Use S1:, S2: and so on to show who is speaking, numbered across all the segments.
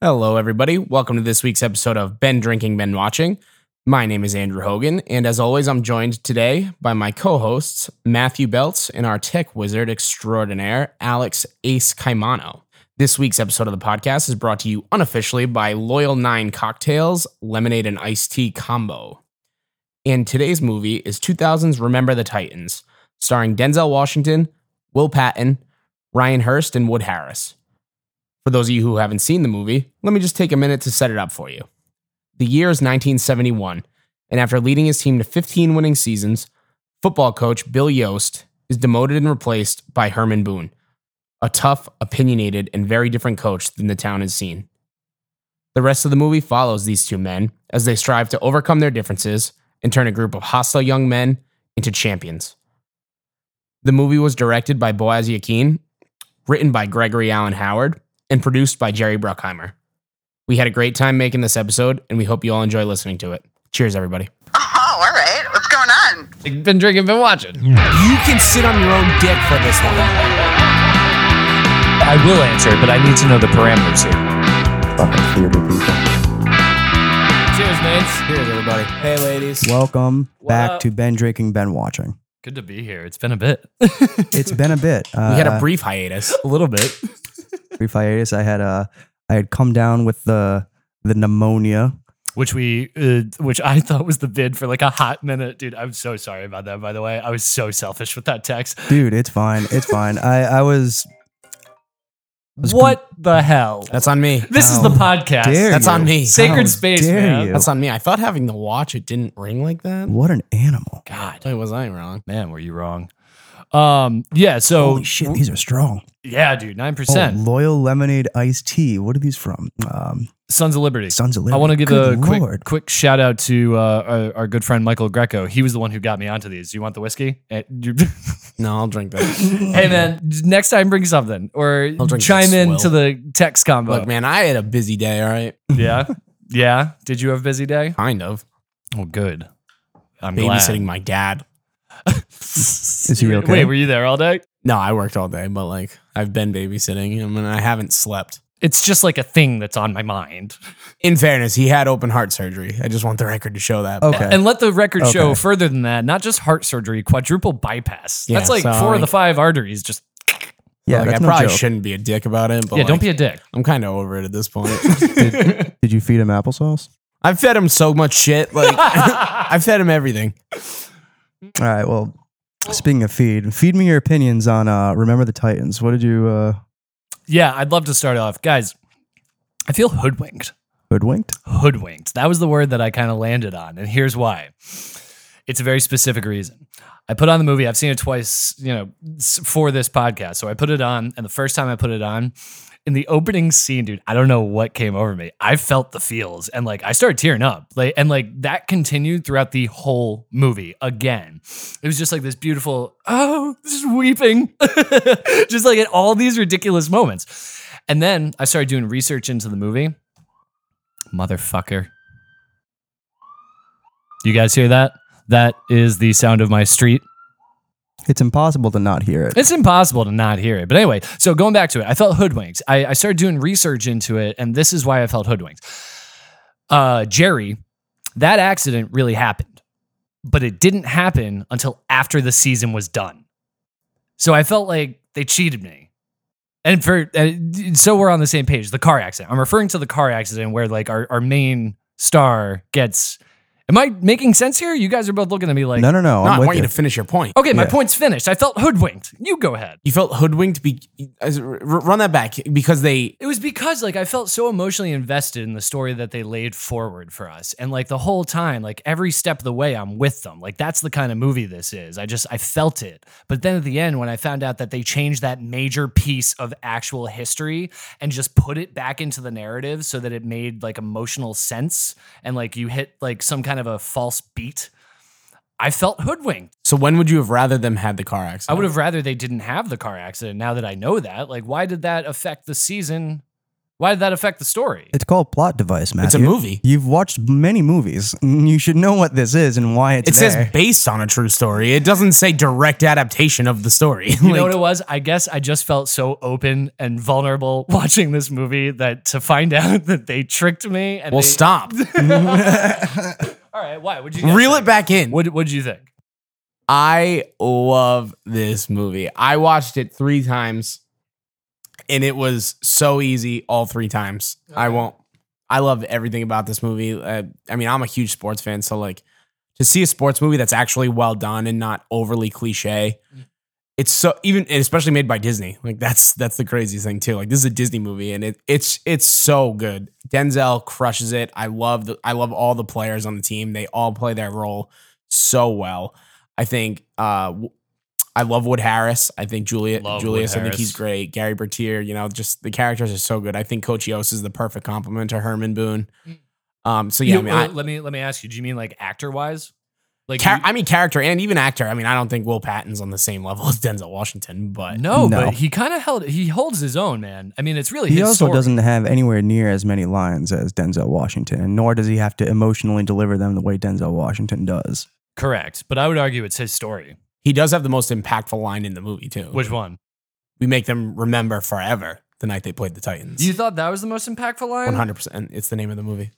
S1: Hello, everybody. Welcome to this week's episode of Been Drinking, Been Watching. My name is Andrew Hogan, and as always, I'm joined today by my co hosts, Matthew Belts and our tech wizard extraordinaire, Alex Ace Caimano. This week's episode of the podcast is brought to you unofficially by Loyal Nine Cocktails, Lemonade, and Iced Tea Combo. And today's movie is 2000's Remember the Titans, starring Denzel Washington, Will Patton, Ryan Hurst, and Wood Harris. For those of you who haven't seen the movie, let me just take a minute to set it up for you. The year is 1971, and after leading his team to 15 winning seasons, football coach Bill Yost is demoted and replaced by Herman Boone, a tough, opinionated, and very different coach than the town has seen. The rest of the movie follows these two men as they strive to overcome their differences and turn a group of hostile young men into champions. The movie was directed by Boaz Yakin, written by Gregory Allen Howard, and produced by Jerry Bruckheimer. We had a great time making this episode, and we hope you all enjoy listening to it. Cheers, everybody.
S2: Oh, all right. What's going on?
S3: Been drinking, been watching.
S1: You can sit on your own dick for this one.
S4: I will answer, but I need to know the parameters here.
S5: fucking theater people.
S3: Cheers, mates.
S1: Cheers, everybody.
S3: Hey, ladies.
S5: Welcome
S3: What?
S5: back to Ben Drinking, Ben Watching.
S4: Good to be here. It's been a bit.
S5: It's been a bit. Uh,
S1: We had a brief hiatus.
S4: a little bit.
S5: brief hiatus. I had uh, I had come down with the the pneumonia.
S4: Which we, uh, which I thought was the bid for like a hot minute, dude. I'm so sorry about that. By the way, I was so selfish with that text.
S5: Dude, it's fine. It's fine. I I was was
S4: What the hell?
S1: That's on me.
S4: this is the
S5: How
S4: podcast.
S5: dare
S1: That's
S5: you.
S1: on me.
S4: Sacred
S5: How
S4: space,
S5: dare
S4: man.
S5: you.
S1: That's on me. I thought having the watch, it didn't ring like that.
S5: What an animal.
S4: God,
S1: Wait, was I wrong?
S4: man, were you wrong? Um, yeah. So
S5: Holy shit, these are strong.
S4: yeah, dude, nine
S5: Oh,
S4: percent.
S5: Loyal lemonade iced tea. What are these from? Um,
S4: Sons of Liberty.
S5: Sons of Liberty.
S4: I want to give
S5: Good
S4: a quick,
S5: Lord.
S4: quick shout out to uh, our, our good friend Michael Greco. He was the one who got me onto these. You want the whiskey? Eh, you-
S1: No, I'll drink that.
S4: Hey man, next time bring something or
S1: I'll drink
S4: chime
S1: this
S4: in
S1: swill.
S4: to the text combo.
S1: Look, man, I had a busy day, all right?
S4: Yeah, yeah. Did you have a busy day?
S1: Kind of.
S4: Oh, good. I'm
S1: Babysitting my dad.
S4: Is
S5: he okay?
S4: Wait, were you there all day?
S1: No, I worked all day, but like I've been babysitting him and I haven't slept.
S4: It's just like a thing that's on my mind.
S1: In fairness, he had open heart surgery. I just want the record to show that.
S5: Okay.
S4: And let the record show
S5: Okay.
S4: further than that, not just heart surgery, quadruple bypass.
S1: Yeah,
S4: that's like
S1: so,
S4: four of the
S1: like-
S4: five arteries. Just
S5: yeah,
S1: like, I
S5: that's no
S1: probably
S5: joke.
S1: shouldn't be a dick about it, but
S4: yeah,
S1: like,
S4: don't be a dick.
S1: I'm kind of over it at this point.
S5: Did you feed him applesauce?
S1: I've fed him so much shit. Like I fed him everything.
S5: All right. Well, speaking of feed, feed me your opinions on uh, Remember the Titans. What did you uh,
S4: Yeah, I'd love to start off, guys. I feel hoodwinked.
S5: hoodwinked?
S4: hoodwinked. That was the word that I kind of landed on. And here's why it's a very specific reason. I put on the movie, I've seen it twice, you know, s- for this podcast. So I put it on. And the first time I put it on, in the opening scene, dude, I don't know what came over me. I felt the feels and like I started tearing up. Like and like that continued throughout the whole movie again. It was just like this beautiful, oh, just weeping. just like at all these ridiculous moments. And then I started doing research into the movie motherfucker. You guys hear that? That is the sound of my street.
S5: It's impossible to not hear it.
S4: It's impossible to not hear it. But anyway, so going back to it, I felt hoodwinked. I, I started doing research into it, and this is why I felt hoodwinked. Uh, Jerry, that accident really happened, but it didn't happen until after the season was done. So I felt like they cheated me. And for and so we're on the same page. The car accident. I'm referring to the car accident where like our, our main star gets. Am I making sense here? You guys are both looking at me like,
S5: no, no, no.
S1: No,
S5: I'm
S1: I
S5: with
S1: want you
S5: you.
S1: to finish your point.
S4: okay, my
S5: Yeah.
S4: point's finished. I felt hoodwinked. You go ahead.
S1: You felt hoodwinked. Be- as- r- run that back because they.
S4: It was because like I felt so emotionally invested in the story that they laid forward for us. And like the whole time, like every step of the way I'm with them. Like that's the kind of movie this is. I just I felt it. But then at the end when I found out that they changed that major piece of actual history and just put it back into the narrative so that it made like emotional sense and like you hit like some kind of a false beat. I felt hoodwinked.
S1: So when would you have rather them had the car
S4: I
S1: accident?
S4: would have rather they didn't have the car accident now that I know that. Like why did that affect the season? Why did that affect the story?
S5: It's called plot device, Matthew.
S1: It's a movie.
S5: You've watched many movies. You should know what this is and why it's
S1: It
S5: there.
S1: says based on a true story. It doesn't say direct adaptation of the story.
S4: You
S1: Like,
S4: know what it was? I guess I just felt so open and vulnerable watching this movie that to find out that they tricked me. And
S1: well,
S4: they-
S1: stop.
S4: All right, why? Would you guys
S1: Reel
S4: think?
S1: it back in.
S4: What What did you think?
S1: I love this movie. I watched it three times and it was so easy all three times. I won't, I love everything about this movie. Uh, I mean, I'm a huge sports fan. So, like, to see a sports movie that's actually well done and not overly cliche. It's so even and especially made by Disney. Like that's that's the craziest thing too. Like this is a Disney movie and it it's it's so good. Denzel crushes it. I love the I love all the players on the team. They all play their role so well. I think uh w- I love Wood Harris. I think Julia
S4: Love Wood
S1: Julius. I think he's
S4: Harris.
S1: great. Gary Bertier. You know, just the characters are so good. I think Coach Yost is the perfect compliment to Herman Boone.
S4: Mm.
S1: Um. So yeah, I
S4: You-
S1: mean, I,
S4: uh, let me let me ask you. Do you mean like actor wise? Like
S1: Char-
S4: you-
S1: I mean, character and even actor. I mean, I don't think Will Patton's on the same level as Denzel Washington, but
S4: no,
S5: No.
S4: but he kind of held. He holds his own, man. I mean, it's really
S5: He
S4: his
S5: also
S4: story.
S5: doesn't have anywhere near as many lines as Denzel Washington, and nor does he have to emotionally deliver them the way Denzel Washington does.
S4: correct. But I would argue it's his story.
S1: he does have the most impactful line in the movie too.
S4: Which one?
S1: we make them remember forever the night they played the Titans.
S4: You thought that was the most impactful line?
S1: One hundred percent. It's the name of the movie.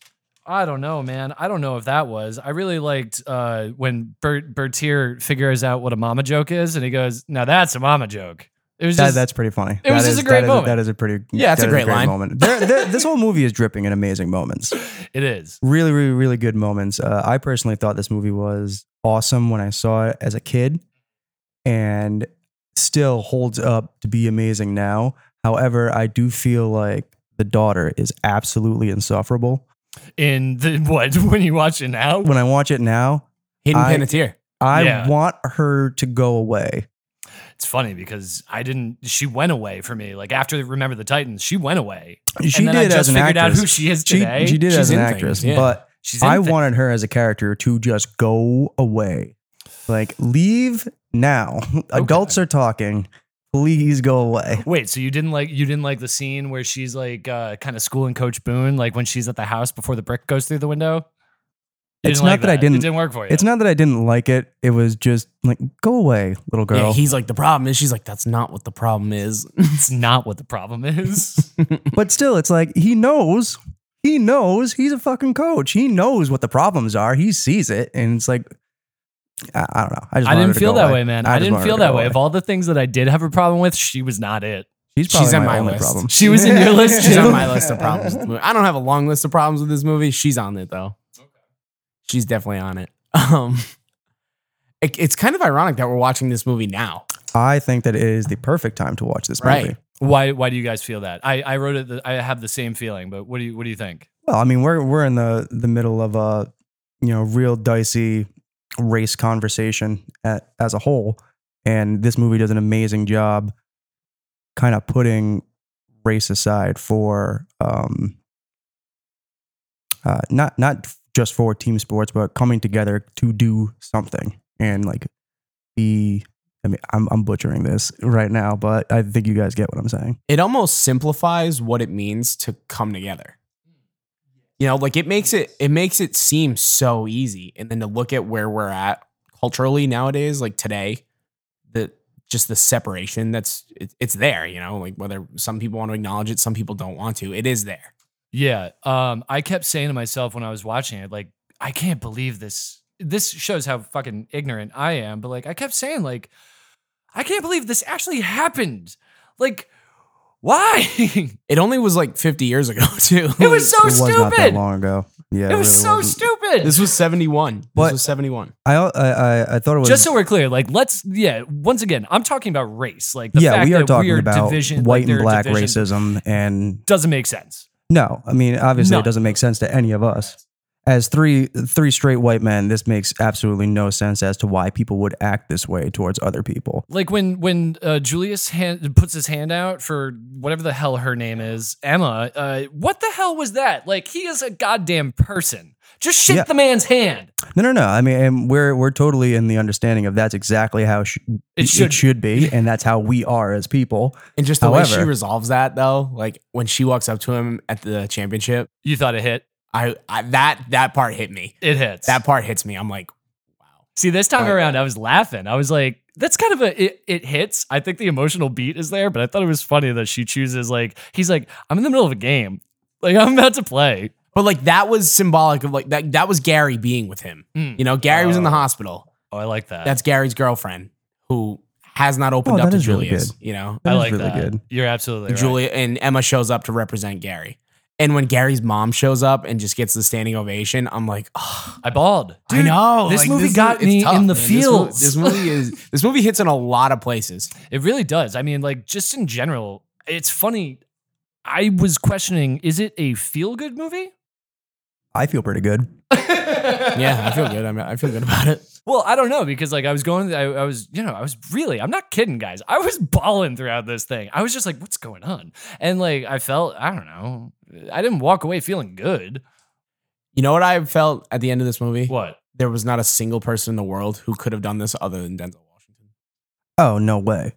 S4: I don't know, man. I don't know if that was. I really liked uh, when Bert Bertier figures out what a mama joke is, and he goes, "Now that's a mama joke." It was
S5: That,
S4: just
S5: that's pretty funny.
S4: it was just
S5: That is-
S4: a great
S5: that is
S4: moment.
S5: that is a pretty
S1: Yeah, it's a
S5: that is
S1: great line.
S5: moment. There- there- this whole movie is dripping in amazing moments.
S4: it is.
S5: Really, really, really good moments. Uh, I personally thought this movie was awesome when I saw it as a kid, and still holds up to be amazing now. However, I do feel like the daughter is absolutely insufferable.
S4: In the what when you watch it now?
S5: When I watch it now,
S1: Hidden
S5: I-
S1: Panettiere.
S5: I
S4: Yeah.
S5: want her to go away.
S4: It's funny because I didn't. She went away for me. Like after Remember the Titans, she went away.
S5: She
S4: and then I
S5: did
S4: just
S5: as an
S4: figured
S5: actress.
S4: out who she is
S5: she,
S4: today.
S5: she did
S1: She's
S5: as an
S1: in
S5: actress,
S1: things, yeah.
S5: but
S4: She's in
S5: I
S4: thi-
S5: wanted her as a character to just go away. Like, leave now. Adults are talking. Please go away.
S4: Wait, so you didn't like you didn't like the scene where she's like uh, kind of schooling Coach Boone, like when she's at the house before the brick goes through the window. You
S5: It's
S4: didn't like
S5: not that I didn't-
S4: It didn't work for you.
S5: It's not that I didn't like it. It was just like, go away, little girl.
S1: Yeah, he's like the problem is. She's like that's not what the problem is.
S4: It's not what the problem is.
S5: but still, it's like, he knows. He knows. He's a fucking coach. He knows what the problems are. He sees it. And it's like, I, I don't know. I just
S4: I
S5: wanted her
S4: didn't
S5: to
S4: feel
S5: go
S4: that
S5: away.
S4: way, man. I,
S5: just
S4: didn't
S5: wanted her
S4: feel
S5: to go
S4: that way.
S5: away.
S4: Of all the things that I did have a problem with, she was not it.
S5: She's
S1: She's
S5: probably
S1: on
S5: my,
S1: my
S5: only
S1: list.
S5: problem.
S4: She was in your list.
S1: She's
S4: too.
S1: on my list of problems. With the movie. I don't have a long list of problems with this movie. She's on it though. She's definitely on it. Um, it- it's kind of ironic that we're watching this movie now.
S5: I think that it is the perfect time to watch this movie.
S1: Right.
S4: Why? Why do you guys feel that? I, I wrote it. The, I have the same feeling. But what do you What do you think?
S5: Well, I mean, we're we're in the the middle of a you know real dicey race conversation at, as a whole, and this movie does an amazing job, kind of putting race aside for um, uh, not not just for team sports, but coming together to do something and like be. I mean, I'm I'm butchering this right now, but I think you guys get what I'm saying.
S1: it almost simplifies what it means to come together. You know, like it makes it it makes it seem so easy. And then to look at where we're at culturally nowadays, like today, the just the separation that's it, it's there, you know, like whether some people want to acknowledge it, some people don't want to. It is there.
S4: Yeah. Um. I kept saying to myself when I was watching it, like, I can't believe this. This shows how fucking ignorant I am. But like, I kept saying, like, I can't believe this actually happened. Like, why? it
S1: It only was like 50 years ago, too.
S4: was so
S5: it was
S4: stupid.
S5: not that long ago. Yeah,
S4: It was
S5: really
S4: so
S5: wasn't.
S4: stupid.
S1: This was 71.
S5: But-
S1: This was 71.
S5: I I I- I thought it was
S4: Just so we're clear, like let's yeah. Once again, I'm talking about race. Like the
S5: yeah,
S4: fact
S5: we are
S4: that
S5: talking
S4: we're
S5: about
S4: division, like,
S5: white and
S4: there are
S5: black
S4: divisions
S5: racism, and
S4: Doesn't make sense.
S5: no, I mean obviously
S4: No.
S5: it doesn't make sense to any of us. as three three straight white men, this makes absolutely no sense as to why people would act this way towards other people.
S4: Like when when uh, Julius hand, puts his hand out for whatever the hell her name is, Emma. Uh, what the hell was that? Like he is a goddamn person. Just shake
S5: Yeah.
S4: the man's hand.
S5: No, no, no. I mean, and we're we're totally in the understanding of that's exactly how sh-
S4: It should.
S5: be, and that's how we are as people.
S1: And just the way she
S5: However-
S1: resolves that though, like when she walks up to him at the championship,
S4: You thought it hit.
S1: I, I that that part hit me.
S4: It hits.
S1: That part hits me. I'm like, wow.
S4: See, this time
S1: Right.
S4: around, I was laughing. I was like, that's kind of a, it, it hits. I think the emotional beat is there, but I thought it was funny that she chooses, like, he's like, I'm in the middle of a game. Like, I'm about to play.
S1: But like that was symbolic of like that that was Gary being with him.
S4: Mm.
S1: You know, Gary was in the
S4: Oh.
S1: hospital.
S4: Oh, I like that.
S1: That's Gary's girlfriend who has not opened
S5: Oh,
S1: up
S5: that
S1: to
S5: is really
S1: Julius. you know,
S5: That
S4: I
S5: is
S4: like
S5: really
S4: that.
S5: good.
S4: You're absolutely right.
S1: Julia and Emma shows up to represent Gary. And when Gary's mom shows up and just gets the standing ovation, I'm like, oh,
S4: I bawled.
S1: I know
S4: This
S1: like,
S4: movie
S1: is-
S4: got
S1: it's
S4: me
S1: tough,
S4: in the
S1: man. This mo-
S4: feels.
S1: This movie, is this movie hits in a lot of places.
S4: It really does. I mean, like, just in general, it's funny. I was questioning, is it a feel good movie?
S5: I feel pretty good.
S1: Yeah, I feel good. I, mean, I feel good about it.
S4: Well, I don't know because like I was going, I, I was, you know, I was really, I'm not kidding, guys. I was balling throughout this thing. I was just like, what's going on? And like, I felt, I don't know, I didn't walk away feeling good.
S1: You know what I felt at the end of this movie?
S4: What?
S1: There was not a single person in the world who could have done this other than Denzel Washington.
S5: Oh no way!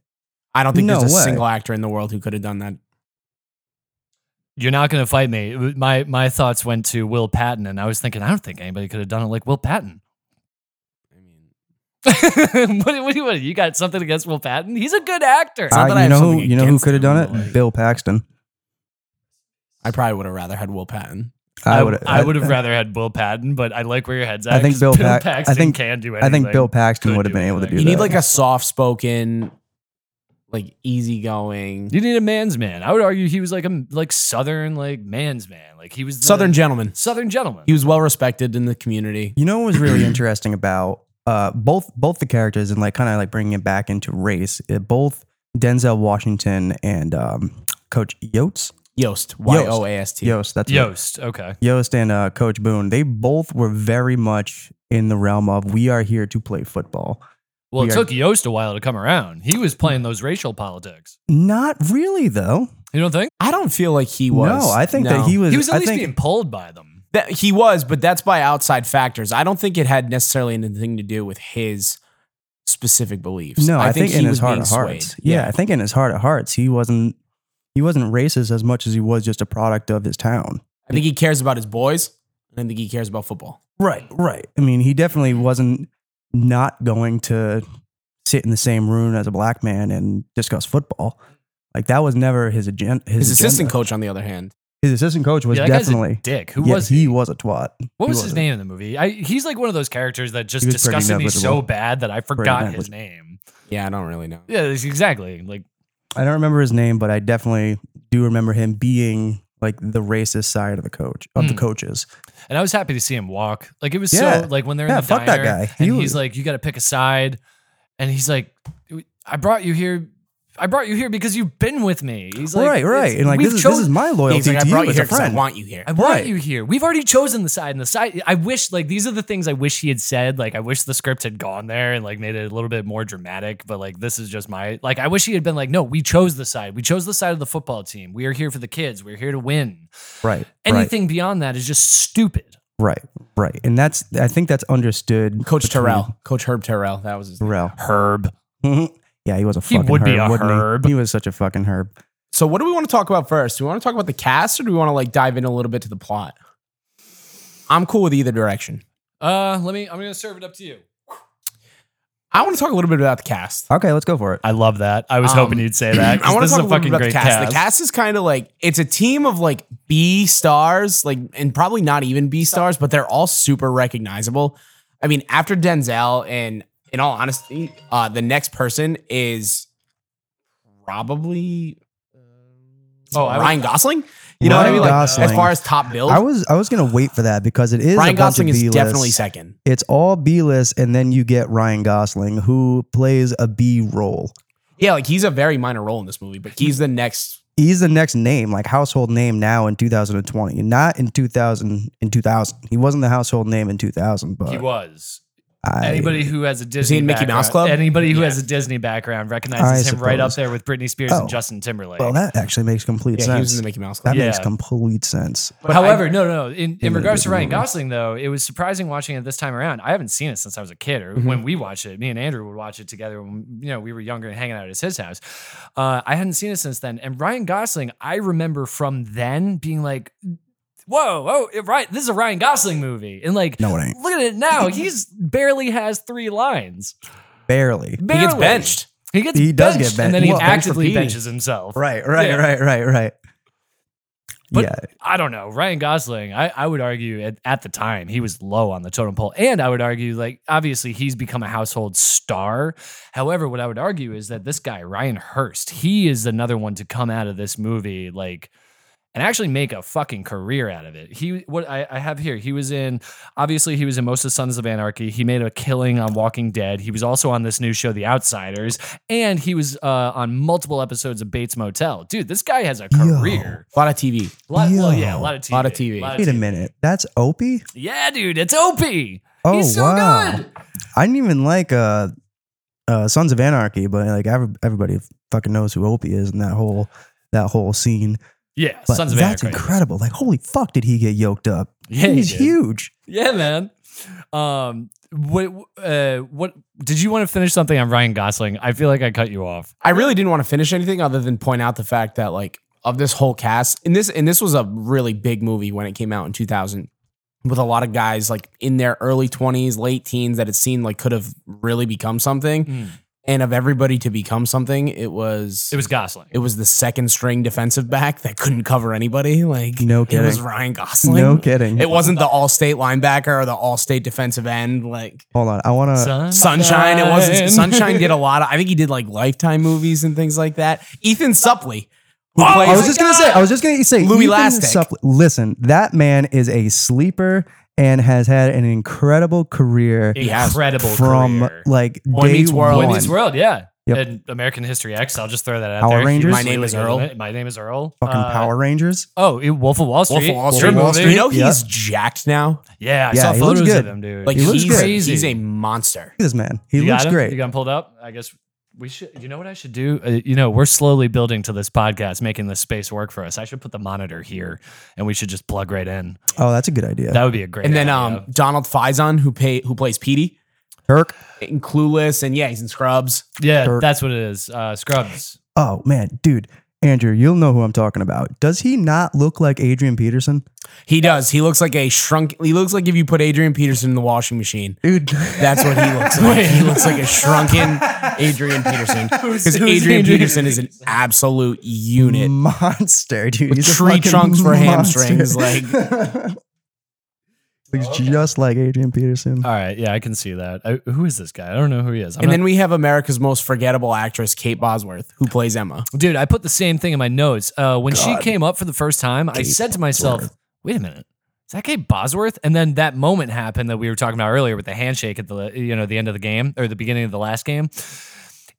S1: I don't think
S5: No
S1: there's a
S5: way.
S1: single actor in the world who could have done that.
S4: You're not going to fight me. Uh, My my thoughts went to Will Patton, and I was thinking, I don't think anybody could have done it like Will Patton.
S1: I mean,
S4: what, what, do you- what? You got something against Will Patton? He's a good actor.
S1: not
S5: I-
S1: that I have
S5: you know who
S1: something
S5: you know who
S1: against
S5: could have
S1: him,
S5: done
S1: but,
S5: it?
S1: like-
S5: Bill Paxton.
S1: I probably would have rather had Will Patton.
S4: I
S5: would've-
S4: I would have rather had Will Patton, but I like where your head's at.
S5: I think
S4: 'cause
S5: Bill Pac- I
S4: Paxton
S5: think-
S4: can do
S5: I
S4: anything.
S5: think Bill Paxton
S4: could
S5: would have
S4: do
S5: been able to do
S4: anything.
S5: that.
S1: You need like a soft spoken, like easygoing
S4: You need a man's man. I would argue he was like a like southern like man's man. Like he was the
S1: Southern gentleman.
S4: southern gentleman.
S1: He was well respected in the community.
S5: You know what was really interesting about uh, both both the characters and like kind of like bringing it back into race. uh, both Denzel Washington and um, Coach Yost,
S1: Yost, Y O A S T.
S5: Yost, that's it.
S4: Yost. Okay.
S5: Yost and uh, Coach Boone. They both were very much in the realm of we are here to play football.
S4: Well,
S5: We
S4: it
S5: are-
S4: took Yost a while to come around. He was playing those racial politics.
S5: Not really though.
S4: You don't think?
S1: I don't feel like he was.
S5: no, I think
S1: No.
S5: that he was.
S4: He was at
S5: I
S4: least
S5: think,
S4: being pulled by them.
S1: That- he was, but that's by outside factors. I don't think it had necessarily anything to do with his specific beliefs.
S5: No, I, think, in
S1: he
S5: his
S1: was
S5: heart
S1: being
S5: of hearts.
S1: swayed.
S5: Yeah. I think in his heart of hearts, he wasn't he wasn't racist as much as he was just a product of his town.
S1: I think he cares about his boys. I don't think he cares about football.
S5: Right, right. I mean, he definitely wasn't not going to sit in the same room as a black man and discuss football. Like that was never his agenda.
S1: His assistant
S5: agenda.
S1: coach, on the other hand,
S5: his assistant coach was
S4: yeah, that guy's
S5: definitely.
S4: a dick. Who
S5: yeah,
S4: was
S5: he?
S4: he?
S5: was a twat.
S4: What
S5: he
S4: was his
S5: wasn't.
S4: name in the movie? I, he's like one of those characters that just
S5: He was pretty
S4: disgusted me so
S5: negligible.
S4: bad that I forgot his name.
S1: yeah, I don't really know.
S4: Yeah, that's exactly. Like
S5: I don't remember his name, but I definitely do remember him being like the racist side of the coach of the
S4: Mm.
S5: coaches.
S4: And I was happy to see him walk. Like it was so
S5: Yeah.
S4: like when they're
S5: Yeah,
S4: in the
S5: fuck that
S4: diner
S5: guy.
S4: and
S5: He
S4: he's
S5: was-
S4: like, "You got to pick a side," and he's like, "I brought you here. I brought you here because you've been with me." He's like,
S5: right, right.
S4: "It's-
S5: And like
S4: we've
S5: this is, this
S4: chosen-
S5: is my loyalty
S1: He's like, I
S5: to you
S1: brought you
S5: as
S1: here
S5: a
S1: because I
S5: friend.
S1: want you here.
S4: I want
S5: Right.
S4: you here. We've already chosen the side, and the side. I wish like these are the things I wish he had said. Like I wish the script had gone there and like made it a little bit more dramatic. But like this is just my like I wish he had been like, no, we chose the side. We chose the side of the football team. We are here for the kids. We're here to win.
S5: right, right,
S4: Anything beyond that is just stupid.
S5: right, right. And that's I think that's understood.
S1: Coach
S5: between-
S1: Terrell, Coach Herb Terrell, that was his name.
S5: Terrell.
S4: Herb.
S5: Mm-hmm. yeah, he was a
S4: He
S5: fucking
S4: would
S5: herb,
S4: be a
S5: wouldn't he?
S4: herb.
S5: He was such a fucking herb.
S1: So, what do we want to talk about first? Do we want to talk about the cast, or do we want to like dive in a little bit to the plot? I'm cool with either direction.
S4: Uh, let me. I'm gonna serve it up to you.
S1: I want to talk a little bit about the cast.
S5: Okay, let's go for it.
S4: I love that. I was
S1: Um,
S4: hoping you'd say that. 'cause
S1: I want
S4: this
S1: to talk
S4: is
S1: a
S4: a
S1: little
S4: fucking
S1: bit about the cast.
S4: great
S1: The cast is kind of like it's a team of like B stars, like and probably not even B stars, but they're all super recognizable. I mean, after Denzel, and in all honesty, uh, the next person is probably
S4: Oh, I
S1: Ryan Gosling. You know what I
S5: Ryan
S1: mean? Like
S5: Gosling.
S1: as far as top build,
S5: I was I was gonna wait for that because it is
S1: Ryan
S5: a bunch of
S1: Gosling is
S5: B-list.
S1: definitely second.
S5: It's all B list, and then you get Ryan Gosling who plays a B role.
S1: Yeah, like he's a very minor role in this movie, but he's the next
S5: he's the next name, like household name now in 2020, not in 2000. In 2000, he wasn't the household name in 2000, but
S4: he was.
S5: I,
S4: Anybody who has a Disney
S1: he in Mickey Mouse Club?
S4: background- Anybody who
S1: Yeah.
S4: has a Disney background recognizes
S5: I
S4: him right up
S5: suppose.
S4: there with Britney Spears
S5: Oh.
S4: and Justin Timberlake.
S5: Well, that actually makes complete
S1: Yeah, he
S5: sense.
S1: was in the Mickey Mouse Club.
S5: that makes
S4: Yeah.
S5: complete sense.
S1: But
S4: However, no, no, no. In, in
S5: Yeah,
S4: regards to
S5: Disney
S4: Ryan
S5: movie.
S4: Gosling, though, it was surprising watching it this time around. I haven't seen it since I was a kid, or when we watched it. Me and Andrew would watch it together when you know we were younger and hanging out at his house. Uh, I hadn't seen it since then. And Ryan Gosling, I remember from then being like, "Whoa, oh, it, right, this is a Ryan Gosling movie," and like,
S5: No, it ain't.
S4: look at it now. He's barely has three lines.
S5: Barely.
S1: he
S4: Barely.
S1: gets benched.
S4: He gets
S5: He does get
S4: benched,
S5: ben-
S4: and then he
S5: well, benched for
S4: actively
S1: Petey.
S4: benches himself.
S5: Right, right,
S4: Yeah.
S5: right, right, right.
S4: But-
S5: yeah,
S4: I don't know. Ryan Gosling, I, I would argue at, at the time he was low on the totem pole. And I would argue, like, obviously he's become a household star. However, what I would argue is that this guy, Ryan Hurst, he is another one to come out of this movie, like, and actually make a fucking career out of it. He, what I, I have here, he was in, obviously, he was in most of Sons of Anarchy. He made a killing on Walking Dead. He was also on this new show, The Outsiders. And he was uh, on multiple episodes of Bates Motel. Dude, this guy has a
S5: Yo.
S4: career.
S1: A lot of TV.
S4: A lot, well,
S5: Yo.
S4: yeah, a lot of TV.
S1: Lot of TV.
S5: Wait a minute. That's Opie?
S4: Yeah, dude, it's Opie.
S5: Oh
S4: He's so
S5: wow.
S4: good.
S5: I didn't even like uh uh Sons of Anarchy, but like every, everybody fucking knows who Opie is in that whole that whole scene.
S4: Yeah,
S5: But
S4: Sons of
S5: that's
S4: Anarchy.
S5: incredible. Like holy fuck did he get yoked up?
S4: Yeah, he
S5: He's
S4: did.
S5: huge.
S4: Yeah, man. Um, what, uh, what did you want to finish something on Ryan Gosling? I feel like I cut you off.
S1: I really didn't want to finish anything other than point out the fact that like of this whole cast, and this and this was a really big movie when it came out in 2000 with a lot of guys like in their early 20s, late teens that it seemed like could have really become something.
S4: Mm.
S1: And of everybody to become something, it was
S4: It was Gosling.
S1: it was the second string defensive back that couldn't cover anybody. Like
S5: No
S1: It was
S5: kidding.
S1: Ryan Gosling.
S5: No kidding.
S1: It wasn't the all state linebacker or the all state defensive end. Like
S5: Hold on. I wanna
S1: Sunshine. It wasn't Sunshine did a lot of I think he did like lifetime movies and things like that. Ethan Suppley. who plays-
S5: Oh, I was just gonna say. I was just gonna
S4: "Ah!"
S5: say.
S1: Louis
S5: Ethan
S1: Lastic.
S5: Supp- Listen, that man is a sleeper and has had an incredible career
S1: He has
S4: Incredible
S5: from
S4: career.
S5: like
S1: Boy
S5: day
S1: Meets World.
S5: one.
S4: Boy Meets World, yeah.
S5: Yep.
S4: And American History X. I'll just throw that out
S5: Power
S4: there. He
S5: Rangers?
S4: was
S1: My Name
S4: really
S1: is
S4: good in
S1: Earl.
S4: it. My name is Earl.
S5: Fucking
S4: Uh,
S5: Power Rangers.
S4: Oh, it- Wolf of Wall
S1: Wolf
S4: Street.
S1: of Wall
S4: Your
S1: Street.
S4: movie.
S1: You know
S5: yeah.
S1: he's jacked now.
S4: Yeah, I
S5: Yeah,
S4: saw
S5: he looks
S4: photos of
S5: good.
S4: him, dude.
S1: Like
S5: He looks
S1: he's
S5: good.
S1: crazy. He's a monster.
S5: Look at this man. He
S4: you
S5: looks
S4: got him?
S5: great.
S4: You got him pulled up? I guess we should. You know what I should do? Uh, you know, we're slowly building to this podcast, making this space work for us. I should put the monitor here, and we should just plug right in.
S5: oh, that's a good idea.
S4: That would be a great.
S1: And then
S4: idea.
S1: um Donald Faison who pay who plays Petey
S5: Kirk.
S1: in Clueless and yeah, he's in Scrubs.
S4: yeah,
S5: Dirk.
S4: that's what it is. Uh, Scrubs.
S5: Oh man, dude, Andrew, you'll know who I'm talking about. Does he not look like Adrian Peterson?
S1: He does. He looks like a shrunk he looks like if you put Adrian Peterson in the washing machine.
S5: Dude,
S1: That's what he looks like. he looks like a shrunken Adrian Peterson. Because
S4: who's
S1: Adrian
S4: Adrian
S1: Peterson is an absolute unit.
S5: monster, dude.
S1: With
S5: He's a
S1: tree
S5: fucking
S1: trunks for
S5: monster.
S1: hamstrings, like-
S5: looks just like Adrian Peterson.
S1: Uh,
S4: All right, yeah, I can see that. I, who is this guy? I don't know who he is. I'm
S1: and
S4: not-
S1: then we have America's most forgettable actress, Kate Bosworth, who plays Emma.
S4: dude, I put the same thing in my notes. Uh, when she
S5: God.
S4: came up for the first time, I
S5: Kate
S4: said to myself,
S5: Bosworth.
S4: "Wait a minute." Is that Kate Bosworth? And then that moment happened that we were talking about earlier with the handshake at the you know the end of the game or the beginning of the last game.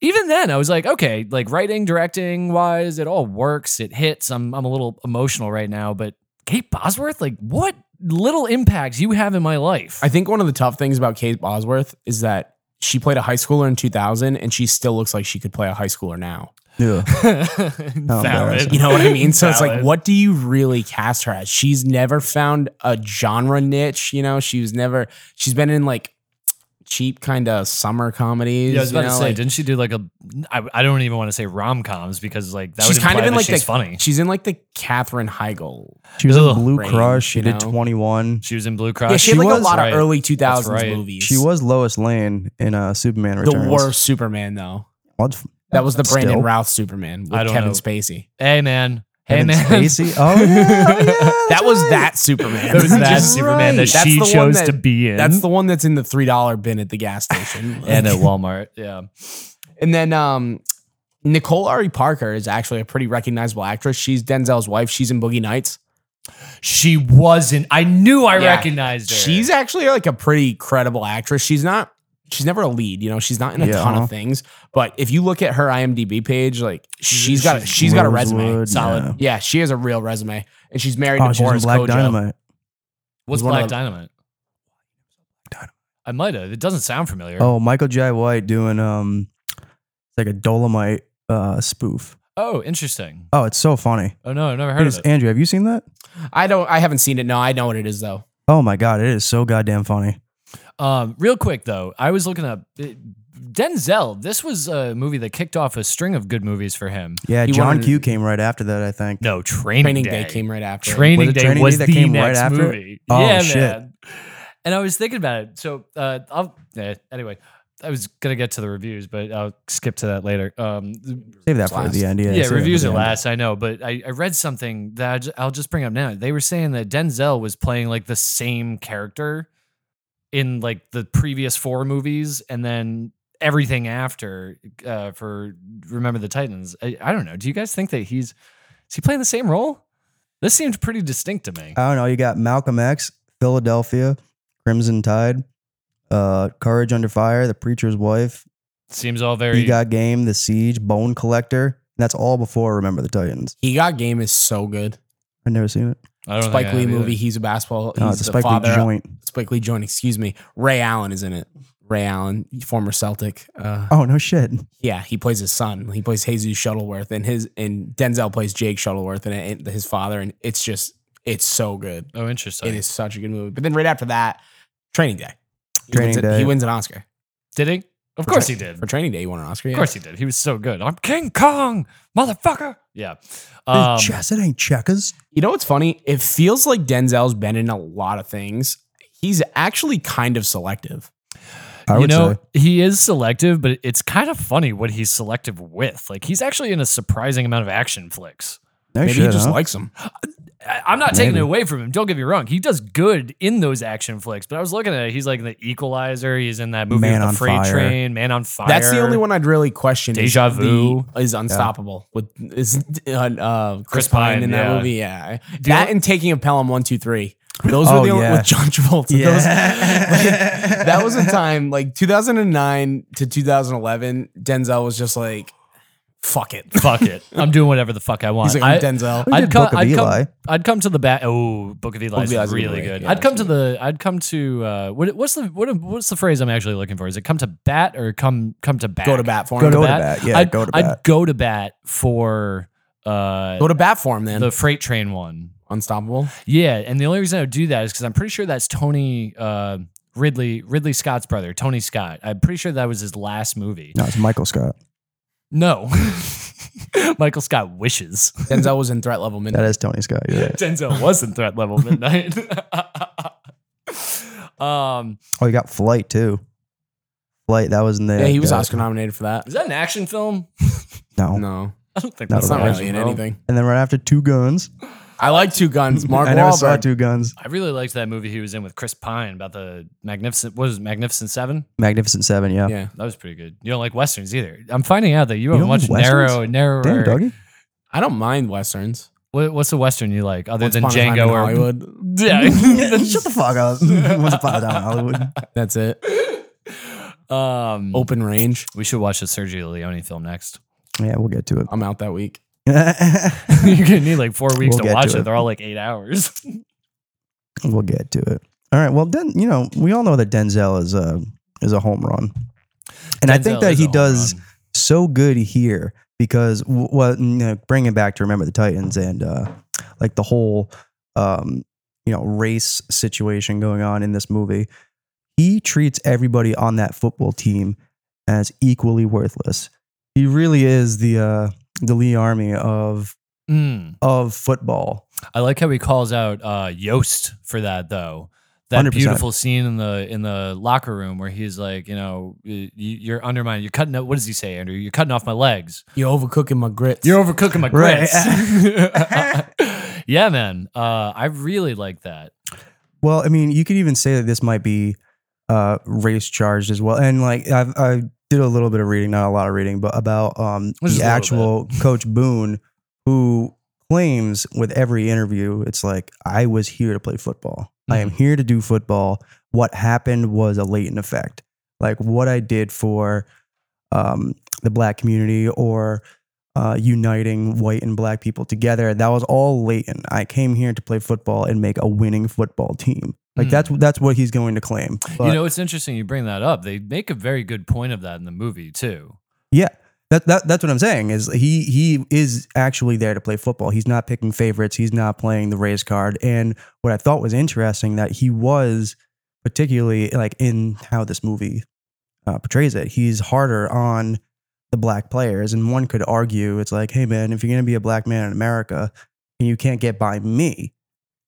S4: Even then, I was like, okay, like writing, directing wise, it all works. It hits. I'm I'm a little emotional right now, but Kate Bosworth, like what little impacts you have in my life.
S1: I think one of the tough things about Kate Bosworth is that she played a high schooler in 2000 and she still looks like she could play a high schooler now.
S5: Yeah.
S4: Valid.
S5: embarrassing.
S1: You know what I mean? So it's like,
S4: Valid.
S1: what do you really cast her as? She's never found a genre niche. You know, she was never, she's been in like cheap kind of summer comedies.
S4: Yeah, I was
S1: you
S4: about to
S1: know,
S4: say,
S1: like-
S4: didn't she do like a? I, I don't even want to say rom coms because like that
S1: she's
S4: would
S1: kind of
S4: imply
S1: in
S4: that
S1: like
S4: she's
S1: the,
S4: funny. Uh,
S1: She's in like the Katherine Heigl.
S5: She was in
S4: Ugh.
S5: Blue
S1: Range,
S5: Crush. She
S1: you know?
S5: did 21.
S4: She was in Blue Cross.
S1: Yeah, she, had like
S5: was-
S1: a lot
S4: right.
S1: of early 2000s
S4: That's right.
S1: movies.
S5: She was Lois Lane in uh, Superman
S1: the
S5: Returns.
S1: worst Superman though.
S5: What the f-
S1: That was the Brandon
S5: Still.
S1: Routh Superman with
S4: I don't
S1: Kevin
S4: know.
S1: Spacey.
S4: Hey man, hey
S5: Kevin
S4: man.
S5: Spacey. Oh, yeah, oh, yeah,
S1: That was
S5: right.
S1: that Superman.
S4: That was
S5: That's
S4: that
S5: right.
S4: Superman that
S1: That's
S4: she
S1: the one
S4: chose
S1: that-
S4: to be in.
S1: That's the one that's in the three dollar bin at the gas station.
S4: and at
S1: Like,
S4: Walmart. Yeah,
S1: and then um, Nicole Ari Parker is actually a pretty recognizable actress. She's Denzel's wife. She's in Boogie Nights.
S4: she wasn't. I knew I
S1: Yeah.
S4: recognized her.
S1: She's actually like a pretty credible actress. She's not she's never a lead, you know, she's not in a
S5: Yeah,
S1: ton
S5: uh-huh.
S1: of things. But if you look at her IMDb page, like she's got a,
S4: she's
S1: she's got a resume,
S5: Rosewood,
S1: solid.
S5: yeah.
S1: Yeah. she has a real resume, and she's married
S5: Oh,
S1: to
S5: she was in
S1: Boris
S5: Black
S1: Kojo.
S5: Dynamite.
S4: What's
S1: one
S4: Black
S1: of the-
S4: Dynamite? I might have. It doesn't sound familiar.
S5: Oh, Michael J. White doing um, it's like a Dolomite uh spoof.
S4: Oh, interesting.
S5: Oh, it's so funny.
S4: Oh no, I've never
S5: It
S4: heard of
S5: is-
S4: it.
S5: Andrew, have you seen that?
S1: I don't, I haven't seen it. No, I know what it is though.
S5: Oh my god, it is so goddamn funny.
S4: Um, real quick though, I was looking up it, Denzel. This was a movie that kicked off a string of good movies for him.
S5: Yeah,
S1: He
S5: John
S1: wanted-
S5: Q came right after that, I think.
S4: No, Training,
S1: Training
S4: Day.
S1: Day came right after. it.
S4: Training
S5: Was it
S4: Day
S5: Training Day
S4: was
S5: that
S4: the
S5: came right
S4: next
S5: after it?
S4: movie.
S5: Oh,
S4: yeah,
S5: shit.
S4: man. And I was thinking about it. So, uh, I'll eh, anyway. I was gonna get to the reviews, but I'll skip to that later. Um,
S5: Save that for
S1: Last.
S5: the end. Yeah,
S4: Yeah,
S5: save that
S4: reviews
S5: for
S4: are
S5: the end.
S4: last, I know, but I, I read something that I ju- I'll just bring up now. They were saying that Denzel was playing like the same character in like the previous four movies and then everything after uh, for Remember the Titans. I, I don't know. Do you guys think that he's is he playing the same role? This seemed pretty distinct to me.
S5: I don't know. You got Malcolm X, Philadelphia, Crimson Tide, uh, Courage Under Fire, The Preacher's Wife,
S4: Seems all very
S5: He Got Game, The Siege, Bone Collector. That's all before Remember the Titans.
S1: He got game is so good.
S5: I've never seen it.
S4: I don't think I
S1: Spike Lee
S4: have either.
S1: movie. He's a basketball. He's
S5: No, Oh, it's a
S1: the
S5: Spike Lee
S1: father.
S5: joint.
S1: Spike Lee joint. Excuse me. Ray Allen is in it. Ray Allen, former Celtic. Uh,
S5: Oh no shit!
S1: Yeah, he plays his son. He plays Jesus Shuttleworth, and his and Denzel plays Jake Shuttleworth, and, and his father. And it's just, it's so good.
S4: Oh, interesting.
S1: It is such a good movie. But then right after that, Training Day. He
S5: Training
S1: wins it-
S5: Day.
S1: He wins an Oscar.
S4: Did he? Of
S1: For
S4: course
S1: Tra-
S4: he did.
S1: For Training Day, he won an Oscar.
S4: Of
S1: yeah.
S4: course he did. He was so good. I'm King Kong, motherfucker. Yeah. Um,
S5: chess, it ain't checkers.
S1: You know what's funny? It feels like Denzel's been in a lot of things. He's actually kind of selective.
S5: I
S4: you
S5: would
S4: know,
S5: say.
S4: he is selective, but it's kind of funny what he's selective with. Like, he's actually in a surprising amount of action flicks.
S5: No
S1: Maybe
S5: shit,
S1: he just
S5: huh?
S1: likes him.
S4: I- I'm not taking it
S5: Maybe.
S4: away from him. Don't get me wrong. He does good in those action flicks, but I was looking at it. He's like in the Equalizer. He's in that movie
S5: Man
S4: with
S5: on
S4: the Freight
S5: Fire.
S4: Train, Man on Fire.
S1: That's the only one I'd really question. is
S4: Deja
S1: the-
S4: Vu.
S1: is unstoppable with is uh, uh, Chris,
S4: Chris
S1: Pine,
S4: Pine,
S1: in that
S4: yeah.
S1: movie. Yeah,
S4: Do you
S1: that
S4: know-
S1: and Taking a Pelham one two three. Those
S5: Oh,
S1: were the only
S5: yeah.
S1: with John Travolta. Those-
S5: Yeah.
S1: that was a time like 2009 to 2011. Denzel was just like, "Fuck it."
S4: Fuck it. I'm doing whatever the fuck I want.
S1: He's like, I'm
S4: I-
S1: Denzel.
S5: We
S4: I'd
S5: did
S4: come-
S5: Book of
S4: I'd come-
S5: Eli.
S4: I'd come to the back. Oh, Book of Eli
S1: Book of Eli's
S4: is
S1: a good
S4: really
S1: movie.
S4: good.
S1: Yeah,
S4: I'd come to
S1: that's
S4: the. I'd come to uh, what, what's the what, what's the phrase I'm actually looking for? Is it come to bat or come come to bat?
S1: Go to bat for him.
S5: Go to
S1: bat.
S5: bat. Yeah,
S4: I'd
S5: go to
S4: I'd
S5: bat.
S4: go to bat for uh,
S1: Go to bat for him then.
S4: the freight train one.
S1: unstoppable.
S4: Yeah, and the only reason I would do that is because I'm pretty sure that's Tony uh, Ridley Ridley Scott's brother, Tony Scott. I'm pretty sure that was his last movie.
S5: No, it's Michael Scott.
S4: No, Michael Scott wishes.
S1: Denzel was in Threat Level
S5: That
S1: Midnight.
S5: is Tony Scott. Yeah.
S4: Denzel was in threat level midnight. um,
S5: Oh, you got Flight too. Flight. That was in the.
S1: Yeah, he was
S5: uh,
S1: Oscar nominated for that.
S4: is that an action film?
S5: No.
S1: No,
S4: I don't think
S5: Not
S1: that's
S5: at
S1: not
S5: all.
S1: really in anything.
S5: And then right after Two Guns.
S1: I like Two Guns. Mark
S5: I never saw
S1: Wahlberg.
S5: Two Guns.
S4: I really liked that movie he was in with Chris Pine about the magnificent. What is it, Magnificent Seven?
S5: Magnificent Seven. Yeah.
S1: Yeah,
S4: That was pretty good. You don't like westerns either. I'm finding out that you have
S5: don't
S4: much
S5: like
S4: narrow, narrower.
S5: Damn, doggy.
S1: I don't mind westerns.
S4: What, what's a western you like other
S1: Once
S4: than
S1: Upon a Time in
S4: Django or
S1: Hollywood.
S4: Yeah.
S5: Shut the fuck up. Once upon a time in Hollywood.
S1: That's it.
S4: Um,
S1: Open range.
S4: we should watch the Sergio Leone film next.
S5: Yeah, we'll get to
S1: I'm out that week.
S5: it.
S4: You're gonna need like four weeks
S5: We'll
S4: to
S5: get
S4: watch
S5: to
S4: it.
S5: it.
S4: They're all like eight hours.
S5: we'll get to it. All right. Well, Den, you know, we all know that Denzel is a is a home run, and I think
S4: Denzel
S5: that
S4: is a
S5: he
S4: home
S5: does
S4: run.
S5: so good here because w- what you know, bringing back to remember the Titans and uh, like the whole um, you know race situation going on in this movie, he treats everybody on that football team as equally worthless. He really is the uh, the Lee Army of
S4: Mm.
S5: of football.
S4: I like how he calls out uh, Yost for that though. That
S5: 100%.
S4: beautiful scene in the in the locker room where he's like, you know, y- you're undermining. You're cutting. Up, what does he say, Andrew? You're cutting off my legs.
S1: You're overcooking my grits.
S4: You're overcooking my
S5: Right.
S4: grits. yeah, man. Uh, I really like that.
S5: Well, I mean, you could even say that this might be uh, race charged as well. And like I've, I did a little bit of reading, not a lot of reading, but about um,
S4: Just
S5: the
S4: a little
S5: actual Coach Boone, who claims with every interview, it's like I
S4: Mm-hmm.
S5: was here to play football. I am here to do football. What happened was a latent effect. like what I did for um, the black community or uh, uniting white and black people together. That was all latent. I came here to play football and make a winning football team. Like
S4: Hmm.
S5: that's that's what he's going to claim. But
S4: you know, it's interesting you bring that up. They make a very good point of that in the movie too.
S5: yeah, that, that that's what I'm saying is he he is actually there to play football. He's not picking favorites. He's not playing the raise card. And what I thought was interesting that he was particularly like in how this movie uh, portrays it. He's harder on the black players, and one could argue it's like, hey man, if you're gonna be a black man in America and you can't get by me,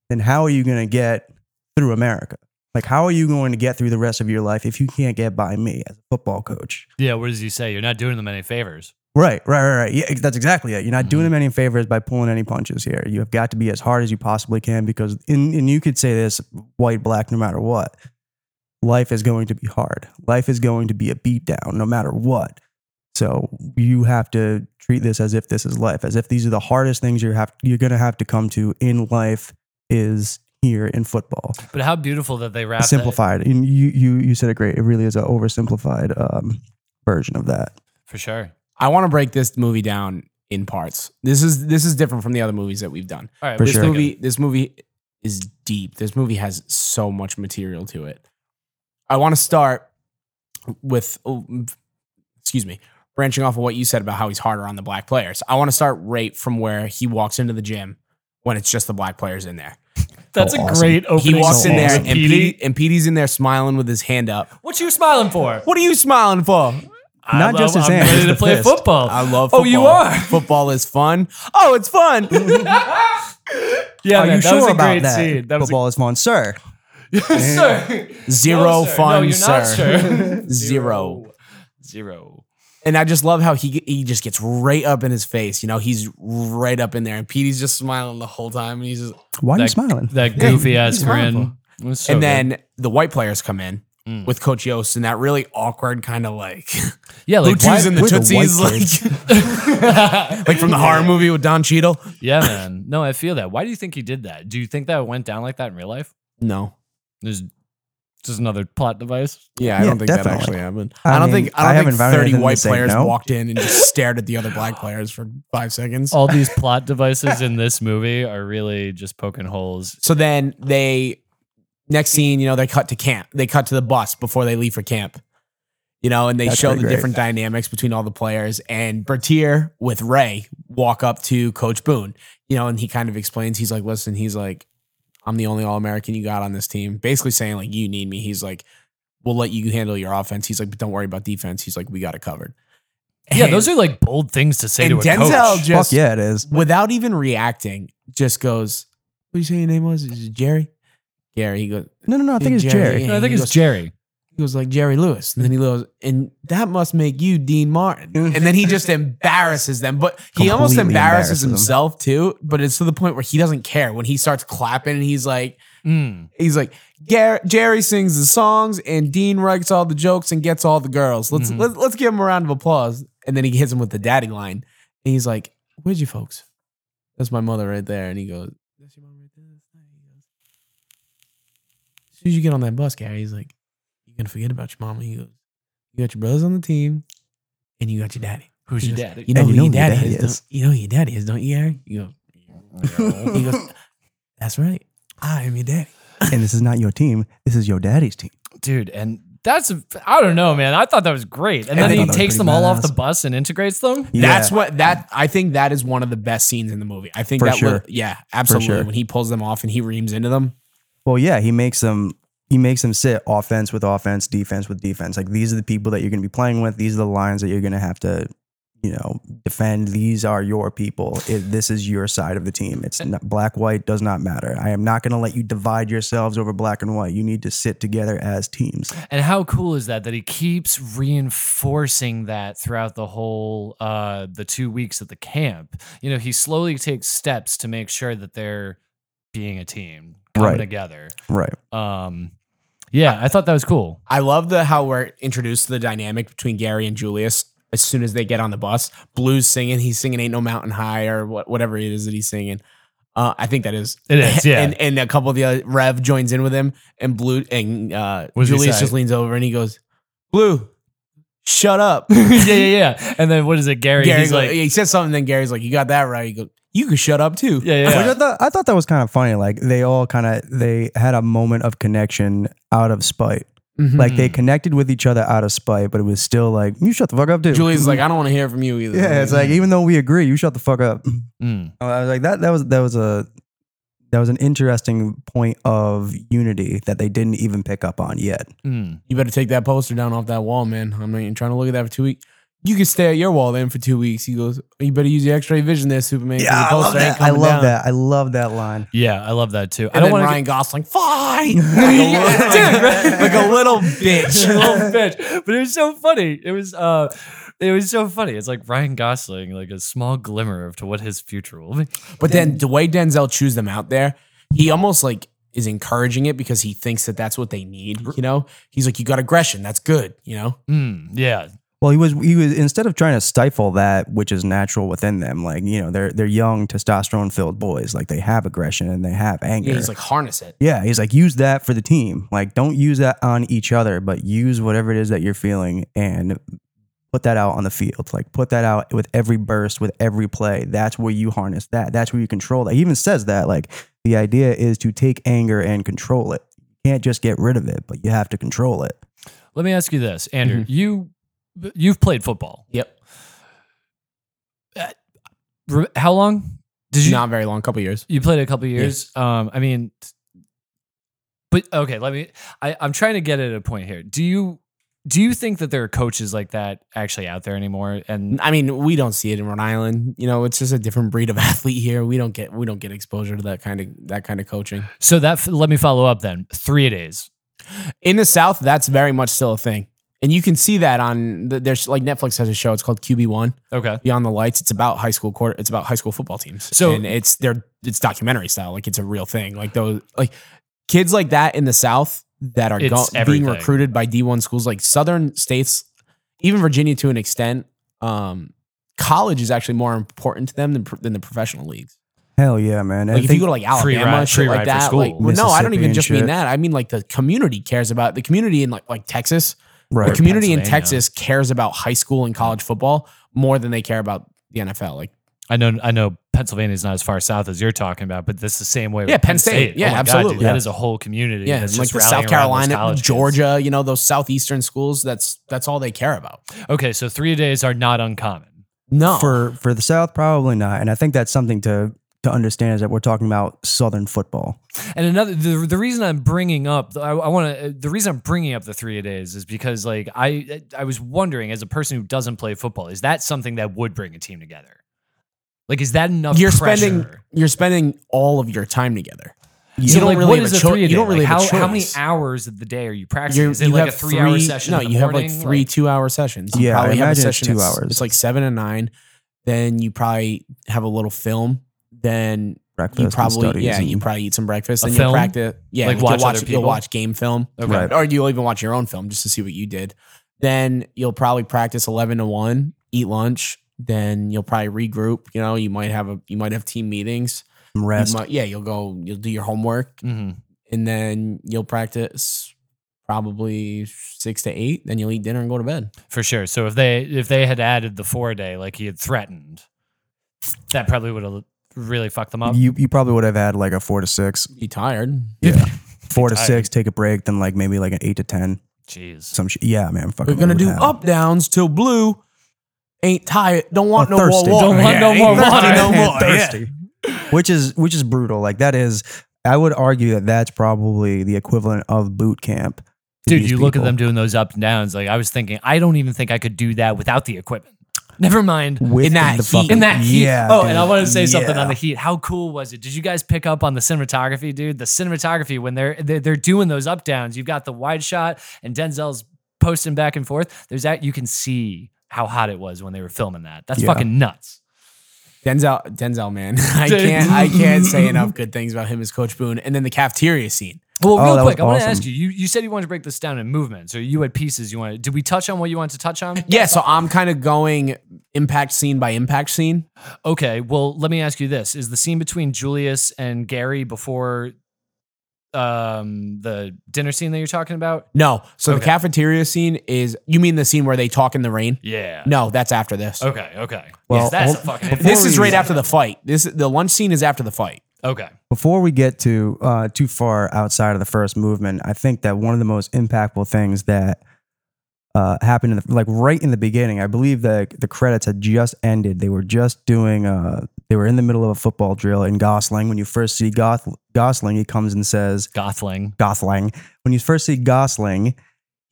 S5: then how are you gonna get through America? Like, how are you going to get through the rest of your life if you can't get by me as a football coach?
S4: Yeah, what does he say? You're not doing them any favors.
S5: Right, right, right, right. Yeah, that's exactly it. You're not doing
S4: Mhm.
S5: him any favors by pulling any punches here. You have got to be as hard as you possibly can because, in, and you could say this white, black, no matter what, life is going to be hard. Life is going to be a beatdown no matter what. So you have to treat this as if this is life, as if these are the hardest things you have, you're going to have to come to in life is here in football.
S4: But how beautiful that they wrap that-
S5: Simplified. And you, you, you said it great. It really is an oversimplified um, version of that.
S4: for sure.
S1: I want to break this movie down in parts. This is this is different from the other movies that we've done.
S4: All right,
S5: For
S1: this
S5: sure.
S1: movie this movie is deep. This movie has so much material to it. I want to start with oh, excuse me, branching off of what you said about how he's harder on the black players. I want to start right from where he walks into the gym when it's just the black players in there.
S4: That's
S5: Oh,
S4: a
S5: awesome.
S4: great opening.
S1: He walks in there
S4: song.
S1: and Petey, and Petey's in there smiling with his hand up.
S4: What you smiling for?
S1: What are you smiling for?
S5: Not just his
S4: I'm
S5: hand,
S4: ready to
S5: just the
S4: play
S5: fist.
S4: football.
S1: I love football.
S4: Oh, you are.
S1: Football is fun. Oh, it's fun.
S4: Yeah,
S5: Are
S4: man, that
S5: you sure
S4: was a
S5: about
S4: great
S5: that?
S4: scene. That was
S5: Football is fun, sir.
S4: a, sir.
S1: Zero
S4: No, sir.
S1: fun,
S4: No, you're
S1: sir.
S4: not, sir.
S1: Zero.
S4: Zero.
S1: And I just love how he he just gets right up in his face. You know, he's right up in there, and Petey's just smiling the whole time. And he's just,
S5: Why are you
S4: That-
S5: smiling?
S4: That goofy ass
S1: He's wonderful.
S4: grin. It was so
S1: and
S4: good.
S1: then the white players come in
S4: Mm.
S1: with Coach Yost and that really awkward kind of like
S4: yeah, like why,
S1: Bluetooth and the
S5: we're the white
S1: Tootsies, like like from the horror movie with Don Cheadle.
S4: yeah, man. No, I feel that. Why do you think he did that? Do you think that went down like that in real life?
S1: No,
S4: There's just another plot device.
S1: yeah, I
S5: Yeah,
S1: don't think that
S5: definitely.
S1: actually happened. I,
S5: I
S1: don't
S5: mean,
S1: think I don't
S5: I
S1: think
S5: haven't found
S1: thirty
S5: anything to
S1: white
S5: say
S1: players
S5: no.
S1: walked in and just stared at the other black players for five seconds.
S4: All these plot devices in this movie are really just poking holes.
S1: So then they next scene, you know, they cut to camp. They cut to the bus before they leave for camp. You know, and they
S5: That's
S1: show the
S5: pretty great.
S1: different dynamics between all the players. And Bertier with Ray walk up to Coach Boone, you know, and he kind of explains, he's like, listen, he's like, I'm the only All American you got on this team. Basically saying, like, you need me. He's like, we'll let you handle your offense. He's like, but don't worry about defense. He's like, we got it covered.
S4: Yeah,
S1: And-
S4: those are like bold things to say
S1: and
S4: to a
S1: Denzel
S4: coach.
S1: just
S5: Fuck yeah, it is.
S1: without even reacting, just goes, What do you say your name was? Is it Jerry? Gary. He goes,
S5: No, no, no. I think it's Jerry.
S4: No, I think
S1: He
S4: it's
S1: goes-
S4: Jerry.
S1: He goes like Jerry Lewis. And then he goes, and that must make you Dean Martin.
S5: Mm.
S1: And then he just embarrasses them. But he
S5: Completely
S1: almost embarrasses
S5: embarrasses them.
S1: himself too. But it's to the point where he doesn't care when he starts clapping and he's like,
S4: Mm.
S1: he's like, Gar- Jerry sings the songs and Dean writes all the jokes and gets all the girls. Let's
S5: Mm-hmm.
S4: Mhm.
S1: let's let's give him a round of applause. And then he hits him with the daddy line. And he's like, Where's your folks? That's my mother right there. And he goes, That's your mom right there. That's mine." He goes, As soon as you get on that bus, Gary, he's like, You're gonna forget about your mama. He goes, You got your brothers on the team and you got your daddy.
S4: Who's
S1: He
S4: your
S1: goes,
S4: dad?
S1: You know,
S5: And
S1: who
S5: you know
S1: your
S5: who your
S1: daddy,
S5: daddy
S1: is. don't-
S5: is.
S1: You know who your daddy is, don't you, Gary? You go, he goes, That's right. I am your daddy.
S5: And this is not your team. This is your daddy's team.
S4: dude and that's i don't know man i thought that was great
S1: And
S4: and, then
S1: I
S4: he
S1: thought that was
S4: takes
S5: pretty
S4: them all off
S5: badass.
S4: the bus and integrates them
S1: That's
S5: Yeah.
S1: what that I think that is one of the best scenes in the movie. I think
S5: For
S1: that was
S5: sure.
S1: yeah, absolutely.
S5: sure.
S1: When he pulls them off and he reams into them.
S5: Well, yeah, he makes them. He makes them sit offense with offense, defense with defense. Like these are the people that you're going to be playing with. These are the lines that you're going to have to, you know, defend. These are your people. If this is your side of the team. It's not, black white does not matter. I am not going to let you divide yourselves over black and white. You need to sit together as teams.
S4: and how cool is that that he keeps reinforcing that throughout the whole uh the two weeks at the camp you know he slowly takes steps to make sure that they're being a team coming
S5: Right.
S4: together
S5: Right.
S4: um yeah i thought that was cool
S1: I love the how we're introduced to the dynamic between Gary and Julius as soon as they get on the bus. Blues singing, he's singing "Ain't No Mountain High" or what, whatever it is that he's singing. Uh, I think that is
S4: It is, yeah.
S1: and, and a couple of the other, Rev joins in with him, and Blue and uh,
S4: What does he
S1: Julius
S4: say?
S1: just leans over and he goes, Blue, shut up.
S4: yeah, yeah, yeah. And then what is it, Gary?
S1: Gary,
S4: he's
S1: go-
S4: like,
S1: he says something, then Gary's like, "You got that right." He goes, "You can shut up too."
S4: yeah,
S5: Which
S4: yeah.
S5: I, thought, I thought that was kind of funny. Like they all kind of they had a moment of connection out of spite.
S1: Mm-hmm.
S5: Like
S1: Mm.
S5: they connected with each other out of spite, but it was still like you shut the fuck up, dude.
S1: Julie's like, "I don't want to hear from you either."
S5: yeah, it's like even though we agree, you shut the fuck up.
S4: Mm.
S5: I was like that. That was that was a that was an interesting point of unity that they didn't even pick up on yet.
S4: Mm.
S1: you better take that poster down off that wall, man. I'm not even trying to look at that for two weeks. You can stay at your wall then for two weeks. He goes, "You better use your X-ray vision there, Superman." 'cause the
S5: I love
S1: poster ain't
S5: that. I
S1: coming
S5: love
S1: down."
S5: that. I love that line.
S4: Yeah, I love that too.
S1: And
S4: I don't
S1: then
S4: want to
S1: Ryan Gosling, fight
S4: dude, right?
S1: like a little bitch.
S4: little bitch. But it was so funny. It was uh it was so funny. It's like Ryan Gosling, like a small glimmer of to what his future will be.
S1: But then the way Denzel chews them out there, he almost like is encouraging it because he thinks that that's what they need. You know, he's like, "You got aggression. That's good." You know,
S4: Mm, yeah.
S5: Well, he was he was instead of trying to stifle that which is natural within them, like you know they're they're young testosterone filled boys, like they have aggression and they have anger.
S1: yeah, he's like, "Harness it."
S5: Yeah, he's like, use that for the team. Like, don't use that on each other, but use whatever it is that you're feeling and put that out on the field. Like, put that out with every burst, with every play. That's where you harness that. That's where you control that. He even says that. Like, the idea is to take anger and control it. You can't just get rid of it, but you have to control it.
S4: Let me ask you this, Andrew.
S1: Mm-hmm.
S4: You you've played football.
S1: Yep.
S4: Re- How long? Did you
S1: Not very long, couple years.
S4: you played a couple years? Um I mean but okay, let me I, I'm trying to get at a point here. Do you do you think that there are coaches like that actually out there anymore? And
S1: I mean, we don't see it in Rhode Island. You know, it's just a different breed of athlete here. We don't get we don't get exposure to that kind of that kind of coaching.
S4: so that f- let me follow up then. Three days.
S1: In the South, that's very much still a thing. And you can see that on the, there's like Netflix has a show. It's called QB One
S4: Okay.
S1: Beyond the Lights. It's about high school quarter. It's about high school football teams.
S4: So-
S1: and it's they're it's documentary style. Like it's a real thing. Like those like kids like that in the South that are
S4: It's
S1: go, being
S4: everything.
S1: recruited by D1 schools like Southern states, even Virginia to an extent. Um, college is actually more important to them than, than the professional leagues.
S5: Hell yeah, man. I
S1: Like if you
S5: think-
S1: go to like
S4: free
S1: Alabama,
S4: ride-
S1: and shit
S4: free
S1: like
S4: ride for
S1: that.
S4: school.
S1: Like, well, no, I don't
S5: Mississippi
S1: even
S5: and
S1: just mean
S5: shit.
S1: that. I mean like the community cares about the community in like like Texas.
S5: right.
S1: The community in
S4: Pennsylvania.
S1: Texas cares about high school and college football more than they care about the NFL. Like
S4: I know I know Pennsylvania's not as far south as you're talking about, but that's the same way. with Oh
S1: Yeah, Penn State. Yeah,
S4: my God, dude,
S1: absolutely.
S4: that
S1: Yeah.
S4: is a whole community.
S1: yeah,
S4: that's
S1: and, like
S4: just
S1: the
S4: rallying
S1: South
S4: around those
S1: Carolina,
S4: college kids.
S1: Georgia, you know those southeastern schools. That's that's all they care about.
S4: Okay, so three days are not uncommon.
S1: No,
S5: for for the South, probably not. And I think that's something to to understand is that we're talking about Southern football.
S4: And another, the, the reason I'm bringing up, I, I want to, the reason I'm bringing up the three a days is because, like, I, I was wondering as a person who doesn't play football, is that something that would bring a team together? Like, is that enough?
S1: you're
S4: pressure?
S1: spending you're spending all of your time together.
S4: So,
S1: you don't
S4: like,
S1: really
S4: what
S1: have
S4: is
S1: a
S4: a
S1: choi-
S4: three a
S1: you
S4: day?
S1: don't really
S4: Like,
S1: have a
S4: how, how many
S1: choice.
S4: hours of the day are you practicing?
S1: You're-
S4: is it like a three, hour session?
S1: No,
S4: in the
S1: you have like
S4: morning?
S1: three two hour sessions. You
S5: Yeah, I
S1: probably have a
S5: imagine it's
S1: session
S5: two
S1: that's-
S5: hours.
S1: It's like seven and nine. Then you probably have a little film. Then
S5: Breakfast,
S1: you
S5: and
S1: probably
S5: studies
S1: yeah
S5: and-
S1: you probably eat some breakfast
S4: A
S1: and
S4: film?
S1: you practice yeah
S4: Like
S1: you'll
S4: watch other
S1: you'll
S4: people?
S1: watch game film
S4: Okay.
S5: Right.
S1: or you'll even watch your own film just to see what you did then you'll probably practice 11 to 1 eat lunch then you'll probably regroup you know you might have a you might have team meetings
S5: and
S1: You
S5: rest.
S1: might- yeah you'll go you'll do your homework
S4: Mhm.
S1: and then you'll practice probably 6 to 8 then you'll eat dinner and go to bed
S4: for sure. So if they if they had added the four day, like he had threatened, that probably would have really fucked them up.
S5: you you probably would have had like a four to six,
S1: be tired
S5: yeah, four to
S4: Tired.
S5: six, take a break, then like maybe like an eight to ten,
S4: Jeez.
S5: some shit. Yeah, man, fucking.
S1: we're gonna
S5: would
S1: do
S5: have.
S1: up downs till blue ain't tired don't want
S5: Oh,
S1: no
S5: thirsty.
S1: more water
S4: Don't want no
S1: ain't
S4: more
S1: thirsty
S4: water.
S1: no more. Yeah.
S5: thirsty, which is which is brutal. Like that is, I would argue that that's probably the equivalent of boot camp. to
S4: Dude,
S5: these
S4: you look at
S5: people.
S4: them doing those up and downs. Like I was thinking, I don't even think I could do that without the equipment. Never mind.
S5: with
S1: in that heat.
S5: fucking-
S4: In that heat.
S5: Yeah,
S4: oh,
S5: dude.
S4: and I want to say something
S5: Yeah.
S4: on the heat. How cool was it? Did you guys pick up on the cinematography, dude? The cinematography when they're they're, they're doing those up downs. You've got the wide shot and Denzel's posting back and forth. There's that you can see how hot it was when they were filming that. That's
S5: Yeah.
S4: fucking nuts.
S1: Denzel, Denzel, man, I
S4: Dude.
S1: can't, I can't say enough good things about him as Coach Boone. And then the cafeteria scene.
S4: Well,
S5: Oh,
S4: real
S5: that was
S4: quick, I want to
S5: awesome.
S4: ask you, you. You said you wanted to break this down in movements, or you had pieces you wanted. Did we touch on what you wanted to touch on?
S1: Yeah, so I'm kind of going impact scene by impact scene.
S4: Okay. Well, let me ask you this: Is the scene between Julius and Gary before um the dinner scene that you're talking about?
S1: No. So the
S4: Okay.
S1: cafeteria scene is you mean the scene where they talk in the rain?
S4: Yeah.
S1: No, that's after this.
S4: Okay. Okay.
S5: Well,
S4: yes, that's a
S5: hold-
S4: fucking.
S5: before
S1: This is
S5: we-
S1: right after the fight. This the lunch scene is after the fight.
S4: Okay.
S5: Before we get to uh, too far outside of the first movement, I think that one of the most impactful things that uh, happened, in the, like right in the beginning, I believe that the credits had just ended. They were just doing, uh, they were in the middle of a football drill in Gosling. When you first see Goth, Gosling, he comes and says,
S4: Gothling.
S5: Gosling. When you first see Gosling,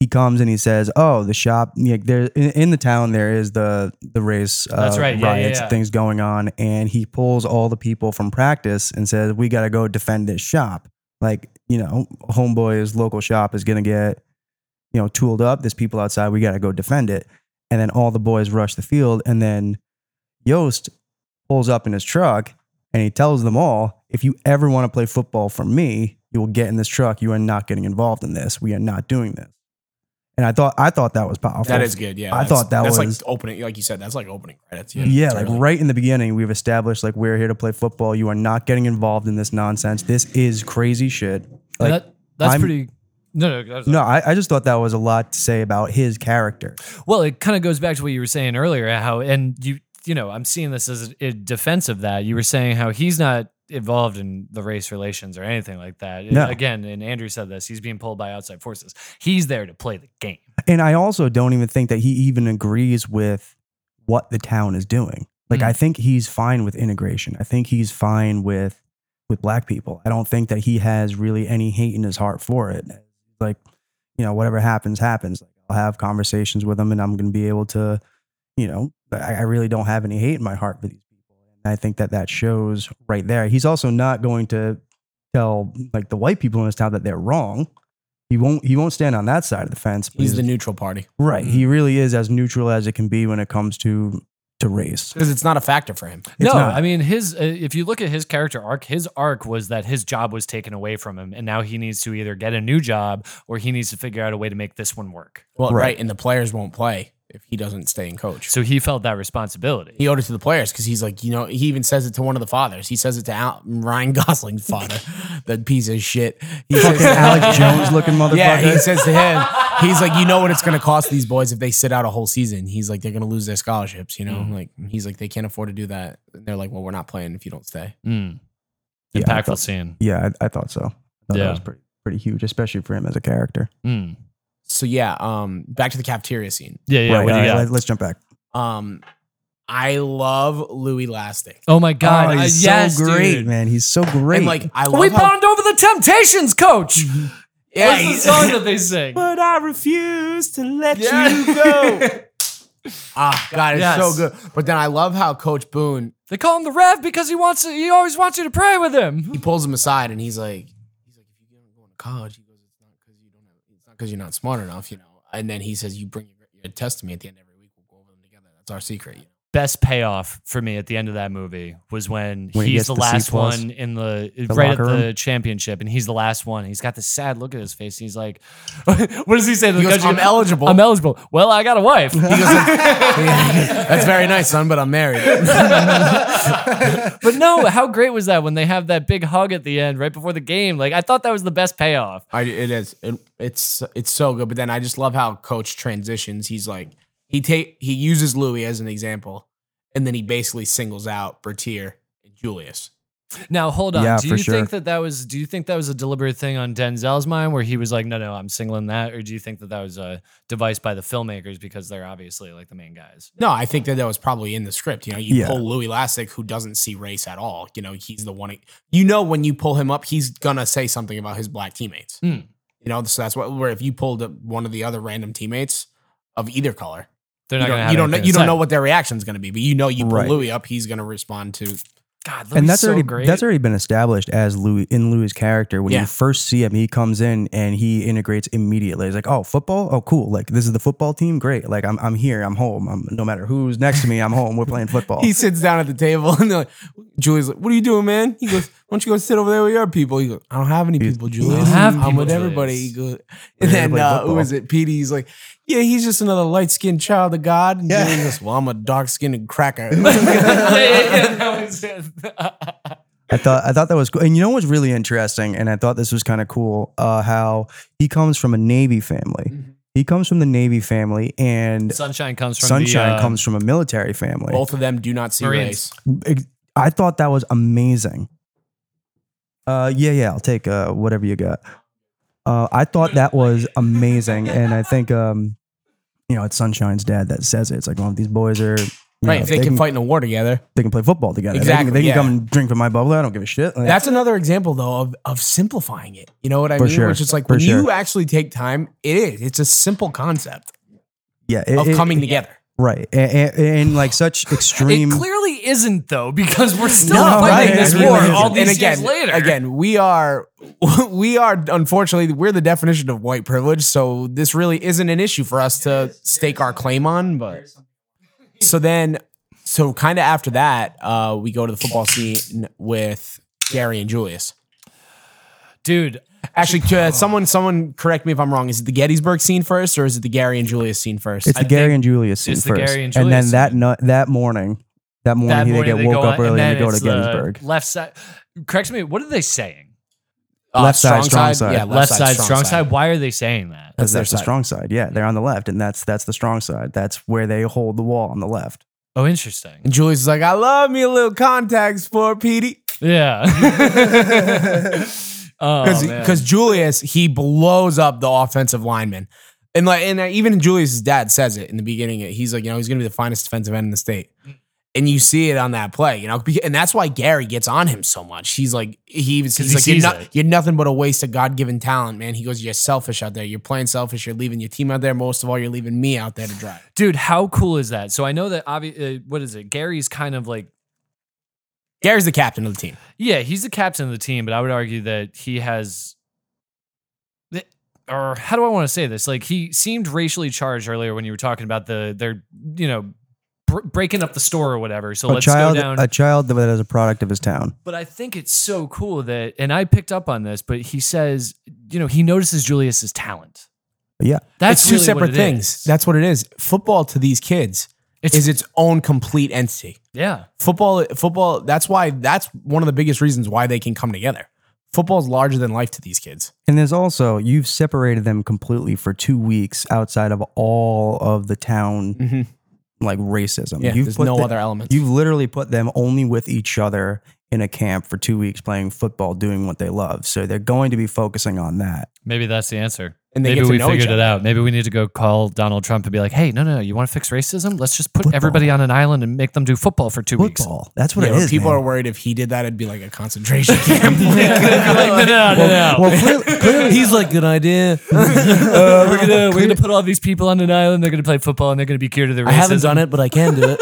S5: he comes and he says, "Oh, the shop yeah, there in, in the town there is the the race uh,
S4: That's right, yeah, yeah,
S5: riots
S4: yeah.
S5: things going on." And he pulls all the people from practice and says, "We got to go defend this shop." Like you know, homeboy's local shop is gonna get you know tooled up. There's people outside. We got to go defend it. And then all the boys rush the field, and then Yost pulls up in his truck and he tells them all, if you ever want to play football for me, you will get in this truck. You are not getting involved in this. We are not doing this. And I thought I thought that was powerful.
S1: That is good. Yeah.
S5: I
S1: That's-
S5: thought that
S1: that's
S5: was-
S1: like opening like you said, that's like opening credits. Yeah.
S5: Yeah,
S1: It's
S5: like
S1: really-
S5: right in the beginning, we've established like we're here to play football. You are not getting involved in this nonsense. This is crazy shit. Like,
S4: that, that's
S5: I'm-
S4: pretty. No, no. that's-
S5: no, I, I just thought that was a lot to say about his character.
S4: Well, it kind of goes back to what you were saying earlier. How and you, you know, I'm seeing this as a, a defense of that. You were saying how he's not involved in the race relations or anything like that.
S5: No.
S4: Again, and Andrew said this. He's being pulled by outside forces. He's there to play the game.
S5: And I also don't even think that he even agrees with what the town is doing. Like
S4: Mm.
S5: I think he's fine with integration. I think he's fine with with black people. I don't think that he has really any hate in his heart for it. Like, you know, whatever happens, happens. Like, I'll have conversations with him and I'm gonna be able to, you know, I, I really don't have any hate in my heart for these people. And I think that that shows right there. He's also not going to tell like the white people in his town that they're wrong. He won't he won't stand on that side of the fence. but
S1: He's the neutral party
S5: Right. He
S4: Mm-hmm.
S5: really is as neutral as it can be when it comes to to race.
S1: because it's not a factor for him.
S4: no,
S5: It's not.
S4: I mean his. Uh, if you look at his character arc, his arc was that his job was taken away from him, and now he needs to either get a new job or he needs to figure out a way to make this one work.
S1: Well,
S5: Right.
S1: right. and the players won't play if he doesn't stay and coach.
S4: So he felt that responsibility.
S1: he owed it to the players because he's like, you know, he even says it to one of the fathers. He says it to Al- Ryan Gosling's father, the piece of shit. He says,
S5: Fucking Alex Jones looking motherfucker.
S1: yeah, he says to him, he's like, you know what it's going to cost these boys if they sit out a whole season. He's like, they're going to lose their scholarships, you know?
S5: Mm-hmm.
S1: Like, he's like, they can't afford to do that. And they're like, well, we're not playing if you don't stay.
S4: Mm.
S5: Yeah, I
S4: Impactful
S5: thought-
S4: scene.
S5: yeah, I, I thought so. I thought
S4: Yeah.
S5: that was pretty pretty huge, especially for him as a character.
S4: Mm.
S1: So, yeah, um, back to the cafeteria scene.
S4: Yeah, yeah.
S5: right.
S4: what do
S5: all
S4: you
S5: right,
S4: got?
S5: let- let's jump back.
S1: Um, I love Louis Lastic.
S4: Oh my god!
S5: oh,
S4: uh,
S5: he's
S4: yes,
S5: so great,
S4: dude.
S5: man. He's so great.
S1: And like, I love
S4: We
S1: how-
S4: bond over the Temptations, Coach.
S1: Yeah,
S4: What's the song that they sing?
S1: But I refuse to let
S4: Yeah.
S1: you go. ah, God, it's
S4: Yes.
S1: so good. But then I love how Coach Boone
S4: They call him the Rev because he wants. To, he always wants you to pray with him.
S1: he pulls him aside and he's like, he's like, if you don't go to college, he goes, it's not because you don't have, it's not because you're not smart enough, you know. And then he says, you bring your, your test to me at the end of every week. We'll go over them together. That's our secret. You know?
S4: Best payoff for me at the end of that movie was when,
S5: When he
S4: he's
S5: gets
S4: the
S5: the C
S4: last
S5: plus.
S4: one in the, right at
S5: locker room.
S4: the championship, and he's the last one. He's got this sad look at his face. And he's like, "What does he say?" To
S1: He
S4: the
S1: goes,
S4: judge?
S1: I'm eligible.
S4: I'm eligible. Well, I got a wife.
S1: That's very nice, son, but I'm married.
S4: but no, how great was that when they have that big hug at the end, right before the game? Like I thought that was the best payoff.
S1: I, it is. It, it's it's so good. But then I just love how coach transitions. He's like he take he uses Louis as an example, and then he basically singles out Bertier and Julius.
S4: Now hold on.
S5: Yeah,
S4: do
S5: for
S4: you
S5: sure.
S4: think that that was? Do you think that was a deliberate thing on Denzel's mind, where he was like, "No, no, I'm singling that," or do you think that that was a device by the filmmakers because they're obviously like the main guys?
S1: No, I think that that was probably in the script. You know, you
S5: Yeah.
S1: pull Louis Lastic, who doesn't see race at all. You know, he's the one. You know, when you pull him up, he's gonna say something about his black teammates.
S4: Hmm.
S1: You know, so that's what. Where if you pulled up one of the other random teammates of either color,
S4: They're
S1: you
S4: not.
S1: don't,
S4: gonna have
S1: you don't know,
S4: anything to
S1: you
S4: say.
S1: don't know what their reaction's gonna be. But you know, you pull
S5: Right.
S1: Louis up, he's gonna respond to
S4: God,
S5: and that's
S4: so
S5: already
S4: great.
S5: that's already been established as Louis in Louis' character. When
S1: Yeah.
S5: you first see him, he comes in and he integrates immediately. He's like, "Oh, football! Oh, cool! Like this is the football team. Great! Like I'm I'm here. I'm home. I'm no matter who's next to me. I'm home. We're playing football."
S1: He sits down at the table and they're like, Julius, like, what are you doing, man? He goes, why don't you go sit over there with your people? He goes, I don't have any people, Julius.
S4: don't have
S1: I'm
S4: people,
S1: with
S4: Julius."
S1: everybody. He goes,
S5: We're
S1: and
S5: here to
S1: then
S5: play
S1: uh, who
S5: football.
S1: was it? Petey, he's like, yeah, he's just another light skinned child of God. And
S5: Yeah.
S1: Julius goes, well, I'm a dark skinned cracker.
S4: Yeah, yeah, yeah, that was it.
S5: I thought I thought that was cool. And you know what's really interesting, and I thought this was kind of cool, uh, how he comes from a Navy family.
S1: Mm-hmm.
S5: He comes from the Navy family, and
S4: Sunshine comes from
S5: Sunshine
S4: the, uh,
S5: comes from a military family.
S1: Both of them do not see
S4: Marines.
S1: race.
S5: Ex- I thought that was amazing. Uh, yeah, yeah, I'll take uh, whatever you got. Uh, I thought that was amazing, and I think um, you know it's Sunshine's dad that says it. It's like, well, these boys are you
S1: Right,
S5: know,
S1: if they, can, fight in a war together.
S5: They can play football together. They can-
S1: Exactly,
S5: They can,
S1: yeah.
S5: come and drink from my bubble. I don't give a shit. Like,
S1: That's another example, though, of, of simplifying it. You know what I
S5: For
S1: mean?
S5: sure,
S1: Which is like
S5: for
S1: when you
S5: sure.
S1: actually take time, it is. It's a simple concept
S5: yeah, it-
S1: of
S5: it-
S1: coming together.
S5: right and, and, and, like such
S4: It
S5: extreme.
S4: clearly isn't though, because we're still
S5: No,
S4: fighting
S5: right,
S4: this
S5: it really
S4: war
S5: isn't.
S4: all these
S1: and again,
S4: years later.
S1: Again, we are we are unfortunately we're the definition of white privilege, so this really isn't an issue for us to stake our claim on. But so then, so kind of after that, uh, we go to the football scene with Gary and Julius.
S4: dude.
S1: Actually, uh, someone someone correct me if I'm wrong. Is it the Gettysburg scene first, or is it the Gary and Julius scene first?
S5: it's the
S4: I
S5: Gary
S4: think
S5: and Julius scene
S4: it's the
S5: first,
S4: Gary and
S5: and then
S4: Julius
S5: that
S4: scene.
S5: nu- that morning, that morning,
S4: That
S5: he-
S4: morning
S5: they get woke
S4: go
S5: up
S4: on,
S5: early and
S4: then
S5: they go to
S4: it's the
S5: Gettysburg.
S4: Left side. Correct me. What are they saying?
S5: left side, strong side.
S1: Uh, Yeah,
S4: Left, side, strong side. Why are they saying that?
S5: Because
S1: their
S5: that's the
S1: side.
S5: strong side. Yeah, they're on the left, and that's that's the strong side. That's where they hold the wall on the left.
S4: Oh, interesting.
S1: And Julius is like, I love me a little contact sport, Petey.
S4: Yeah. oh, man.
S1: because Julius he blows up the offensive lineman, and like and uh, even Julius's dad says it in the beginning. He's like, you know, he's going to be the finest defensive end in the state,
S4: Mm.
S1: and you see it on that play, you know, beca- and that's why Gary gets on him so much. He's like, he was he's
S4: he
S1: like, you're,
S4: sees
S1: not-
S4: it.
S1: you're nothing but a waste of God given talent, man. He goes, you're selfish out there. You're playing selfish. You're leaving your team out there. Most of all, you're leaving me out there to dry.
S4: dude, how cool is that? So I know that obvi- uh, what is it? Gary's kind of like
S1: Gary's the captain of the team.
S4: Yeah, he's the captain of the team, but I would argue that he has. that- Or how do I want to say this? Like he seemed racially charged earlier when you were talking about the they're you know br- breaking up the store or whatever. So
S5: A
S4: let's
S5: child,
S4: go down.
S5: a child that is a product of his town.
S4: but I think it's so cool that, and I picked up on this, but he says you know he notices Julius's talent.
S5: Yeah,
S1: it's
S4: That's
S1: two
S4: really what
S1: separate
S4: it
S1: things.
S4: is.
S1: That's what it is. Football to these kids
S4: It's-
S1: is its own complete entity.
S4: yeah,
S1: football football that's why that's one of the biggest reasons why they can come together football's larger than life to these kids
S5: and there's also you've separated them completely for two weeks outside of all of the town
S1: Mhm.
S5: like racism.
S1: yeah
S5: you've
S1: there's
S5: put
S1: no
S5: the-
S1: other elements
S5: You've literally put them only with each other in a camp for two weeks playing football, doing what they love. So they're going to be focusing on that.
S4: maybe that's the answer.
S1: And they
S4: maybe
S1: get to
S4: we
S1: know each
S4: figured it
S1: other.
S4: out. Maybe we need to go call Donald Trump and be like, hey, no, no, no, you want to fix racism? Let's just put
S5: Football.
S4: everybody on an island and make them do football for two weeks.
S5: Football. That's what
S1: Yeah,
S5: it
S1: but
S5: is.
S1: people
S5: man.
S1: are worried if he did that it'd be like a concentration camp
S5: well, clearly, clearly
S4: He's like, good idea. Uh, we're gonna we're gonna put all these people on an island. They're gonna play football and they're gonna be cured of their racism. I haven't done it, but I can do it.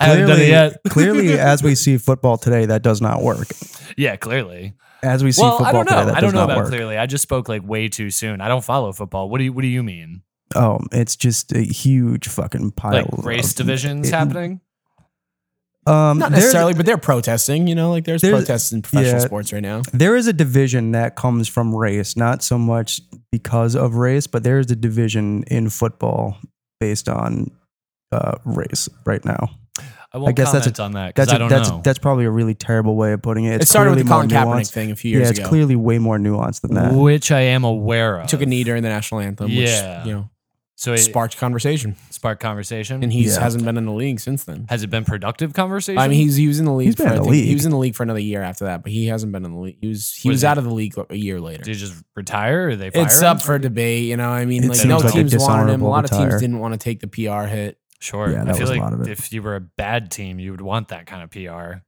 S4: I haven't done it
S5: clearly,
S4: yet.
S5: clearly, as we see football today, that does not work.
S4: Yeah, clearly.
S5: As we see
S4: Well, I
S5: football
S4: don't know.
S5: today, that
S4: I
S5: does
S4: don't know
S5: not
S4: about
S5: work.
S4: clearly. I just spoke like way too soon. I don't follow football. What do you What do you mean?
S5: Oh, it's just a huge fucking pile
S4: Like
S5: of
S4: race divisions
S5: it-
S4: happening?
S5: Um,
S1: not
S5: there's-
S1: necessarily but they're protesting you know like there's,
S5: There's-
S1: protests in professional
S5: yeah.
S1: sports right now
S5: There is a division that comes from race, not so much because of race, but there is a division in football based on uh, race right now.
S4: I won't
S5: guess
S4: comment
S5: that's a-
S4: on that because
S5: That's
S4: I
S5: a,
S4: don't
S5: that's
S4: know.
S5: that's probably a really terrible way of putting it.
S1: it started with the
S5: clearly
S1: colin
S5: more
S1: kaepnick
S5: nuanced.
S1: thing a few years
S5: yeah, it's
S1: ago
S5: clearly way more nuanced than that.
S4: Which I am aware of.
S1: took a knee during the national anthem
S4: Yeah.
S1: which you know
S4: So it sparked,
S1: sparked conversation
S4: conversation.
S1: and he
S5: Yeah.
S1: hasn't been in the league since then
S4: has it been productive conversation?
S1: I mean, he's he was in the league.
S5: He's been
S1: for,
S5: in
S1: I
S5: the
S1: think- He
S5: league.
S1: was in the league for another year after that, but he hasn't been in the league. He was he
S4: Was
S1: was
S4: he-
S1: out of the league a year later.
S4: did he just retire? Or they fire
S1: It's
S4: him?
S1: up for debate, you know. I mean,
S5: It
S1: like
S5: seems
S1: no
S5: like a
S1: teams wanted him. A
S5: dishonorable
S1: lot of teams
S5: retire.
S1: didn't want to take the PR hit.
S4: Sure.
S5: Yeah, that
S4: I feel
S5: was a
S4: like
S5: lot of it.
S4: if you were a bad team, you would want that kind of PR.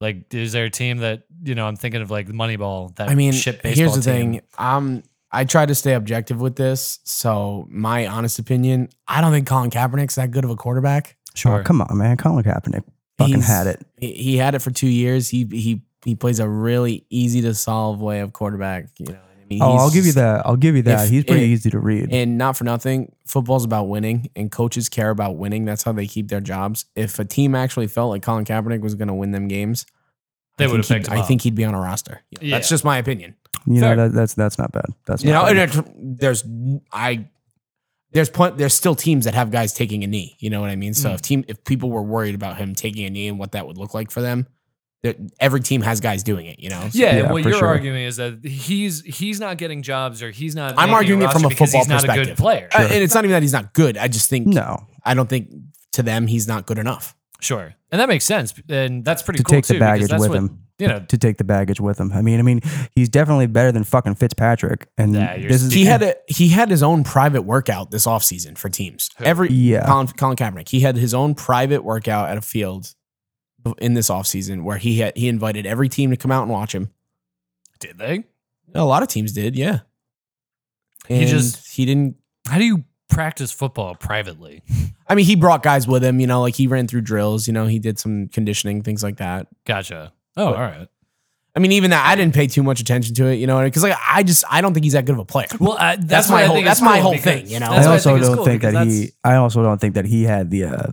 S4: Like, is there a team that you know? I'm thinking of like Moneyball. That
S1: I mean,
S4: shit baseball
S1: here's the
S4: team.
S1: thing. Um, I try to stay objective with this. So my honest opinion, I don't think Colin Kaepernick's that good of a quarterback.
S5: Oh,
S4: Sure.
S5: come on, man, Colin Kaepernick fucking
S1: He's-
S5: had it.
S1: He, he had it for two years. He he he plays a really easy to solve way of quarterback. You know, what I mean,
S5: Oh,
S1: He's
S5: I'll give you
S1: just-
S5: that. I'll give you that.
S1: if
S5: He's pretty
S1: it-
S5: easy to read.
S1: And not for nothing, football's about winning, and coaches care about winning. That's how they keep their jobs. If a team actually felt like Colin Kaepernick was going to win them games,
S4: They
S1: I
S4: would have
S1: think
S4: picked.
S1: he'd-
S4: him
S1: I
S4: up.
S1: think he'd be on a roster. You know, That's
S4: Yeah.
S1: just my opinion.
S5: you
S4: fair.
S5: know that, that's that's not bad. That's
S1: You know,
S5: not
S1: and
S5: bad.
S1: it, there's I there's plenty there's still teams that have guys
S4: Hmm.
S1: taking a knee. You know what I mean? So if team if people were worried about him taking a knee and what that would look like for them, that every team has guys doing it. You know, So
S4: Yeah,
S5: Yeah,
S4: and what
S5: for
S4: you're
S5: sure.
S4: arguing is that he's he's not getting jobs or he's not.
S1: I'm
S4: making
S1: arguing it
S4: roster
S1: from a
S4: because he's
S1: football
S4: not a
S1: perspective.
S4: good player.
S1: Uh, and it's not even that he's not good. I just think
S5: No,
S1: I don't think to them he's not good enough.
S4: Sure, and that makes sense, and that's pretty
S5: to
S4: cool
S5: take
S4: too.
S5: the
S4: because
S5: baggage
S4: that's
S5: with
S4: what,
S5: him.
S4: you know.
S5: To take the baggage with him. I mean, I mean, he's definitely better than fucking Fitzpatrick. And
S4: Yeah, you're-
S5: this is
S1: He had a he had his own private workout this offseason for teams.
S4: Who?
S1: Every
S5: Yeah.
S1: Colin, Colin Kaepernick, he had his own private workout at a field in this offseason where he had he invited every team to come out and watch him.
S4: Did they?
S1: A lot of teams did, yeah.
S4: He
S1: he just
S4: just-
S1: he didn't.
S4: How do you practice football privately?
S1: I mean, he brought guys with him. You know, like he ran through drills. You know, he did some conditioning things like that.
S4: Gotcha. Oh, all right.
S1: I mean, even that I didn't pay too much attention to it. You know, because like I just I don't think he's that good of a player.
S4: Well, I,
S1: That's
S4: that's,
S1: my
S4: why I
S1: whole-
S4: think
S1: that's
S4: it's
S1: my
S4: cool
S1: whole
S4: because-
S1: thing, you know?
S4: that's
S5: I
S4: why
S5: also
S4: think it's
S5: don't
S4: cool
S5: think that
S4: because
S5: he.
S4: that's-
S5: I also don't think that he had the uh,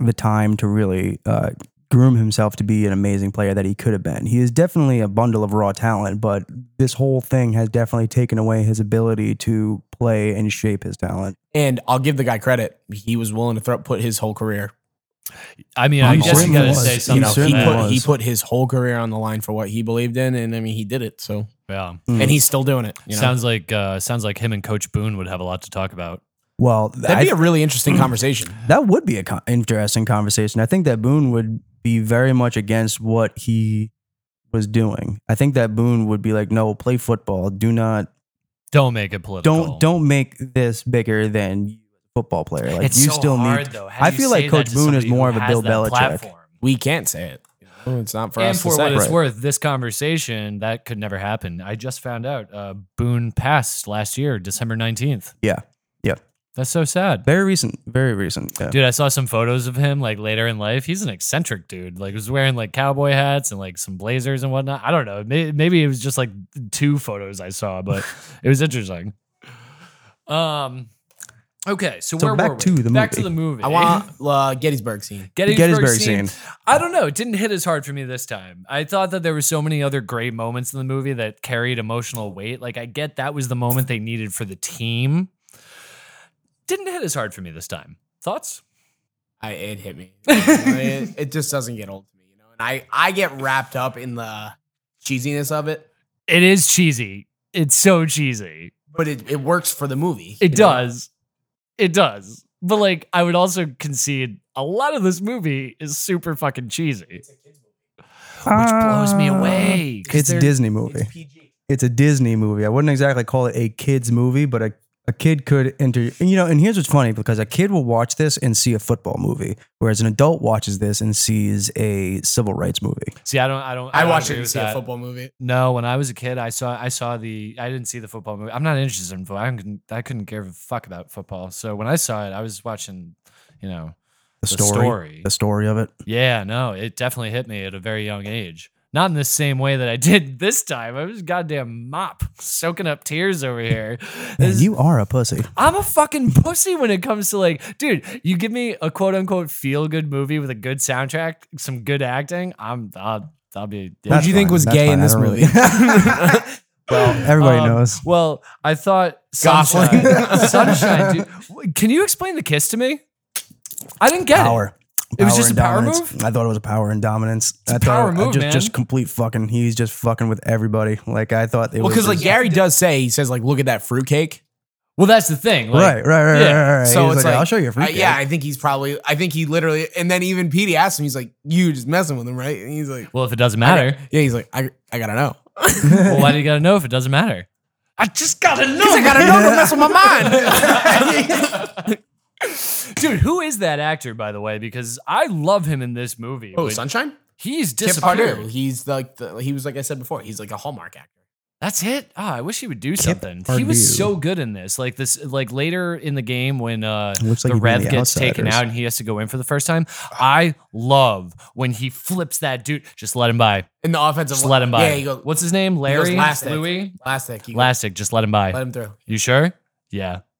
S5: the time to really uh, groom himself to be an amazing player that he could have been. He is definitely a bundle of raw talent, but this whole thing has definitely taken away his ability to play and shape his talent.
S1: And I'll give the guy credit. He was willing to throw, put his whole career.
S4: I mean, I
S5: He
S4: guess you
S5: certainly
S4: got to
S5: was.
S4: say
S5: He
S1: You
S4: something.
S1: know,
S4: for
S1: he
S5: certainly
S4: that.
S1: put, he
S5: was.
S1: put his whole career on the line for what he believed in, and I mean, he did it. So,
S4: Yeah.
S5: Mm.
S1: and he's still doing it. You know?
S4: Hmm. Sounds like uh, sounds like him and Coach Boone would have a lot to talk about.
S5: Well,
S1: That'd be
S5: I- Hmm.
S1: a really interesting conversation.
S5: that would be an con- interesting conversation. I think that Boone would be very much against what he was doing. I think that Boone would be like, "No, play football. Do not
S4: Don't make it political.
S5: don't don't make this bigger than you as a football player. Like
S4: It's
S5: you
S4: so
S5: still
S4: hard,
S5: need
S4: though.
S5: I feel like Coach Boone is more of a Bill Belichick.
S1: We can't say it. You know, It's not for
S4: and
S1: us
S4: for
S1: to
S4: what
S1: say.
S4: it's
S5: Right.
S4: worth, this conversation that could never happen. I just found out uh, Boone passed last year, December nineteenth.
S5: Yeah. Yeah.
S4: that's so sad,
S5: very recent, very recent. Yeah.
S4: dude. I saw some photos of him like later in life. He's an eccentric dude. Like, he was wearing like cowboy hats and like some blazers and whatnot. I don't know. Maybe, maybe it was just like two photos I saw, but it was interesting. Um. Okay, so,
S5: So
S4: where
S5: back
S4: were we?
S5: to the
S4: back to
S5: movie.
S4: the movie.
S1: I want uh, Gettysburg scene.
S4: Gettysburg,
S5: Gettysburg
S4: scene.
S5: scene.
S4: I don't know. It didn't hit as hard for me this time. I thought that there were so many other great moments in the movie that carried emotional weight. Like I get that was the moment they needed for the team. Didn't hit as hard for me this time. Thoughts?
S1: I, it hit me. You know, it, it just doesn't get old to me, you know. And I I get wrapped up in the cheesiness of it,
S4: It is cheesy. It's so cheesy.
S1: but it, it works for the movie.
S4: It
S1: you know?
S4: does. It does. But like I would also concede a lot of this movie is super fucking cheesy. Which blows me away. 'cause
S5: Uh, It's a
S4: they're-
S5: Disney movie. It's, a Disney movie. I wouldn't exactly call it a kids movie, but a a kid could enter. And, you know, and here's what's funny because a kid will watch this and see a football movie, whereas an adult watches this and sees a civil rights movie.
S4: See, I don't I don't
S1: I
S4: don't
S1: watched it
S4: agree
S1: to
S4: with
S1: see
S4: that.
S1: a football movie.
S4: No, when I was a kid, I saw I saw the I didn't see the football movie. I'm not interested in football. I couldn't, I couldn't give a fuck about football. So when I saw it, I was watching, you know,
S5: The
S4: The
S5: story,
S4: story.
S5: the story of it.
S4: yeah, no, it definitely hit me at a very young age. Not in the same way that I did this time. I was a goddamn mop soaking up tears over here.
S5: Man,
S4: This-
S5: you are a pussy.
S4: I'm a fucking pussy when it comes to like, dude, you give me a quote unquote feel good movie with a good soundtrack, some good acting. I'm I'll, I'll be
S1: Who
S5: That's
S1: do you think
S5: fine.
S1: was
S5: That's
S1: gay
S5: fine.
S1: in
S5: I
S1: this
S5: don't
S1: movie?
S5: really- Well, everybody
S4: Um,
S5: knows.
S4: Well, I thought
S1: Gosling.
S4: Sunshine. Sunshine, dude. W- Can you explain the kiss to me? I didn't get it.
S5: power.
S4: It was just
S5: and
S4: a power
S5: dominance.
S4: move?
S5: I thought it was a power and dominance.
S4: a
S5: I thought
S4: power
S5: I
S4: move,
S5: just,
S4: man.
S5: just complete fucking. He's just fucking with everybody. Like I thought it
S1: well,
S5: was.
S1: because like
S5: just-
S1: Gary does say, he says like, "Look at that fruitcake."
S4: Well, that's the thing. Like,
S5: right, right, right,
S4: yeah.
S5: right, right.
S1: So
S5: He was
S1: it's
S5: like,
S1: like,
S5: I'll show you a free
S4: uh,
S1: I-
S5: kick.
S1: yeah, I think he's probably. I think he literally. And then even Petey asked him, he's like, "You just messing with him, right?" And he's like,
S4: Well, if it doesn't
S1: I-
S4: matter,
S1: Yeah, he's like, "I I gotta know."
S4: well, why do you gotta know if it doesn't matter? I just gotta know.
S1: I gotta know to mess with my mind.
S4: Dude, who is that actor, by the way? Because I love him in this movie.
S1: oh,
S4: which-
S1: sunshine.
S4: he's
S1: Tip Pardue.
S4: disappeared.
S1: He's like the, he was like I said before. He's like a Hallmark actor.
S4: That's it. Oh, I wish he would do something. He
S5: Pardue.
S4: was so good in this. Like this, like later in the game when uh
S5: Looks like
S4: the
S5: he'd be in
S4: rev
S5: The
S4: gets taken
S5: Outsiders.
S4: out and he has to go in for the first time. I love when he flips that dude. Just let him by.
S1: In the offensive,
S4: Just let him by.
S1: Yeah, he goes
S4: What's his name?
S1: he goes
S4: Larry.
S1: Lastic.
S4: Louis.
S1: Lastic. He goes,
S4: Elastic. Just let him by.
S1: Let him through.
S4: you sure? Yeah.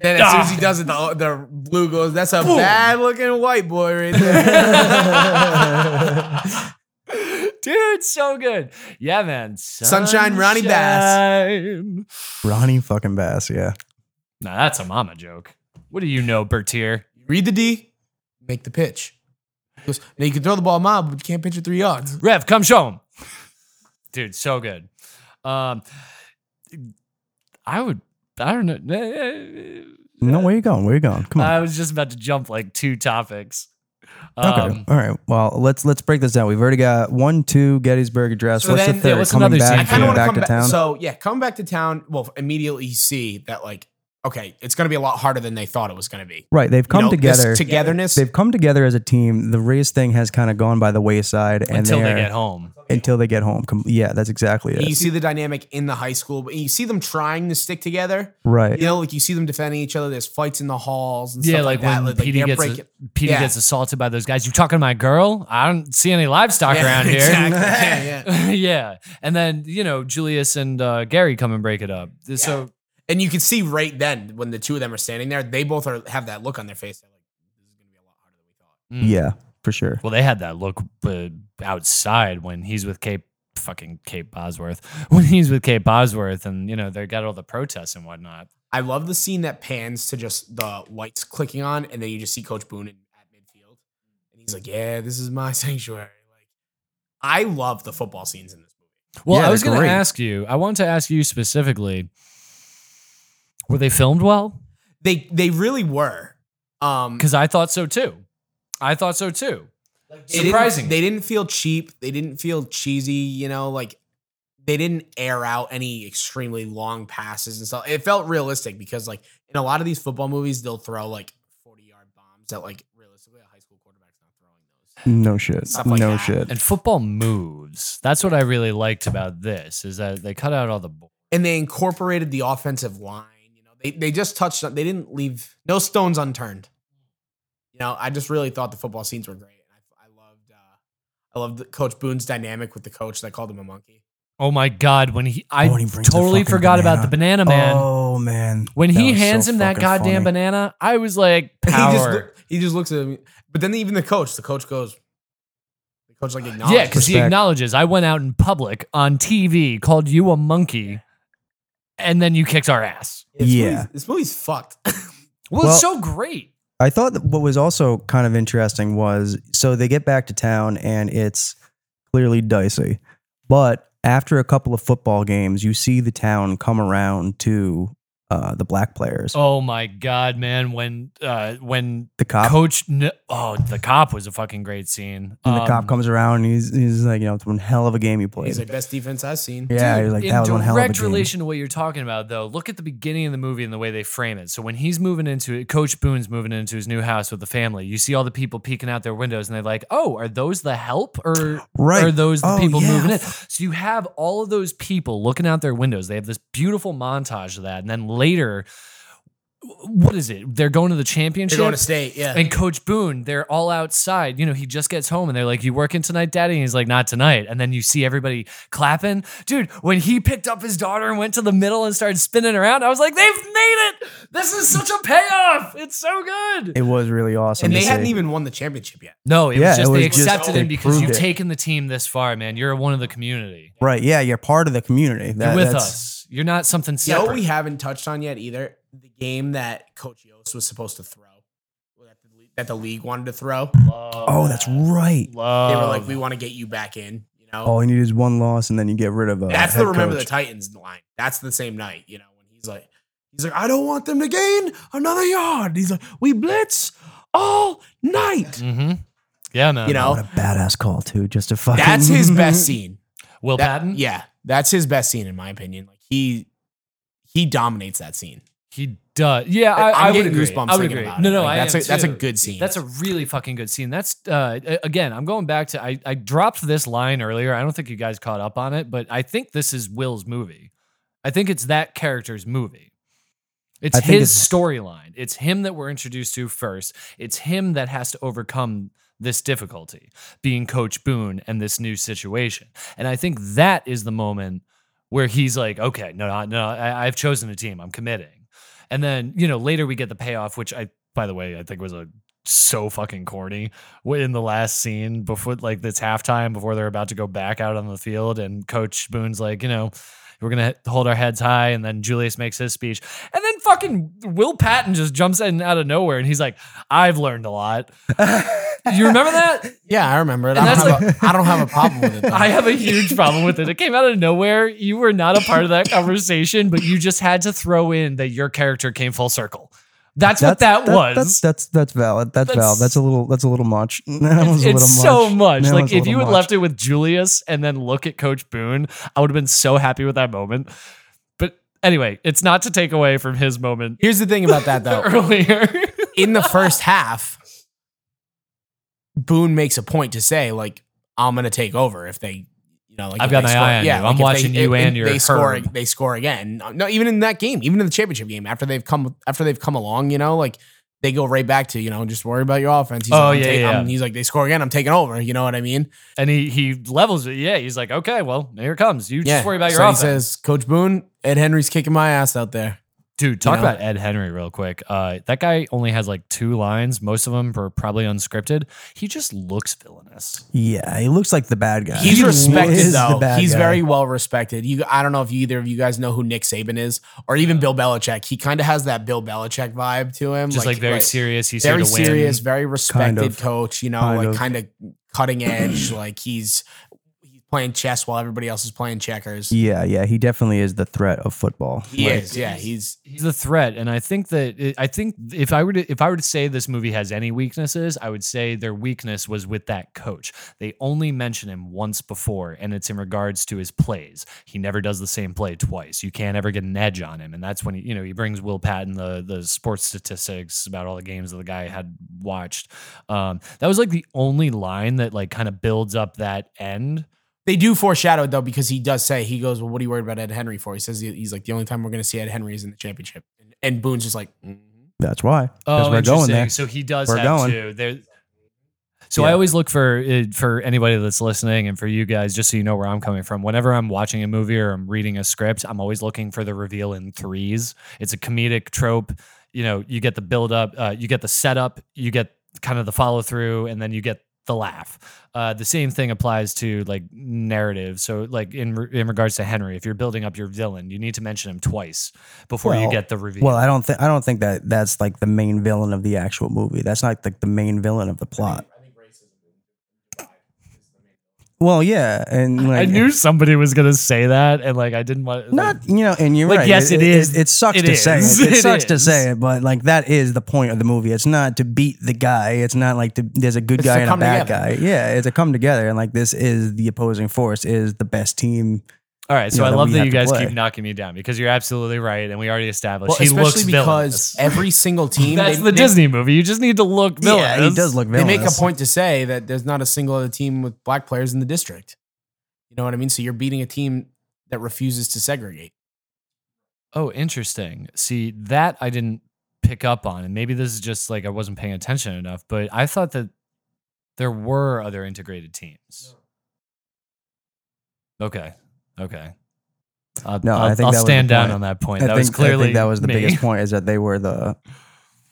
S1: Then as soon as
S4: Ah.
S1: he does it, the, the blue goes. That's a bad looking white boy right there.
S4: Dude, so good. Yeah, man.
S1: Sunshine, Ronnie Bass.
S4: Sunshine.
S5: Ronnie fucking Bass. Yeah,
S4: Nah, that's a mama joke. What do you know, Bertier?
S1: Read the D, make the pitch. He goes, now you can throw the ball a mile, but you can't pitch it three yards.
S4: Rev, come show him. Dude, so good. Um, I would. I don't know. eh,
S5: No, where you going? Where you going? Come on.
S4: I was just about to jump like two topics. Uh, um,
S5: okay. All right. Well, let's let's break this down. We've already got one, two Gettysburg Address.
S1: So
S5: what's
S1: then-
S5: the
S1: yeah,
S5: third?
S4: what's
S5: coming
S4: another
S5: back,
S4: scene?
S1: I kind
S5: coming
S1: of want to
S5: back
S1: come
S5: to
S1: back.
S5: town.
S1: So yeah, coming back to town. Well, immediately you see that like, okay, it's going to be a lot harder than they thought it was going to be.
S5: right. They've come
S1: You know, this
S5: together.
S1: togetherness.
S5: They've come together as a team. The race thing has kind of gone by the wayside, and
S4: until they
S5: are-
S4: get home.
S5: until they get home. Com- Yeah, that's exactly
S1: And
S5: it.
S1: you see the dynamic in the high school, but you see them trying to stick together.
S5: right.
S1: You know, like you see them defending each other. There's fights in the halls and
S4: Yeah,
S1: stuff
S4: like
S1: like, that.
S4: when
S1: like
S4: Petey
S1: they're
S4: gets
S1: breaking-
S4: Petey
S1: Yeah.
S4: gets assaulted by those guys. You talking to my girl? I don't see any livestock
S1: Yeah,
S4: around here.
S1: Exactly. Yeah, yeah.
S4: yeah, and then you know Julius and uh, Gary come and break it up. So
S1: And you can see right then when the two of them are standing there, they both are have that look on their face. They're like, this is gonna be a lot harder than we thought.
S4: mm.
S5: Yeah, for sure.
S4: Well, they had that look uh, outside when he's with Cape fucking Cape Bosworth. When he's with Cape Bosworth, and you know they got all the protests and whatnot.
S1: I love the scene that pans to just the lights clicking on, and then you just see Coach Boone in, at midfield, and he's like, "Yeah, this is my sanctuary." Like, I love the football scenes in this movie.
S4: Well,
S5: Yeah,
S4: I was
S5: they're
S4: going to
S5: great.
S4: ask you. I want to ask you specifically. Were they filmed well?
S1: They they really were. Um,
S4: Because I thought so too. I thought so too.
S1: They didn't-
S4: Surprising.
S1: They didn't feel cheap. They didn't feel cheesy. You know, like they didn't air out any extremely long passes and stuff. It felt realistic because, like, in a lot of these football movies, they'll throw like forty-yard bombs that, like, realistically, a high school quarterback's not throwing those.
S5: No shit.
S1: Stuff like
S5: No
S1: that.
S5: shit.
S4: And football moves. That's what I really liked about this is that they cut out all the. bull-
S1: And they incorporated the offensive line. You know, they they just touched. on- They didn't leave no stones unturned. You know, I just really thought the football scenes were great. I, I loved, uh, I loved Coach Boone's dynamic with the coach that called him a monkey.
S4: Oh my god! When he, I
S5: Oh, and he brings the
S4: totally
S5: fucking
S4: forgot about
S5: banana.
S4: the banana man.
S5: Oh man.
S4: when
S5: That
S4: he
S5: was so
S4: hands him that
S5: fucking
S4: goddamn
S5: funny.
S4: banana, I was like,
S1: He
S4: power.
S1: just, loo- he just looks at me. But then even the coach, the coach goes, the coach like acknowledges.
S4: yeah, because he
S5: Respect.
S4: acknowledges I went out in public on TV, called you a monkey, and then you kicked our ass.
S1: This
S5: Yeah.
S1: movie's- this movie's fucked.
S4: Well,
S5: Well-
S4: it's so great.
S5: I thought that what was also kind of interesting was so they get back to town and it's clearly dicey. But after a couple of football games, you see the town come around to uh, the black players.
S4: Oh my god, man! When uh, when
S5: the cop
S4: Coach, N- oh, the cop was a fucking great scene.
S5: and the
S4: Um,
S5: cop comes around and he's, he's like, you know, it's one hell of a game you played.
S1: He's like best defense I've seen.
S5: yeah,
S4: Dude,
S5: he's like,
S4: in
S5: that was one hell of a
S4: direct
S5: game.
S4: relation to what you're talking about, though, look at the beginning of the movie and the way they frame it. So when he's moving into it, Coach Boone's moving into his new house with the family. You see all the people peeking out their windows, and they're like, "Oh, are those the help, or
S5: Right.
S4: are those the
S5: Oh,
S4: people
S5: yeah.
S4: moving in?" So you have all of those people looking out their windows. They have this beautiful montage of that, and then later, what is it? They're going to the
S1: They're
S4: championship.
S1: going to state. Yeah.
S4: And Coach Boone, they're all outside. You know, he just gets home and they're like, You working tonight, Daddy? And he's like, Not tonight. And then you see everybody clapping. Dude, when he picked up his daughter and went to the middle and started spinning around, I was like, They've made it. This is such a payoff. It's so good.
S5: It was really awesome.
S1: and
S5: to
S1: they hadn't
S5: see.
S1: even won the championship yet.
S4: No, it
S5: Yeah,
S4: was just
S5: it
S4: they
S5: was just-
S4: accepted
S5: they
S4: him because
S5: proved
S4: you've
S5: it.
S4: taken the team this far, man. You're one of the community.
S5: Right. Yeah. You're part of the community. That-
S4: You're with
S5: that's-
S4: us. You're not something
S1: You know what
S4: separate.
S1: we haven't touched on yet either? The game that Coach Yost was supposed to throw, or that the, league, that the league wanted to throw.
S5: Oh, that's right.
S1: They were
S4: Love.
S1: like, we want to get you back in. You know,
S4: Oh,
S5: All you need is one loss, and then you get rid of a.
S1: That's
S5: head
S1: the remember
S5: coach.
S1: the Titans line. That's the same night, you know, when he's like, he's like, I don't want them to gain another yard. He's like, we blitz all night.
S4: hmm Yeah, man.
S1: You
S5: What
S1: know,
S5: a badass call too. Just a fucking.
S1: that's his best scene.
S4: Will
S1: That-
S4: Patton?
S1: yeah, that's his best scene in my opinion. Like he he dominates that scene.
S4: He does. Yeah, I,
S1: I'm
S4: I would
S1: getting
S4: agree.
S1: goosebumps
S4: I would
S1: thinking
S4: agree.
S1: about it.
S4: no, no,
S1: Like,
S4: I
S1: that's
S4: am
S1: a- that's a
S4: too.
S1: good scene.
S4: That's a really fucking good scene. That's uh, a- again, I'm going back to I, I dropped this line earlier. I don't think you guys caught up on it, but I think this is Will's movie. I think it's that character's movie. It's
S5: I think
S4: his
S5: it's-
S4: storyline. It's him that we're introduced to first. It's him that has to overcome this difficulty, being Coach Boone and this new situation. And I think that is the moment where he's like, okay, no, no, no I, I've chosen a team. I'm committing. And then, you know, later we get the payoff, which I, by the way, I think was a so fucking corny When in the last scene before like this halftime before they're about to go back out on the field and coach Boone's like, you know, we're gonna hold our heads high, and then Julius makes his speech, and then fucking Will Patton just jumps in out of nowhere, and he's like, "I've learned a lot." You remember that?
S1: Yeah, I remember it.
S4: And
S1: I don't,
S4: that's
S1: have a, I don't have a problem with it. Though.
S4: I have a huge problem with it. It came out of nowhere. You were not a part of that conversation, but you just had to throw in that your character came full circle. That's, what that, was.
S5: That's that's that's valid. That's,
S4: That's-
S5: valid. That's a little that's a little much. That was a
S4: it's
S5: little
S4: so much.
S5: That
S4: Like
S5: was a
S4: if you
S5: little
S4: had
S5: much.
S4: left it with Julius and then look at Coach Boone, I would have been so happy with that moment. But anyway, it's not to take away from his moment
S1: Here's the thing about that though.
S4: earlier.
S1: In the first half, Boone makes a point to say like, "I'm gonna take over if they." You know, like
S4: I've
S1: if
S4: got
S1: they
S4: my
S1: score-
S4: eye on you. I'm
S1: if
S4: watching you
S1: if
S4: and your
S1: They score.
S4: Herb.
S1: They score again. No, even in that game, even in the championship game, after they've come after they've come along, you know, like they go right back to you know just worry about your offense. He's
S4: Oh,
S1: like, I'm
S4: yeah,
S1: take-
S4: yeah.
S1: I'm- he's like they score again. I'm taking over. You know what I mean?
S4: and he he levels it. Yeah, he's like, okay, well, here it comes. You just worry about your
S1: so
S4: offense.
S1: He says, Coach Boone, Ed Henry's kicking my ass out there.
S4: Dude, talk
S1: You know?
S4: about Ed Henry real quick. Uh, that guy only has like two lines. Most of them are probably unscripted. He just looks villainous.
S5: Yeah, he looks like the bad guy.
S1: He's
S5: He
S1: respected
S5: is the
S1: though.
S5: bad
S1: He's
S5: guy.
S1: very well respected. You, I don't know if you, either of you guys know who Nick Saban is, or even Bill Belichick. He kind of has that Bill Belichick vibe to him,
S4: Just like, very serious. He's
S1: very
S4: here to win.
S1: serious, very respected
S5: Kind of.
S1: coach. You know,
S5: Kind
S1: like
S5: of.
S1: kind of cutting edge. like he's he's playing chess while everybody else is playing checkers.
S5: Yeah, yeah. He definitely is the threat of football.
S1: He
S5: Like,
S1: is, yeah. He's
S4: He's a threat, and I think that I think if I were to if I were to say this movie has any weaknesses, I would say their weakness was with that coach. They only mention him once before, and it's in regards to his plays. He never does the same play twice. You can't ever get an edge on him, and that's when he, you know he brings Will Patton the the sports statistics about all the games that the guy had watched. Um, that was like the only line that like kind of builds up that end.
S1: They do foreshadow it though because he does say he goes, "Well, what are you worried about Ed Henry for?" He says he- he's like the only time we're going to see Ed Henry is in the championship, and, and Boone's just like,
S4: Mm-hmm.
S1: "Mm."
S5: That's why. Because we're
S4: Oh,
S5: going
S4: interesting.
S5: there.
S4: So he does
S5: We're
S4: have
S5: going.
S4: to. There- so I
S5: Yeah.
S4: always look for uh, for anybody that's listening and for you guys, just so you know where I'm coming from. Whenever I'm watching a movie or I'm reading a script, I'm always looking for the reveal in threes. It's a comedic trope. You know, you get the build up, uh, you get the setup, you get kind of the follow through, and then you get the laugh. Uh, the same thing applies to like narrative. So like in re- in regards to Henry, if you're building up your villain, you need to mention him twice before you
S5: Well-
S4: get the reveal.
S5: Well, I don't think I don't think that that's like the main villain of the actual movie. That's not like the main villain of the plot. Well, yeah, and like,
S4: I knew somebody was gonna say that, and like I didn't want like,
S5: not you know, and you're
S4: Like,
S5: right.
S4: yes, it is.
S5: It, sucks
S4: It
S5: to say.
S4: is.
S5: It,
S4: It
S5: sucks to
S4: is.
S5: say it, but like that is the point of the movie. It's not to beat the guy. It's not like to, there's a good
S1: It's
S5: guy
S1: to
S5: and a
S1: come
S5: bad
S1: together.
S5: guy. Yeah, it's a come together, and like this is the opposing force is the best team.
S4: all right. So
S5: Yeah,
S4: I
S5: that
S4: love
S5: we
S4: that
S5: have
S4: you
S5: to
S4: guys
S5: play.
S4: keep knocking me down because you're absolutely right, and we already established
S1: well,
S4: he looks
S1: especially because
S4: villainous.
S1: every single team
S4: That's
S1: they-
S4: the
S1: they-
S4: Disney movie. You just need to look villainous.
S5: Yeah, he does look
S1: They
S5: villainous.
S1: make a point to say that there's not a single other team with black players in the district. You know what I mean? So you're beating a team that refuses to segregate.
S4: Oh, interesting. See, that I didn't pick up on, and maybe this is just like I wasn't paying attention enough. But I thought that there were other integrated teams. Okay. Okay. I'll,
S5: No, I
S4: I'll,
S5: think
S4: I'll
S5: that was the
S4: stand down
S5: point.
S4: on that point.
S5: I
S4: that
S5: think,
S4: was clearly
S5: I think that was the
S4: me.
S5: biggest point is that they were the.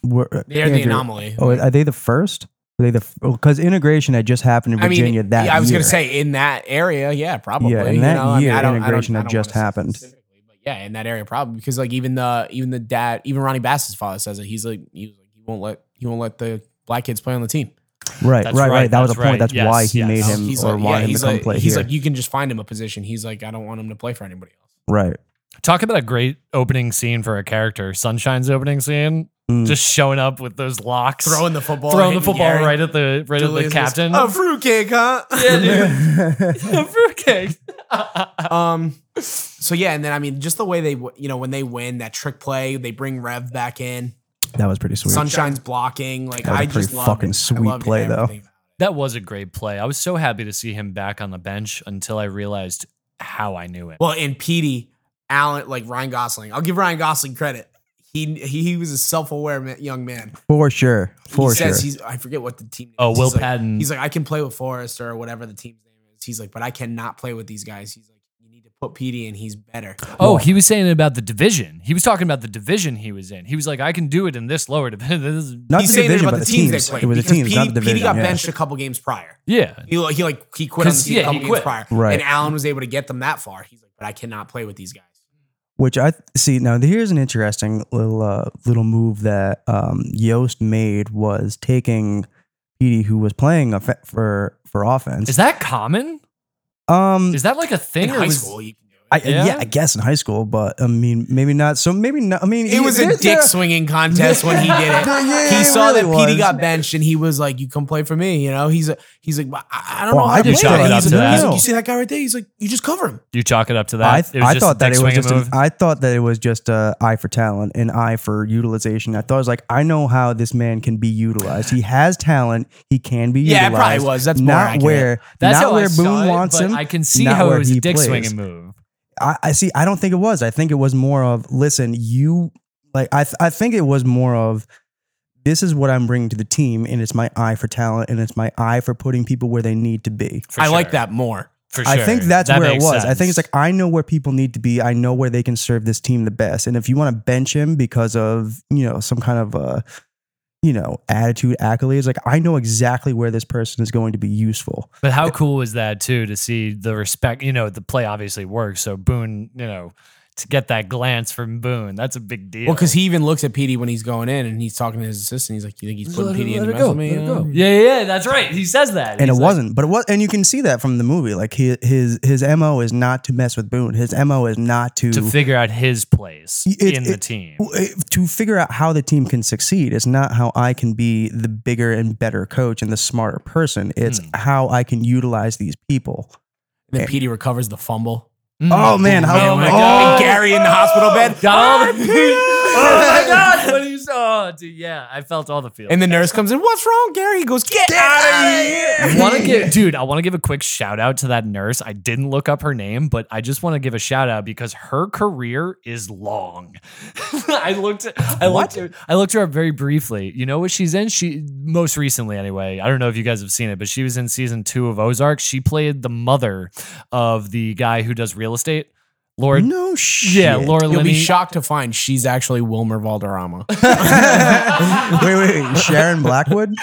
S5: Were,
S1: They're the
S5: Andrew-
S1: anomaly.
S5: Oh, are they the first? Are they the because integration had just happened in
S1: I mean,
S5: Virginia that
S1: yeah, I was
S5: year.
S1: gonna say in that area, yeah, probably.
S5: Yeah, in
S1: you
S5: that
S1: know, I mean,
S5: year,
S1: I don't- I don't-
S5: integration
S1: I
S5: had
S1: don't
S5: just
S1: wanna say
S5: happened.
S1: specifically, But yeah, in that area, probably because like even the even the dad, even Ronnie Bass's father says it. He's like he was like he won't let he won't let the black kids play on the team.
S5: right,
S4: That's
S5: right, right,
S4: right,
S5: That was a
S4: that's right,
S5: point. That's why
S4: yes,
S5: he
S4: yes.
S5: made
S1: He's
S5: him or
S1: like,
S5: why
S1: yeah,
S5: him
S1: he's
S5: to come
S1: like,
S5: play
S1: He's
S5: here.
S1: like you can just find him a position. He's like I don't want him to play for anybody else.
S5: right.
S4: Talk about a great opening scene for a character. Sunshine's opening scene,
S5: Mm.
S4: just showing up with those locks,
S1: Throwing the football,
S4: throwing the
S1: hitting
S4: football
S1: Gary.
S4: right at the right
S1: Julius
S4: at
S1: was,
S4: the captain.
S1: A fruitcake, huh?
S4: A fruitcake.
S1: Um. So yeah, and then I mean, just the way they, w- you know, when they win that trick play, they bring Rev back in.
S5: that was pretty sweet.
S1: Sunshine's blocking. Like
S5: That was
S1: I
S5: a pretty
S1: just loved
S5: fucking
S1: it. I
S5: sweet
S1: loved
S5: play, though.
S1: everything.
S4: that was a great play. I was so happy to see him back on the bench until I realized how I knew it.
S1: Well, and Petey Allen, like Ryan Gosling. I'll give Ryan Gosling credit. He he, he was a self-aware ma- young man.
S5: For sure. For
S1: he
S5: sure.
S1: says he's I forget what the team. Name
S4: Oh,
S1: is.
S4: Will
S1: he's like-
S4: Patton.
S1: he's like I can play with Forrest or whatever the team's name is. He's like, but I cannot play with these guys. He's like, you need to put Petey in. He's better.
S4: oh, he was saying about the division. He was talking about the division he was in. He was like, I can do it in this lower division. This is-
S5: not
S1: he's
S5: the
S1: saying it
S5: division,
S1: about
S5: but
S1: the
S5: the
S1: teams,
S5: teams.
S1: they played.
S5: It was the
S1: because
S5: teams,
S1: Petey,
S5: not the division.
S1: Petey got
S5: yeah.
S1: benched a couple games prior.
S4: yeah.
S1: He, he like he quit on the
S4: 'Cause,
S1: team
S4: yeah,
S1: a couple
S4: he
S1: games
S4: quit.
S1: prior,
S5: Right.
S1: and Allen was able to get them that far. He's like, but I cannot play with these guys.
S5: Which I th- see now. Here's an interesting little uh, little move that um, Yost made was taking Petey, who was playing a fa- for for offense.
S4: Is that common?
S5: um,
S4: Is that like a thing?
S1: In
S4: or
S1: high
S4: was-
S1: school, you can do it.
S5: I, uh, yeah.
S4: yeah?
S5: I guess in high school, but I mean, maybe not. So maybe not. I mean,
S1: It was a
S5: there-
S1: dick
S5: there-
S1: swinging contest when he did it.
S5: there- yeah,
S1: He
S5: it
S1: saw that
S5: really
S1: Petey
S5: was.
S1: got benched, and he was like, "You come play for me." You know, he's a, he's like, "Well, "I, I don't
S5: Well,
S1: know."
S5: I
S1: How to
S5: just
S1: play.
S4: chalk it up
S1: He's
S4: to
S1: like,
S4: that.
S1: he's like, you see that guy right there? He's like, "You just cover him."
S4: You chalk it up to that.
S5: I,
S4: It was
S5: I
S4: just a
S5: thought that
S4: dick
S5: it was
S4: swinging
S5: just an,
S4: move?
S5: I thought that it was just a eye for talent, an eye for utilization. I thought it was like I know how this man can be utilized. He has talent. He can be
S1: Yeah, it
S5: utilized.
S1: probably was. That's more
S5: not
S1: accurate.
S5: where
S4: That's
S5: not
S4: how
S5: where
S4: I
S5: Boone
S4: saw it,
S5: wants
S4: but
S5: him.
S4: I can see
S5: not
S4: how
S5: where
S4: it was
S5: he
S4: a dick
S5: plays.
S4: swinging move.
S5: I, I see. I don't think it was. I think it was more of listen. You like I. th- I think it was more of this is what I'm bringing to the team, and it's my eye for talent, and it's my eye for putting people where they need to be.
S4: For
S1: I like
S4: sure.
S1: that more.
S4: For
S5: I think
S4: sure.
S5: that's
S4: That
S5: where it
S4: makes
S5: was. I think
S4: sense.
S5: it's like I know where people need to be. I know where they can serve this team the best. And if you want to bench him because of you know some kind of uh you know attitude accolades, like I know exactly where this person is going to be useful.
S4: But how cool was that too to see the respect? You know, the play obviously works. So Boone, you know, to get that glance from Boone, that's a big deal.
S1: Well, because he even looks at Petey when he's going in, and he's talking to his assistant. He's like, "You think he's putting Petey in the mess with me?" you know?
S4: yeah, yeah, yeah, that's right. He says that,
S5: And
S4: He's
S5: it
S4: like-
S5: wasn't, but it was, and you can see that from the movie. Like his his his mo is not to mess with Boone. His mo is not to
S4: to figure out his place
S5: It-
S4: in the
S5: it-
S4: team.
S5: to figure out how the team can succeed is not how I can be the bigger and better coach and the smarter person. It's
S4: Hmm.
S5: how I can utilize these people.
S1: And then Petey recovers the fumble.
S5: Oh man, how
S4: Oh my
S5: oh,
S4: God.
S1: And Gary in the hospital bed.
S4: oh my god! What do you saw, Oh, dude? Yeah, I felt all the feelings.
S1: And the nurse comes in. What's wrong, Gary? He goes, "Get, out of here!"
S4: I want to give, dude. I want to give a quick shout out to that nurse. I didn't look up her name, but I just want to give a shout out because her career is long. I looked, I looked, I looked her up very briefly. You know what she's in? She most recently, anyway. I don't know if you guys have seen it, but she was in season two of Ozark. She played the mother of the guy who does real estate, Laura.
S5: no shit.
S4: yeah, Laura
S1: You'll be
S4: Linney.
S1: shocked to find she's actually Wilmer Valderrama.
S5: wait, wait, wait, Sharon Blackwood.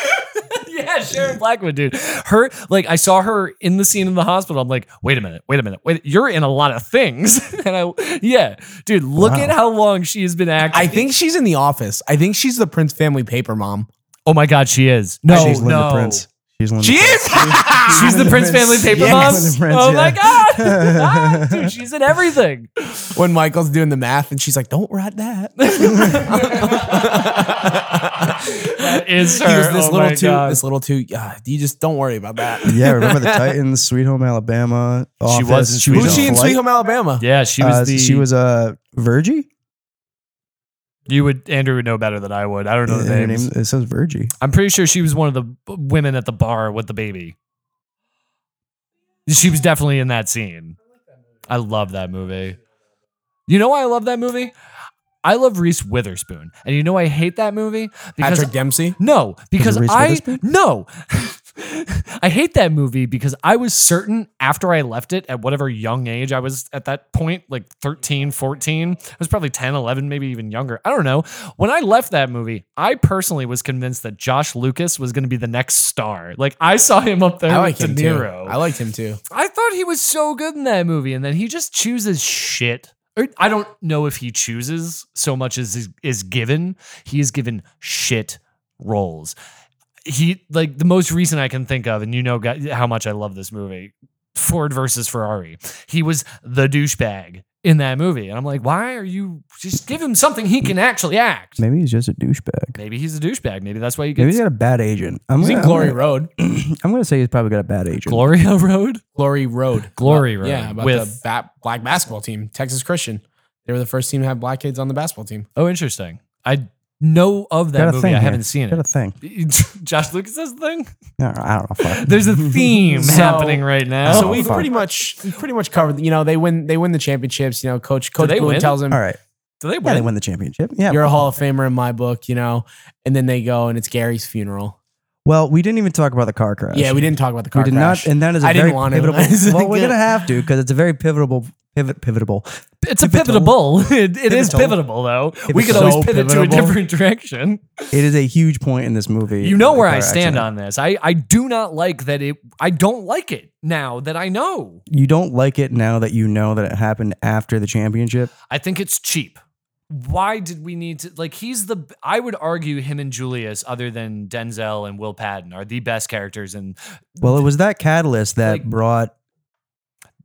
S4: yeah, Sharon Blackwood, dude. Her, like, I saw her in the scene in the hospital. I'm like, wait a minute, wait a minute, wait. You're in a lot of things, and I, yeah, dude. Look
S5: Wow.
S4: at how long she has been acting.
S1: I think she's in the office. I think she's the Prince family paper mom.
S4: Oh my god, she is. No,
S5: she's Linda
S4: no.
S5: Prince. She's Linda.
S1: She is.
S4: She's the Prince family paper
S5: Yes.
S4: mom.
S5: Linda Prince,
S4: oh my
S5: yeah.
S4: god, Ah, dude, she's in everything.
S1: when Michael's doing the math, and she's like, "Don't write that."
S4: That is her.
S1: He goes, this
S4: oh
S1: little
S4: my
S1: too.
S4: God.
S1: This little too. Yeah, you just don't worry about that.
S5: yeah, remember the Titans, Sweet Home Alabama. Office.
S4: was in Sweet
S1: Who's she in
S5: Flight.
S1: Sweet Home Alabama?
S4: yeah, she was
S5: Uh,
S4: the.
S5: she was a uh, Virgie.
S4: You would Andrew would know better than I would. I don't know
S5: Uh,
S4: the
S5: her
S4: names.
S5: name- it says Virgie.
S4: I'm pretty sure she was one of the b- women at the bar with the baby. She was definitely in that scene. I love that movie. You know why I love that movie? I love Reese Witherspoon. And you know I hate that movie? Because
S1: Patrick Dempsey.
S4: no, because
S5: Reese
S4: I
S5: Witherspoon?
S4: no. I hate that movie because I was certain after I left it at whatever young age I was at that point, like 13, 14. I was probably 10, 11, maybe even younger. I don't know. When I left that movie, I personally was convinced that Josh Lucas was going to be the next star. Like I saw him up there
S1: I
S4: with
S1: like him
S4: De
S1: too.
S4: Niro.
S1: I liked him too.
S4: I thought he was so good in that movie, and then he just chooses shit. Or I don't know if he chooses so much as is, is given. He is given shit roles. He like the most recent I can think of, and you know gu- how much I love this movie. Ford versus Ferrari. He was the douchebag in that movie, and I'm like, why are you just give him something he can actually act?
S5: Maybe he's just a douchebag.
S4: Maybe he's a douchebag. Maybe that's why you
S5: Maybe he's
S4: get
S5: got a bad agent. I'm
S1: He's
S5: gonna,
S1: in
S5: I'm
S1: Glory
S5: gonna-
S1: Road.
S5: I'm gonna say he's probably got a bad agent.
S4: Gloria Road.
S1: Glory Road.
S4: Glory
S1: About-
S4: Road
S1: Yeah, about the
S4: with-
S1: ba- black basketball team, Texas Christian. They were the first team to have black kids on the basketball team.
S4: Oh, interesting. I know of that
S5: Got a
S4: movie. I
S5: thing here.
S4: haven't seen it.
S5: Got a thing.
S4: Josh Lucas's thing?
S5: I don't know. I don't know. Fuck.
S4: There's a theme
S1: So-
S4: happening right now.
S1: so we've
S5: fuck.
S1: pretty much we pretty much covered. You know, they win they win the championships. You know, coach coach
S4: they
S1: Boone
S4: win?
S1: tells him
S5: All right.
S4: do they
S5: Yeah,
S4: win?
S5: they win the championship. Yeah.
S1: you're a Hall of Famer in my book. You know, and then they go and it's Gary's funeral.
S5: well, we didn't even talk about the car crash.
S1: Yeah, we didn't talk about the car
S5: We did
S1: crash.
S5: not, and that is a
S1: I didn't
S5: very
S1: want to.
S5: pivotal. well, we're
S1: Again.
S5: gonna have to because it's a very pivotal, pivot, pivotable.
S4: it's a pivotal. It, it is
S5: Pivotal.
S4: pivotable though. we
S5: is
S4: could always
S1: so
S4: pivot to a
S1: pivotable.
S4: different direction.
S5: It is a huge point in this movie.
S4: You know
S5: the
S4: where
S5: car
S4: I stand
S5: accident.
S4: on this. I, I do not like that it I don't like it now that I know.
S5: You don't like it now that you know that it happened after the championship.
S4: I think it's cheap. why did we need to like he's the I would argue him and Julius other than Denzel and Will Patton are the best characters and
S5: Well, it was that catalyst that
S4: Like-
S5: brought,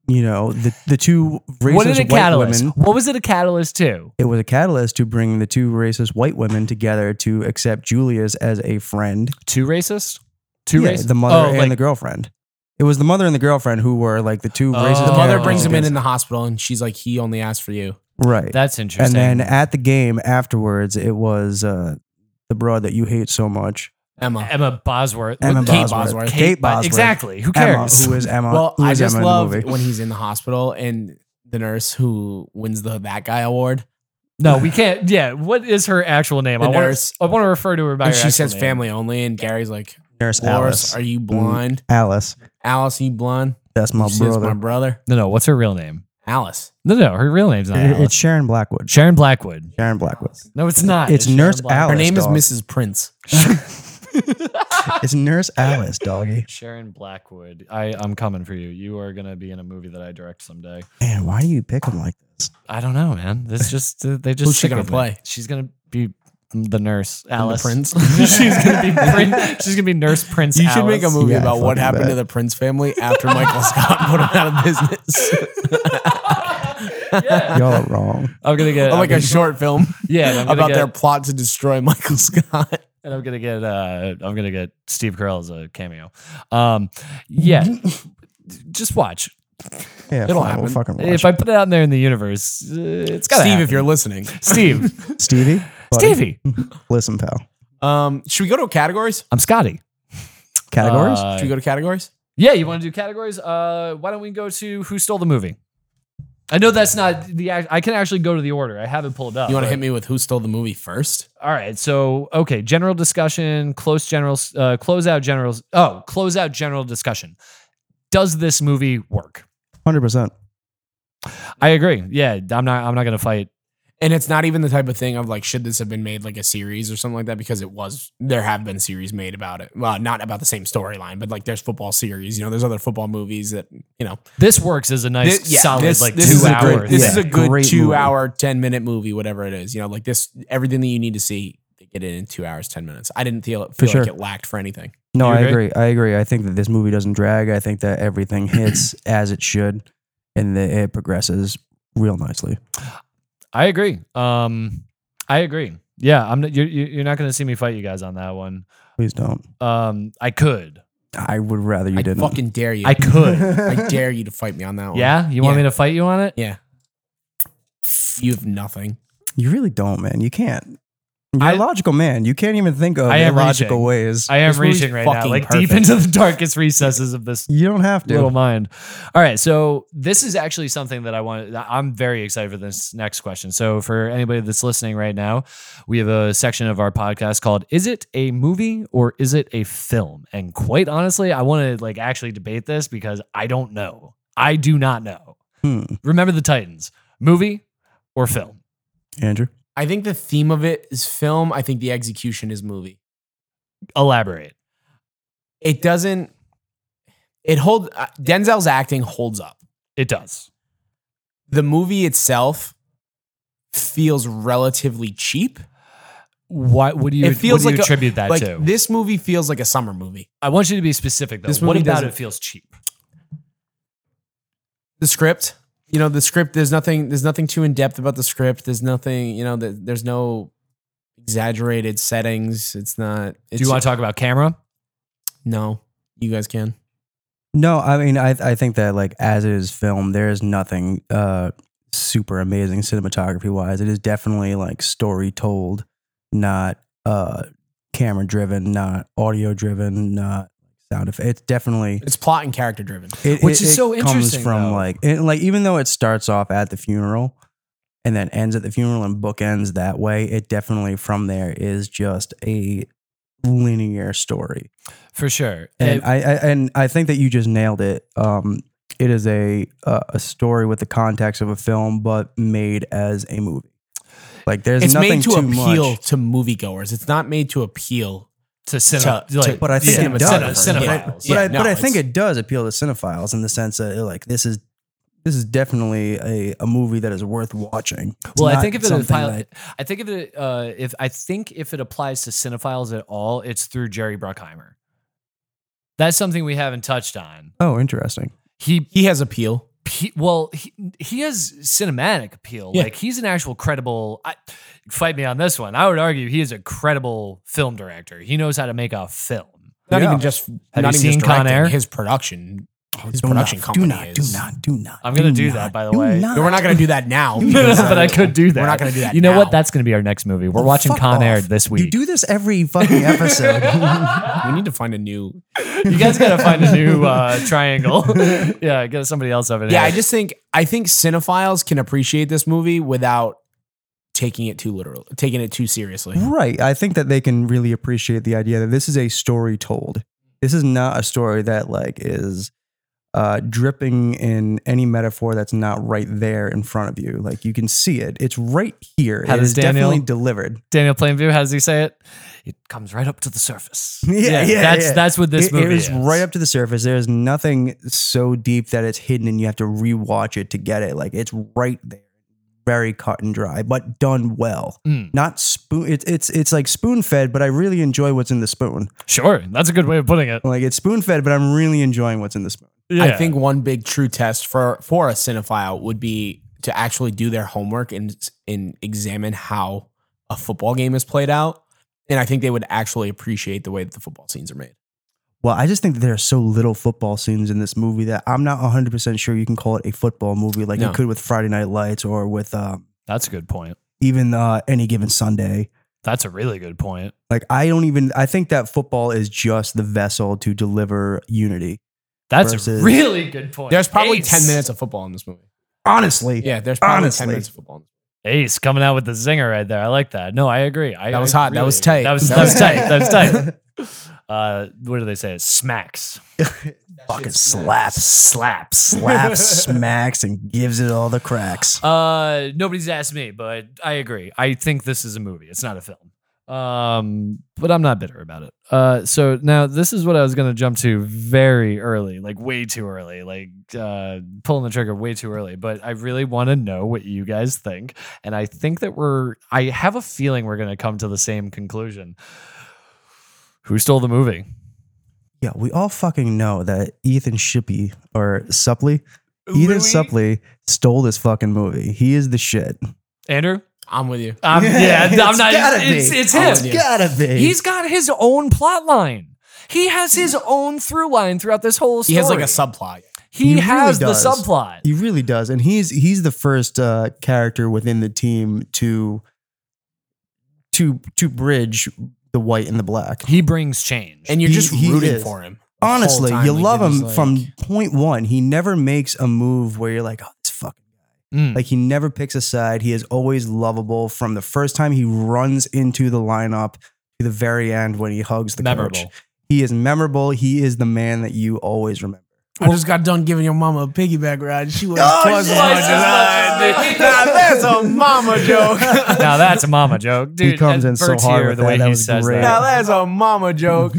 S5: you know, the the two racist
S4: what did a
S5: white
S4: catalyst?
S5: women.
S4: What was it a catalyst to?
S5: It was a catalyst to bring the two racist white women together to accept Julius as a friend.
S4: Too racist? Too
S5: Yeah,
S4: racist?
S5: the mother
S4: Oh,
S5: and
S4: like-
S5: the girlfriend. It was the mother and the girlfriend who were like the two
S4: Oh. The
S5: racist.
S1: The mother
S5: characters
S1: brings him in in
S5: against-
S1: the hospital, and she's like, "He only asked for you."
S5: right,
S4: That's
S5: and
S4: interesting.
S5: then at the game afterwards, it was uh, the broad that you hate so much,
S1: Emma.
S4: Emma Bosworth.
S5: Emma
S1: Kate
S5: Bosworth.
S1: Bosworth.
S5: Kate
S4: Bo-
S5: Bosworth.
S4: Exactly. Who
S5: Emma,
S4: cares?
S5: who is Emma?
S1: Well,
S5: who
S1: I
S5: is
S1: just
S5: Emma in the
S1: love
S5: movie?
S1: when he's in the hospital and the nurse who wins the that guy award,
S4: no, we can't. Yeah. What is her actual name?
S1: The
S4: I want
S1: nurse.
S4: to I want to refer to her by
S1: and
S4: her
S1: she
S4: actual
S1: says
S4: name.
S1: family only, and Gary's like,
S5: Nurse
S1: "Boris,
S5: Alice.
S1: are you blind?
S5: Alice,
S1: Alice, are you blind?
S5: that's my
S1: she says,
S5: brother.
S1: my brother,
S4: No, no. What's her real name?
S1: Alice."
S4: No, no. Her real name's not
S5: It-
S4: Alice.
S5: It's Sharon Blackwood.
S4: Sharon Blackwood.
S5: Sharon Blackwood.
S4: No, it's not.
S5: It's
S4: Sharon
S5: Nurse
S4: Blackwood.
S1: Her
S5: Alice.
S1: name
S5: dog.
S1: is Mrs. Prince.
S5: It's Nurse Alice, doggy.
S4: Sharon Blackwood. I, I'm coming for you. You are gonna be in a movie that I direct someday.
S5: Man, why do you pick them like this?
S4: I don't know, man. This just uh, they just
S1: Who's she
S4: stick
S1: gonna
S4: with me.
S1: play?
S4: She's gonna be the nurse Alice
S1: Prince?
S4: she's gonna be prin- she's gonna be nurse Prince.
S1: You should make a
S4: Alice.
S1: movie
S5: Yeah, I
S1: about what
S5: fucking
S1: happened
S5: bet.
S1: to the Prince family after Michael Scott put him out of business.
S5: Y'all are wrong.
S4: I'm gonna get
S1: Oh, like
S4: I'm
S1: a
S4: gonna-
S1: short film
S4: yeah and I'm gonna
S1: about
S4: get,
S1: their plot to destroy Michael Scott.
S4: and I'm gonna get uh I'm gonna get Steve Carell as a cameo. Um, yeah, just watch.
S5: Yeah,
S1: It'll
S5: fine, we'll
S1: happen.
S5: fucking watch.
S4: If I put it out there in the universe, uh, it's gotta
S1: Steve, if
S4: happen.
S1: you're listening,
S4: Steve,
S5: Stevie, buddy,
S4: Stevie,
S5: listen, pal.
S1: um, should we go to categories?
S4: I'm Scotty.
S5: Categories.
S4: Uh,
S1: Should we go to categories?
S4: Yeah, you want to do categories? Uh, why don't we go to who stole the movie? I know that's not the. act- I can actually go to the order. I have it pulled up.
S1: You want to
S4: but-
S1: hit me with who stole the movie first?
S4: All right. So okay, general discussion, close general, uh, close out generals. Oh, close out general discussion. Does this movie work?
S5: Hundred percent.
S4: I agree. Yeah, I'm not. I'm not gonna fight.
S1: And it's not even the type of thing of like, should this have been made like a series or something like that? Because it was, there have been series made about it. Well, not about the same storyline, but like there's football series, you know, there's other football movies that, you know,
S4: This works as a nice,
S1: Thi- yeah,
S4: solid,
S1: this-
S4: like
S1: this
S4: two
S1: is a
S4: hours.
S1: great- this
S5: Yeah.
S1: is a good
S5: Great
S1: two
S5: movie.
S1: hour, ten minute movie, whatever it is. You know, like this, everything that you need to see, they get it in two hours, ten minutes. I didn't feel, feel
S5: For
S1: like
S5: sure.
S1: it lacked for anything.
S5: No,
S4: You
S5: I
S4: agree?
S5: agree. I agree. I think that this movie doesn't drag. I think that everything hits as it should, and that it progresses real nicely.
S4: I agree. Um, I agree. Yeah, I'm. Not, you're, you're not gonna see me fight you guys on that one.
S5: Please don't.
S4: Um, I could.
S5: I would rather you
S1: I
S5: didn't.
S1: fucking dare you.
S4: I
S1: I,
S4: could.
S1: dare you to fight me on that one.
S4: yeah, you want
S1: Yeah.
S4: me to fight you on it?
S1: Yeah. You have nothing.
S5: you really don't, man. You can't. You're a
S4: I-
S5: logical man. You can't even think of
S4: I am
S5: illogical
S4: reaching.
S5: ways.
S4: I am
S1: This movie's
S4: reaching right now,
S1: fucking
S4: like deep
S1: perfect.
S4: into the darkest recesses of this
S5: you don't have to.
S4: little mind. All right, so this is actually something that I want. I'm very excited for this next question. So for anybody that's listening right now, we have a section of our podcast called "Is it a movie or is it a film?" And quite honestly, I want to like actually debate this because I don't know. I do not know.
S5: Hmm.
S4: Remember the Titans movie or film?
S5: Andrew.
S1: I think the theme of it is film. I think the execution is movie.
S4: Elaborate.
S1: It doesn't. It hold uh, Denzel's acting holds up.
S4: It does.
S1: The movie itself feels relatively cheap.
S4: What would you?
S1: It feels
S4: what do you
S1: like a-
S4: attribute that
S1: like
S4: to?
S1: this movie feels like a summer movie.
S4: I want you to be specific though.
S1: This
S4: What
S1: movie
S4: about
S1: doesn't-
S4: it feels cheap?
S1: The script, you know, the script. There's nothing. There's nothing too in depth about the script. There's nothing. You know, that there's no exaggerated settings. It's not. It's,
S4: Do you want to talk about camera?
S1: No, you guys can.
S5: No, I mean, I I think that like as it is filmed, there is nothing uh super amazing cinematography wise. It is definitely like story told, not uh camera driven, not audio driven, not sound effect. It's definitely
S1: It's plot and character driven.
S5: it,
S4: Which
S5: is
S4: is so interesting,
S5: Comes from
S4: though.
S5: like it, like even though it starts off at the funeral and then ends at the funeral and bookends that way, it definitely from there is just a linear story.
S4: For sure.
S5: and
S4: Uh,
S5: I, I and I think that you just nailed it. Um, it is a uh, a story with the context of a film, but made as a movie. Like there's
S1: it's
S5: nothing
S1: made to
S5: too
S1: appeal
S5: much.
S1: to moviegoers. It's not made to appeal.
S4: to cinema.
S1: to-
S4: like,
S5: But I think
S1: Yeah,
S5: it does.
S1: cinema-
S5: but I,
S1: cinema-
S5: but
S1: yeah,
S5: I,
S1: no,
S5: but I think
S1: it's-
S5: it does appeal to cinephiles in the sense that like this is this is definitely a, a movie that is worth watching. It's
S4: well, I
S5: not
S4: think if it
S5: something
S4: applies,
S5: that-
S4: I think if it uh, if I think if it applies to cinephiles at all, it's through Jerry Bruckheimer. That's something we haven't touched on.
S5: oh, interesting.
S4: He,
S1: He has appeal.
S4: he well, he, he has cinematic appeal.
S1: Yeah.
S4: Like he's an actual credible. I, fight me on this one. I would argue he is a credible film director. He knows how to make a film.
S1: Not
S5: Yeah.
S1: even just
S4: Have
S1: not
S4: you
S1: even
S4: seen
S1: just
S4: Con
S1: directing,
S4: Air? Oh,
S1: his production. His
S5: Do
S1: production
S5: not,
S1: company
S5: Do not,
S1: is.
S5: do not, do not.
S4: I'm gonna do
S5: not,
S4: that, by the
S5: do
S4: way.
S5: not.
S1: No, we're not going to do that now. because, uh,
S4: but I could do that.
S1: We're not going to do that.
S4: You know
S1: now.
S4: what? That's going to be our next movie. We're watching
S5: Fuck
S4: Con Air
S5: off.
S4: this
S5: You
S4: week.
S5: do this every fucking episode.
S1: we need to find a new.
S4: You guys gotta find a new uh, triangle. yeah, get somebody else over there.
S1: Yeah, I just think I think cinephiles can appreciate this movie without taking it too literal, taking it too seriously.
S5: Right. I think that they can really appreciate the idea that this is a story told. This is not a story that like is uh, dripping in any metaphor that's not right there in front of you. Like you can see it. It's right here.
S4: How
S5: it
S4: does
S5: is
S4: Daniel-
S5: definitely delivered.
S4: Daniel Plainview, how does he say it? It comes right up to the surface.
S5: Yeah, yeah,
S4: that's
S5: yeah.
S4: that's what this
S5: It-
S4: movie
S5: it is
S4: is.
S5: right up to the surface. There's nothing so deep that it's hidden and you have to rewatch it to get it. Like it's right there. Very cut and dry, but done well.
S4: Mm.
S5: Not spoon. It's it's it's like spoon fed, but I really enjoy what's in the spoon.
S4: Sure, that's a good way of putting it.
S5: Like it's spoon fed, but I'm really enjoying what's in the spoon.
S4: Yeah.
S1: I think one big true test for for a cinephile would be to actually do their homework and and examine how a football game is played out. And I think they would actually appreciate the way that the football scenes are made.
S5: Well, I just think that there are so little football scenes in this movie that I'm not 100% sure you can call it a football movie like
S1: No.
S5: you could with Friday Night Lights or with um,
S4: that's a good point.
S5: even uh, any given Sunday.
S4: That's a really good point.
S5: Like I don't even I think that football is just the vessel to deliver unity.
S4: That's
S5: Versus-
S4: a really good point.
S1: There's probably
S4: Ace.
S1: ten minutes of football in this movie.
S5: Honestly.
S1: Yeah, there's probably
S5: Honestly.
S1: ten minutes of football.
S4: Ace coming out with the zinger right there. I like that. No, I agree. I,
S1: That was
S4: I
S1: hot. That
S4: really
S1: was
S4: agree.
S1: tight.
S4: That was
S1: That
S4: that was
S1: was
S4: tight. That was tight. Uh, what do they say? Smacks.
S5: Fucking slaps,
S4: Slaps.
S5: slaps, smacks and gives it all the cracks.
S4: Uh, nobody's asked me, but I agree. I think this is a movie. It's not a film. Um, but I'm not bitter about it. Uh, so now this is what I was gonna jump to very early, like way too early, like uh, pulling the trigger way too early. But I really want to know what you guys think, and I think that we're. I have a feeling we're gonna come to the same conclusion. Who stole the movie?
S5: Yeah, we all fucking know that Ethan Shippey or Suppley, Ethan Suppley stole this fucking movie. He is the shit.
S4: Andrew.
S1: I'm with you.
S4: Um, yeah, I'm
S5: It's
S4: not.
S5: gotta
S4: It's,
S5: be.
S4: it's him.
S5: Oh, It's gotta be.
S4: He's got his own plot line. He has his own through line throughout this whole story.
S1: He has like a subplot.
S4: He,
S5: He
S4: has
S5: really
S4: the
S5: does.
S4: subplot.
S5: he really does, and he's he's the first uh, character within the team to to to bridge the white and the black.
S4: He brings change.
S1: And you're
S5: He-
S1: just
S5: he
S1: rooting
S5: is.
S1: for him. the whole
S5: Honestly,
S1: time.
S5: you
S1: Like,
S5: love
S1: you're
S5: him
S1: just like-
S5: from point one. He never makes a move where you're like, oh, this fucking.
S4: Mm.
S5: Like he never picks a side. He is always lovable from the first time he runs into the lineup to the very end when he hugs the coach.
S4: memorable.
S5: He is memorable. He is the man that you always remember.
S1: I just got done giving your mama a piggyback ride. She was
S5: Oh,
S1: twice
S5: shit.
S1: as much as I did. Nah, that's a mama joke.
S4: now that's a mama joke, dude.
S5: he comes
S4: and
S5: in so
S4: Bert's
S5: hard
S4: here,
S5: with
S4: the
S5: that.
S4: way
S5: That
S4: he
S5: was
S4: says
S5: great.
S1: Now
S4: that.
S1: that's a mama joke.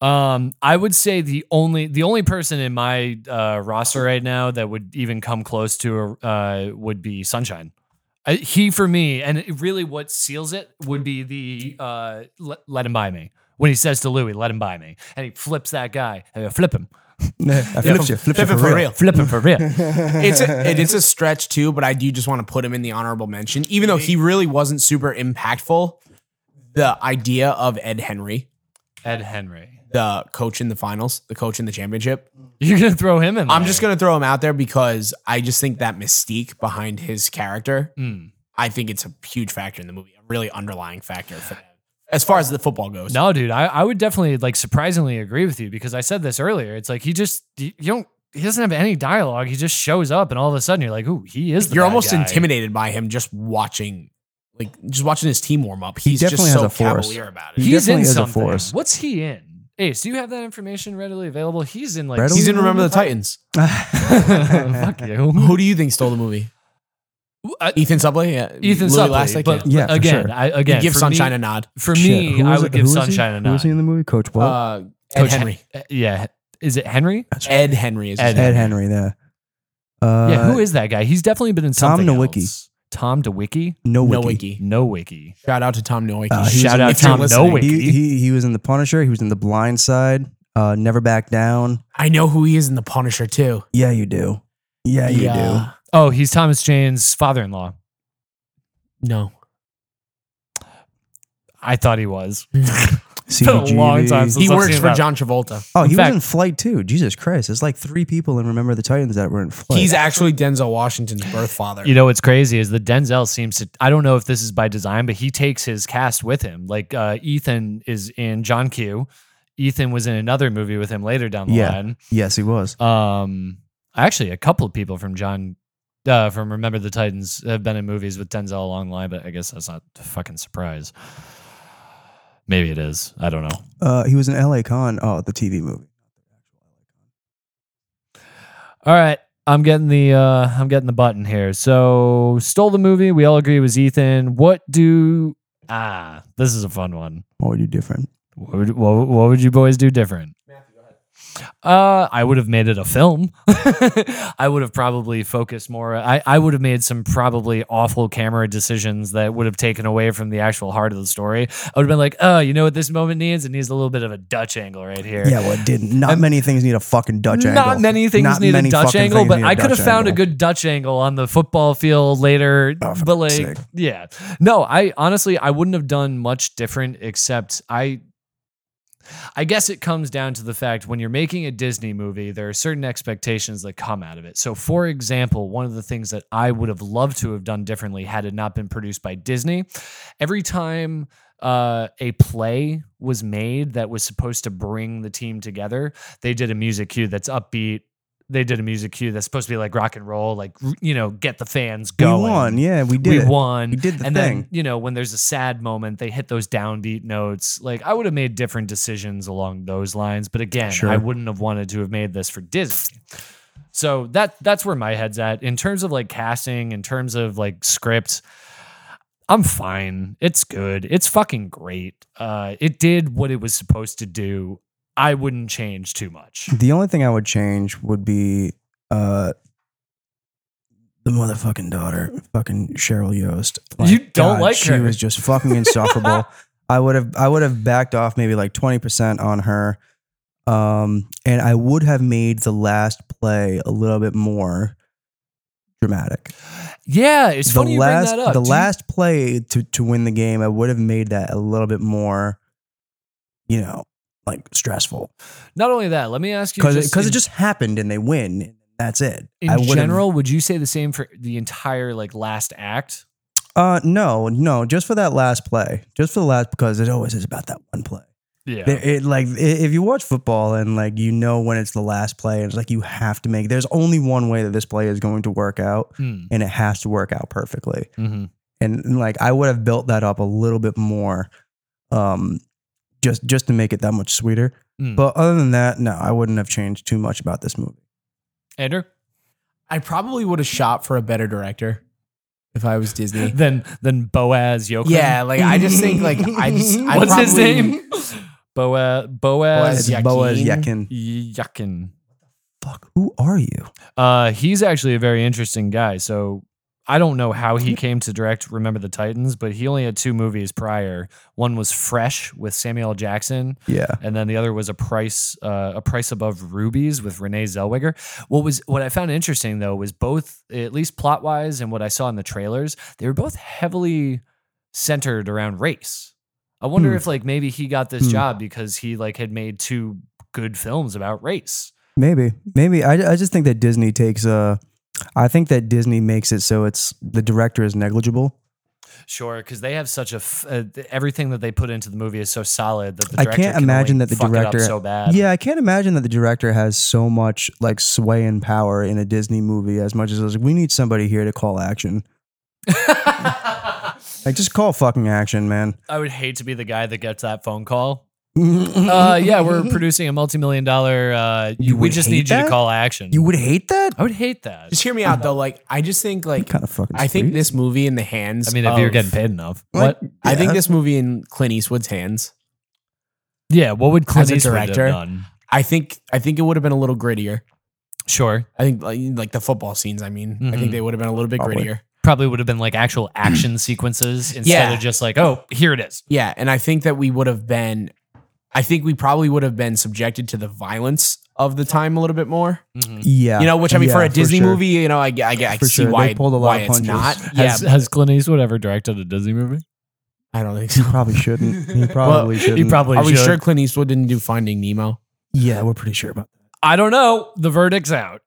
S4: Um, I would say the only the only person in my uh, roster right now that would even come close to uh, would be Sunshine. I, he for me, and it really what seals it would be the uh, let, let him buy me when he says to Louis, "Let him buy me," and he flips that guy, uh, flip him,
S5: I flipped you, flipped you for real.
S4: flip him for real.
S1: It's a, it is a stretch too, but I do just want to put him in the honorable mention, even though he really wasn't super impactful. The idea of Ed Henry,
S4: Ed Henry.
S1: the coach in the finals, the coach in the championship.
S4: You're gonna throw him in.
S1: I'm
S4: there.
S1: just gonna throw him out there because I just think that mystique behind his character.
S4: Mm.
S1: I think it's a huge factor in the movie, a really underlying factor for that. As far as the football goes,
S4: No, dude, I, I would definitely like surprisingly agree with you because I said this earlier. It's like he just you you don't he doesn't have any dialogue. He just shows up and all of a sudden you're like, ooh, he is. The
S1: you're
S4: bad
S1: almost
S4: guy."
S1: intimidated by him just watching, like just watching his team warm up. He's
S5: definitely
S1: just
S5: has
S1: so
S5: a force.
S1: cavalier about it.
S5: He
S4: He's in
S5: definitely is a
S4: something.
S5: force.
S4: What's he in? Ace, do you have that information readily available? He's in like.
S5: Readily?
S1: He's in Remember the Titans.
S4: Fuck you,
S1: Who do you think stole the movie?
S4: Uh,
S1: Ethan Subley? Yeah.
S4: Ethan
S1: Louis
S4: Subley.
S1: Lastic,
S4: But
S1: yeah.
S5: Yeah, for
S4: again,
S5: sure.
S4: I, again,
S1: give
S4: for
S1: Sunshine
S4: me,
S1: a nod.
S4: for
S5: Shit,
S4: me,
S5: who
S4: I
S5: was
S4: would
S5: it-
S4: give
S5: who was he?
S4: Sunshine a
S5: Who was he
S4: nod.
S5: in the movie? Coach what?
S1: Uh, Ed
S4: Coach
S1: Henry.
S4: Hen- yeah, is it Henry?
S5: Uh,
S1: Ed Henry is his
S4: Ed
S1: name.
S5: Ed Henry. There. Uh,
S4: yeah, who is that guy? He's definitely been in
S5: Tom
S4: something
S5: Nowicki.
S4: else. Tom DeWicki.
S5: No
S1: No
S5: Wiki.
S1: wiki.
S4: No wiki.
S1: Shout out to Tom Nowicki.
S5: Uh, he was
S4: Shout
S5: in-
S4: out
S1: if you're
S4: Tom
S1: listening,
S4: Nowicki.
S5: He, he he was in the Punisher. He was in the Blind Side. Uh, Never Back Down.
S1: I know who he is in The Punisher too.
S5: Yeah, you do. Yeah, you do.
S4: oh, he's Thomas Jane's father-in-law.
S1: do. No.
S4: I thought he was.
S5: CBGB.
S4: been a long time since-
S1: He
S4: I've
S1: works
S4: seen
S1: for
S4: that.
S1: John Travolta.
S5: Oh, he
S4: In fact-
S5: was in Flight too. Jesus Christ! It's like three people in Remember the Titans that were in Flight.
S1: He's actually Denzel Washington's birth father.
S4: You know what's crazy is that Denzel seems to. I don't know if this is by design, but he takes his cast with him. Like uh, Ethan is in John Q. Ethan was in another movie with him later down the
S5: Yeah.
S4: line.
S5: yes, he was.
S4: Um, actually, a couple of people from John, uh, from Remember the Titans have been in movies with Denzel along the line, but I guess that's not a fucking surprise. Maybe it is. I don't know.
S5: Uh, he was in L.A. Con. Oh, the TV movie.
S4: All right. I'm getting the uh I'm getting the button here. So stole the movie. We all agree it was Ethan. What do ah, this is a fun one.
S5: What would you different?
S4: What would what, what would you boys do different? Uh, I would have made it a film. I would have probably focused more. I, I would have made some probably awful camera decisions that would have taken away from the actual heart of the story. I would have been like, oh, you know what this moment needs? It needs a little bit of a Dutch angle right here.
S5: Yeah, well, it didn't. Not many things need a fucking Dutch
S4: Not
S5: angle.
S4: many things
S5: Not
S4: need
S5: many
S4: a Dutch
S5: fucking
S4: angle,
S5: things
S4: but
S5: need
S4: I could
S5: Dutch
S4: have found
S5: angle.
S4: a good Dutch angle on the football field later.
S5: Oh, for
S4: but like,
S5: fuck's sake.
S4: yeah, no, I honestly I wouldn't have done much different except I. I guess it comes down to the fact when you're making a Disney movie, there are certain expectations that come out of it. So, for example, one of the things that I would have loved to have done differently had it not been produced by Disney, every time uh, a play was made that was supposed to bring the team together, they did a music cue that's upbeat. They did a music cue that's supposed to be like rock and roll, like you know, get the fans going.
S5: We won. Yeah, we did.
S4: We
S5: it.
S4: won.
S5: We did the
S4: and
S5: thing.
S4: then, you know, when there's a sad moment, they hit those downbeat notes. Like I would have made different decisions along those lines, but again,
S5: Sure.
S4: I wouldn't have wanted to have made this for Disney. So that that's where my head's at in terms of like casting, in terms of like script. I'm fine. It's good. It's fucking great. Uh, it did what it was supposed to do. I wouldn't change too much.
S5: The only thing I would change would be uh, the motherfucking daughter, fucking Cheryl Yost.
S4: You don't like
S5: she
S4: her.
S5: was just fucking insufferable. I would have I would have backed off maybe like twenty percent on her, um, and I would have made the last play a little bit more dramatic.
S4: Yeah, it's funny you
S5: last
S4: bring that up.
S5: the
S4: Do you-
S5: last play to to win the game, I would have made that a little bit more, you know, like stressful
S4: not only that, let me ask you
S5: because because it,
S4: in-
S5: just happened and they win. and That's it.
S4: in
S5: I would've-
S4: general, would you say the same for the entire like last act?
S5: uh, no, no, just for that last play, just for the last because it always is about that one play.
S4: Yeah.
S5: It, it, like i if you watch football and like you know when it's the last play, it's like you have to make. There's only one way that this play is going to work out,
S4: Hmm.
S5: and it has to work out perfectly.
S4: Mm-hmm.
S5: And, and, like I would have built that up a little bit more, um, just just to make it that much sweeter.
S4: Mm.
S5: But other than that, no, I wouldn't have changed too much about this movie.
S4: Andrew?
S1: I probably would have shot for a better director if I was Disney.
S4: Then then Boaz Yoakum.
S1: yeah, like I just think like I just I
S4: What's his
S1: probably-
S4: name? Boaz Boaz
S1: Boaz Yakin.
S5: Boaz
S1: Yakin.
S5: Yakin.
S4: Yakin.
S5: Fuck, who are you?
S4: Uh he's actually a very interesting guy. So I don't know how he came to direct Remember the Titans, but he only had two movies prior. One was Fresh with Samuel L. Jackson,
S5: Yeah,
S4: and then the other was a price uh, a price above rubies with Renee Zellweger. What was what I found interesting though was both at least plot wise and what I saw in the trailers, they were both heavily centered around race. I wonder
S5: Hmm.
S4: if like maybe he got this
S5: Hmm.
S4: job because he like had made two good films about race.
S5: maybe, maybe. I I just think that Disney takes a. I think that Disney makes it so it's the director is negligible.
S4: Sure, because they have such a f- uh, th- everything that they put into the movie is so solid that the
S5: I
S4: director
S5: can't
S4: can
S5: imagine
S4: only
S5: that the
S4: fuck it up
S5: director-
S4: so bad.
S5: Yeah, I can't imagine that the director has so much like sway and power in a Disney movie as much as it's like, we need somebody here to call action. Like just call fucking action, man.
S4: I would hate to be the guy that gets that phone call uh, yeah, we're producing a multi-million dollar. Uh, you,
S5: You
S4: we
S5: would
S4: just
S5: hate
S4: need you to
S5: that?
S4: call action.
S5: You would hate that?
S4: I would hate that.
S1: Just hear me out though. Like I just think like
S5: Kind of fucking.
S1: I think
S5: sweet.
S1: this movie in the hands.
S4: I mean, if
S1: of-
S4: you're getting paid enough,
S5: Like,
S4: what?
S1: I think
S5: yeah.
S1: this movie in Clint Eastwood's hands.
S4: Yeah, what would Clint
S1: As a
S4: Eastwood have
S1: director?
S4: done?
S1: I think I think it would have been a little grittier.
S4: Sure.
S1: I think like, like the football scenes. I mean, I
S4: Mhm.
S1: think they would have been a little bit
S5: Probably.
S1: grittier.
S4: Probably would have been like actual action sequences instead
S1: Yeah.
S4: of just like, oh, here it is.
S1: Yeah, and I think that we would have been. I think we probably would have been subjected to the violence of the time a little bit more.
S4: Mm-hmm.
S5: Yeah,
S1: You know, which I mean,
S5: Yeah,
S1: for a Disney
S5: sure.
S1: movie, you know, I, I, I
S5: For
S1: see
S5: sure.
S1: why,
S5: They pulled a lot
S1: why
S5: of
S1: it's
S5: punches.
S1: not. Yeah,
S4: Has, has Clint Eastwood ever directed a Disney movie?
S1: I don't think so.
S5: probably shouldn't. He probably shouldn't.
S4: He probably
S1: Are we
S4: should.
S1: sure Clint Eastwood didn't do Finding Nemo?
S5: Yeah, we're pretty sure about that.
S4: I don't know. The verdict's out.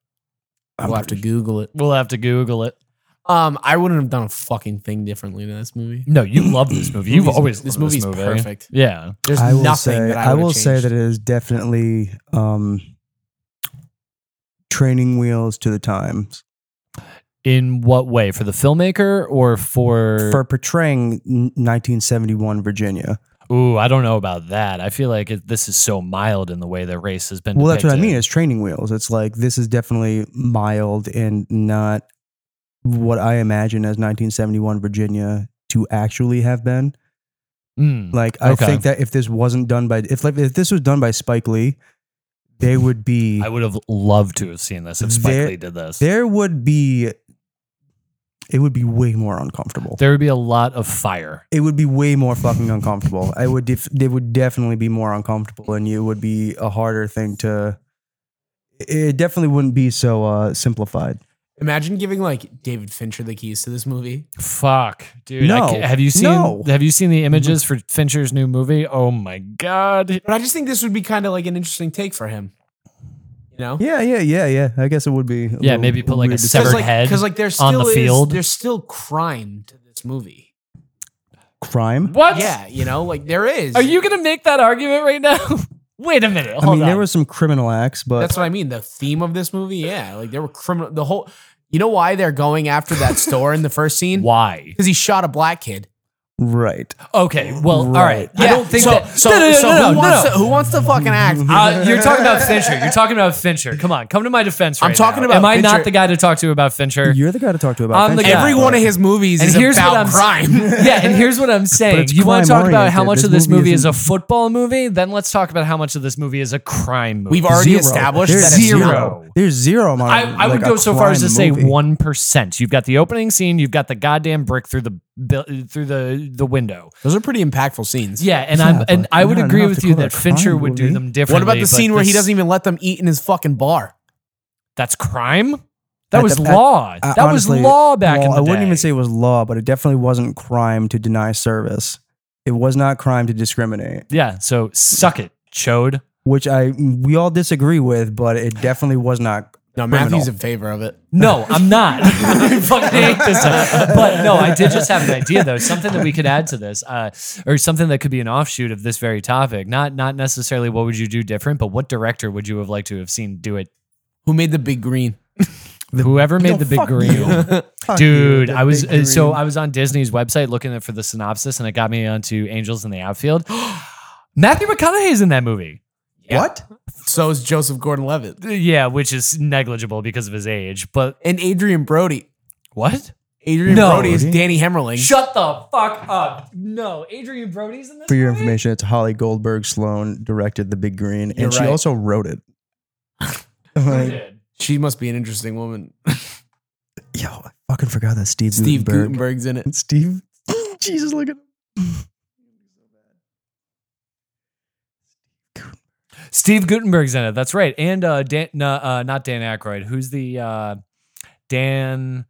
S5: I'm
S1: we'll have to
S5: pretty
S1: Google it.
S4: We'll have to Google it.
S1: Um, I wouldn't have done a fucking thing differently to this movie.
S4: No, you love this movie. You've
S1: Movie's-
S4: always
S1: this
S4: loved
S1: movie's
S4: movie.
S1: perfect.
S4: Yeah.
S1: There's
S5: I will
S1: nothing
S5: say,
S1: that I,
S5: I,
S1: would've
S5: will say
S1: changed.
S5: that it is definitely um, training wheels to the times
S4: In what way? For the filmmaker or for
S5: for portraying n- 1971 Virginia.
S4: Ooh, I don't know about that. I feel like it, this is so mild in the way the race has been.
S5: Well, that's what I
S4: depicted.
S5: mean. It's training wheels. It's like this is definitely mild and not what I imagine as 1971 Virginia to actually have been.
S4: Mm.
S5: Like I
S4: Okay.
S5: think that if this wasn't done by if like if this was done by Spike Lee, they would be
S4: I would have loved to have seen this if Spike
S5: There-
S4: Lee did this. There,
S5: there would be it would be way more uncomfortable.
S4: would be a lot of fire.
S5: It would be way more fucking uncomfortable. I would def- it would definitely be more uncomfortable and it would be a harder thing to it definitely wouldn't be so uh simplified.
S1: Imagine giving like David Fincher the keys to this movie.
S4: Fuck, dude.
S5: No.
S4: I can't- have you seen?
S5: No.
S4: Have you seen the images for Fincher's new movie? Oh my god.
S1: But I just think this would be kind of like an interesting take for him. You know?
S5: Yeah, yeah, yeah, yeah. I guess it would be. a little
S4: maybe put, like, a
S5: weird to-
S4: severed
S1: like,
S4: head
S1: Because like there's still
S4: on the field.
S1: Is, there's still crime to this movie.
S5: crime.
S4: What?
S1: Yeah, you know, like there is.
S4: Are you gonna make that argument right now? Wait a minute.
S5: I
S4: Hold
S5: mean,
S4: on.
S5: there was some criminal acts, but
S1: That's what I mean. The theme of this movie, yeah, like there were criminal. The whole, you know, why they're going after that store in the first scene?
S4: Why?
S1: Because he shot a black kid.
S5: right.
S4: Okay. Well, all right. I don't think
S1: so.
S4: that.
S1: So,
S4: no, no, no,
S1: so
S4: no, no,
S1: who, wants
S4: no.
S1: To, who wants to fucking act?
S4: Uh, you're talking about Fincher. You're talking about Fincher. Come on, come to my defense.
S1: I'm
S4: right
S1: talking
S4: now.
S1: about
S4: Am I
S1: Fincher.
S4: not the guy to talk to about Fincher?
S5: You're the guy to talk to about.
S4: I'm the
S5: Fenty,
S4: guy.
S1: Every
S5: but-
S1: one of his movies
S4: And
S1: is
S4: here's what
S1: about
S4: I'm-
S1: crime.
S4: yeah, and here's what I'm saying.
S5: it's
S4: You want to talk about how
S5: crime-oriented.
S4: much of
S5: This
S4: this
S5: movie
S4: movie is a
S5: isn't-
S4: football movie? Then let's talk about how much of this movie is a crime movie.
S1: We've already established
S5: There's
S1: that it's
S4: zero.
S1: not.
S5: There's zero amount.
S4: I,
S5: of,
S4: I would
S5: like, a
S4: go so far as to
S5: crime
S4: say
S5: movie.
S4: one percent. You've got the opening scene. You've got the goddamn brick through the bu- through the the window.
S1: Those are pretty impactful scenes.
S4: Yeah, and
S5: Yeah,
S4: I'm and
S5: but
S4: I would
S5: not
S4: agree
S5: enough
S4: with
S5: to
S4: you
S5: call it
S4: that
S5: a
S4: Fincher
S5: crime
S4: would do
S5: movie.
S4: them differently.
S1: What about the
S4: but
S1: scene where he
S4: this-
S1: doesn't even let them eat in his fucking bar?
S4: That's crime. That
S5: At
S4: was
S5: the- at-
S4: law.
S5: I-
S4: that
S5: honestly,
S4: was law back
S5: well,
S4: in the
S5: I wouldn't
S4: day.
S5: even say it was law, but it definitely wasn't crime to deny service. It was not crime to discriminate,
S4: Yeah. So suck it, chode.
S5: which I we all disagree with, but it definitely was not.
S1: No, Matthew's
S5: Matthew's
S1: in favor of it.
S4: No, I'm not. I fucking hate this. But no, I did just have an idea though, something that we could add to this, uh, or something that could be an offshoot of this very topic. Not not necessarily what would you do different, but what director would you have liked to have seen do it?
S1: Who made the big green?
S4: Whoever made
S5: No,
S4: the big
S5: fuck
S4: green.
S5: you. Fuck you,
S4: Dude,
S5: the
S4: I was
S5: big
S4: uh, so
S5: green.
S4: I was on Disney's website looking for the synopsis, and it got me onto Angels in the Outfield. Matthew McConaughey's in that movie.
S5: what?
S1: So is Joseph Gordon-Levitt
S4: Yeah, which is negligible because of his age. But
S1: and Adrian Brody.
S4: what?
S1: Adrian
S4: No.
S1: Brody is Danny Hemmerling.
S4: Shut the fuck up! No, Adrian Brody's in this.
S5: For your
S4: movie?
S5: information, it's Holly Goldberg Sloan directed The Big Green, and
S1: You're
S5: she
S1: right.
S5: also wrote it. like,
S1: she must be an interesting woman.
S5: yo, I fucking forgot that Steve,
S1: Steve
S5: Gutenberg.
S1: Gutenberg's in it.
S5: Steve, Jesus, look at
S4: Steve Gutenberg's in it. That's right. And uh, Dan, no, uh, not Dan Aykroyd. Who's the uh, Dan?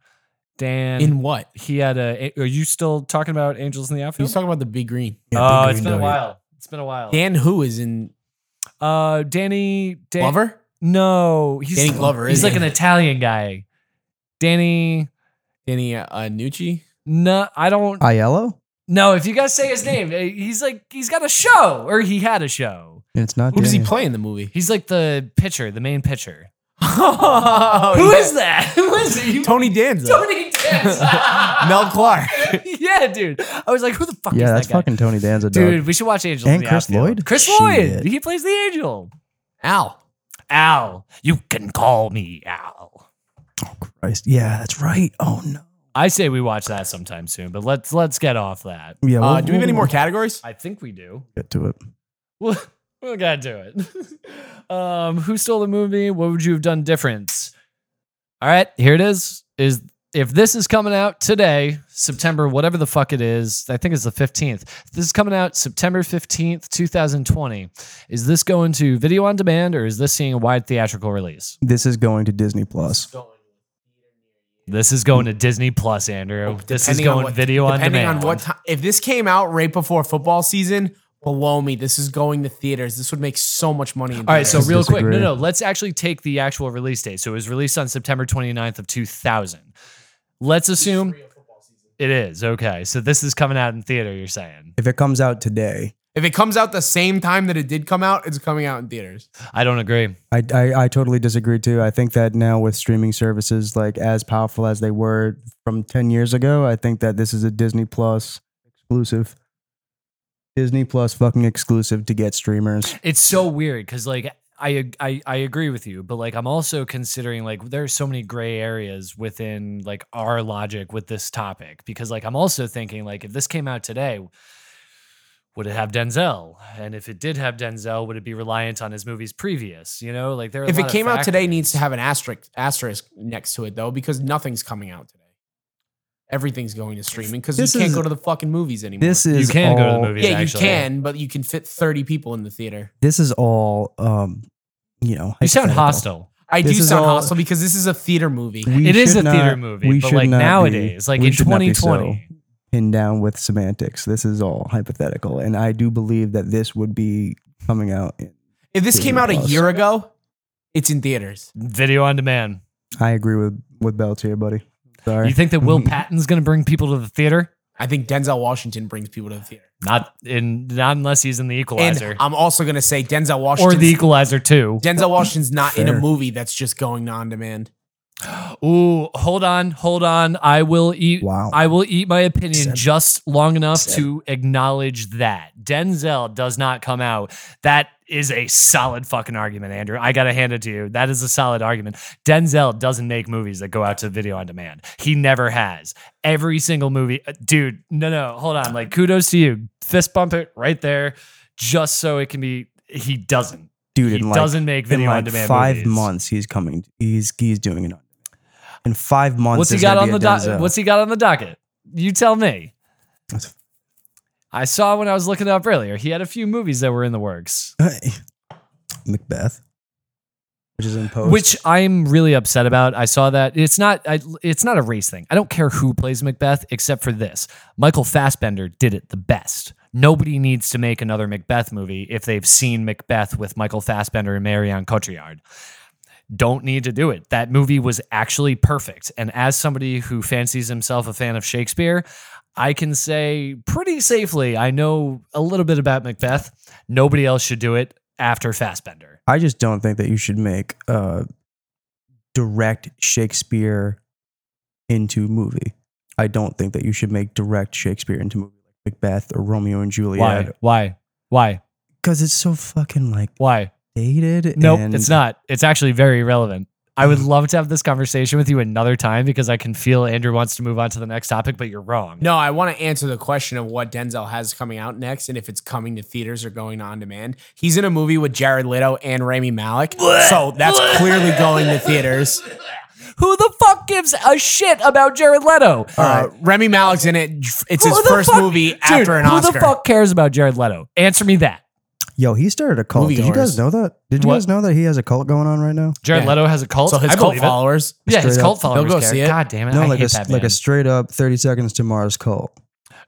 S4: Dan.
S1: In what?
S4: he had a. Are you still talking about Angels in the Outfield?
S1: He's talking about the big green.
S5: Yeah,
S4: oh,
S5: Big
S4: it's
S5: Green
S4: been a
S5: Dog.
S4: while. It's been a while.
S1: Dan who is in
S4: uh, Danny. Dan,
S1: Glover?
S4: No, he's
S1: Danny Glover,
S4: He's
S1: isn't
S4: like an
S1: he?
S4: Italian guy. Danny.
S1: Danny uh, Nucci?
S4: No, I don't.
S1: Uh,
S5: Aiello.
S4: No, if you guys say his name, eh, he's like he's got a show or he had a show.
S5: And it's not.
S1: Who does he
S5: Daniel.
S1: play in the movie?
S4: He's like the pitcher, the main pitcher.
S1: oh,
S4: Who
S1: yeah.
S4: is that? Who is it? You
S1: Tony Danza?
S4: Tony Danza.
S1: Mel Clark.
S4: yeah, dude. I was like, who the fuck
S5: Yeah,
S4: is
S5: that's
S4: that guy?
S5: fucking Tony Danza, dog.
S4: dude, we should watch Angels.
S5: And
S4: in the
S5: Chris
S4: Outfield.
S5: Lloyd?
S4: Chris
S5: Shit.
S4: Lloyd. He plays the angel.
S1: Al.
S4: Al. You can call me Al.
S5: Christ. Yeah, that's right. Oh no.
S4: I say we watch that sometime soon, but let's let's get off that.
S5: Yeah.
S1: Uh,
S5: we'll-
S1: do we have any
S5: we'll
S1: more categories?
S4: I think we do.
S5: Get to it.
S4: Well, We gotta do it. um, who stole the movie? What would you have done different? All right, here it is. Is if this is coming out today, September, whatever the fuck it is, I think it's the 15th. If This is coming out September 15th, 2020. Is this going to video on demand or is this seeing a wide theatrical release?
S5: This is going to Disney Plus.
S4: This is going to Disney Plus, Andrew. this is
S1: Depending on
S4: going
S1: what-
S4: video on demand.
S1: depending on what time. If this came out right before football season, below me, this is going to theaters. This would make so much money. In
S4: All right, so
S1: theaters.
S4: real quick, no,
S5: disagree.
S4: no, let's actually take the actual release date. So it was released on September 29th of 2000. Let's assume it is. Okay. So this is coming out in theater, you're saying.
S5: If it comes out today,
S1: if it comes out the same time that it did come out, it's coming out in theaters.
S4: I don't agree.
S5: I, I, I totally disagree too. I think that now with streaming services like as powerful as they were from 10 years ago, I think that this is a Disney Plus exclusive. Disney Plus fucking exclusive to get streamers.
S4: It's so weird because like I, I I agree with you, but like I'm also considering like there are so many gray areas within like our logic with this topic because like I'm also thinking like if this came out today, would it have Denzel? And if it did have Denzel, would it be reliant on his movies previous? You know, like there. Are a
S1: If
S4: lot
S1: it
S4: of
S1: came out today, it
S4: factors.
S1: needs to have an asterisk asterisk next to it though, because nothing's coming out today. Everything's going to streaming because you
S5: This
S1: can't
S5: is-
S1: go to the fucking movies anymore.
S5: This is
S4: you can
S5: all,
S4: go to the movies.
S1: yeah,
S4: actually.
S1: you can, but you can fit thirty people in the theater.
S5: This is all um you know.
S4: You sound
S5: hypothetical.
S4: hostile.
S1: I
S5: This
S1: do
S5: is
S1: sound
S5: all-
S1: hostile because this is a theater movie.
S5: We
S4: It is
S5: should
S4: a theater
S5: not-
S4: movie,
S5: we
S4: but
S5: should
S4: like
S5: not be-
S4: nowadays, like
S5: we
S4: in
S5: should not be
S4: 2020.
S5: so pinned down with semantics. This is all hypothetical, and I do believe that this would be coming out. in-
S1: If this came out a
S5: Plus.
S1: year ago, it's in theaters.
S4: Video on demand.
S5: I agree with with Belts here, buddy. Sorry,
S4: You think that
S5: Mm-hmm.
S4: Will Patton's going to bring people to the theater?
S1: I think Denzel Washington brings people to the theater.
S4: Not in not unless he's in the Equalizer.
S1: And I'm also going to say Denzel
S4: or
S1: Washington.
S4: the Equalizer too.
S1: Denzel Washington's not in a
S5: Fair.
S1: movie that's just going on demand.
S4: Ooh, hold on, hold on. I will eat.
S5: Wow.
S4: I will eat my opinion
S5: Said-
S4: just long enough
S5: Said.
S4: to acknowledge that Denzel does not come out. That is a solid fucking argument, Andrew. I gotta hand it to you. That is a solid argument. Denzel doesn't make movies that go out to video on demand. He never has. Every single movie, uh, dude. No, no, hold on. Like kudos to you. Fist bump it right there, just so it can be. He doesn't.
S5: dude,
S4: He
S5: in like,
S4: doesn't make
S5: in
S4: video on
S5: like
S4: demand.
S5: five
S4: movies.
S5: months, he's coming. He's he's doing it. on- In five months,
S4: What's he
S5: there's
S4: got
S5: gonna
S4: on
S5: be
S4: the
S5: a
S4: docket?
S5: Denzel.
S4: What's he got on the docket? You tell me.
S5: That's-
S4: I saw when I was looking it up earlier. He had a few movies that were in the works,
S5: Macbeth, which is in post.
S4: which I'm really upset about. I saw that it's not I, it's not a race thing. I don't care who plays Macbeth except for this. Michael Fassbender did it the best. Nobody needs to make another Macbeth movie if they've seen Macbeth with Michael Fassbender and Marion Cotillard. don't need to do it. That movie was actually perfect. And as somebody who fancies himself a fan of Shakespeare, I can say pretty safely I know a little bit about Macbeth. Nobody else should do it after Fassbender.
S5: I just don't think that you should make uh, direct Shakespeare into movie. I don't think that you should make direct Shakespeare into movie like Macbeth or Romeo and Juliet
S4: Why? Why?
S5: because it's so fucking like
S4: Why?
S5: dated.
S4: Nope,
S5: and Hmm.
S4: it's not. It's actually very relevant. I would love to have this conversation with you another time because I can feel Andrew wants to move on to the next topic, but you're wrong.
S1: No, I want to answer the question of what Denzel has coming out next and if it's coming to theaters or going on demand. He's in a movie with Jared Leto and Rami Malik. So that's clearly going to theaters.
S4: Who the fuck gives a shit about Jared Leto?
S1: Uh, Remy Malik's in it. It's
S4: Who
S1: his
S4: the
S1: first
S4: fuck-
S1: movie
S4: Dude,
S1: after an Oscar.
S4: Who the fuck cares about Jared Leto? Answer me that.
S5: Yo, he started a cult. Did you
S1: Moviegoers.
S5: guys know that? Did you
S4: What?
S5: guys know that he has a cult going on right now?
S4: Jared
S1: Yeah.
S4: Leto has a cult.
S1: So his
S4: I
S1: cult
S4: believe it.
S1: followers.
S4: Yeah, his
S5: Straight
S4: cult
S5: up.
S4: followers.
S1: They'll go
S4: care.
S1: see it.
S4: God damn it!
S5: No,
S4: I
S5: like
S4: hate
S5: a
S4: that
S5: like
S4: man.
S5: a straight up Thirty Seconds to Mars cult.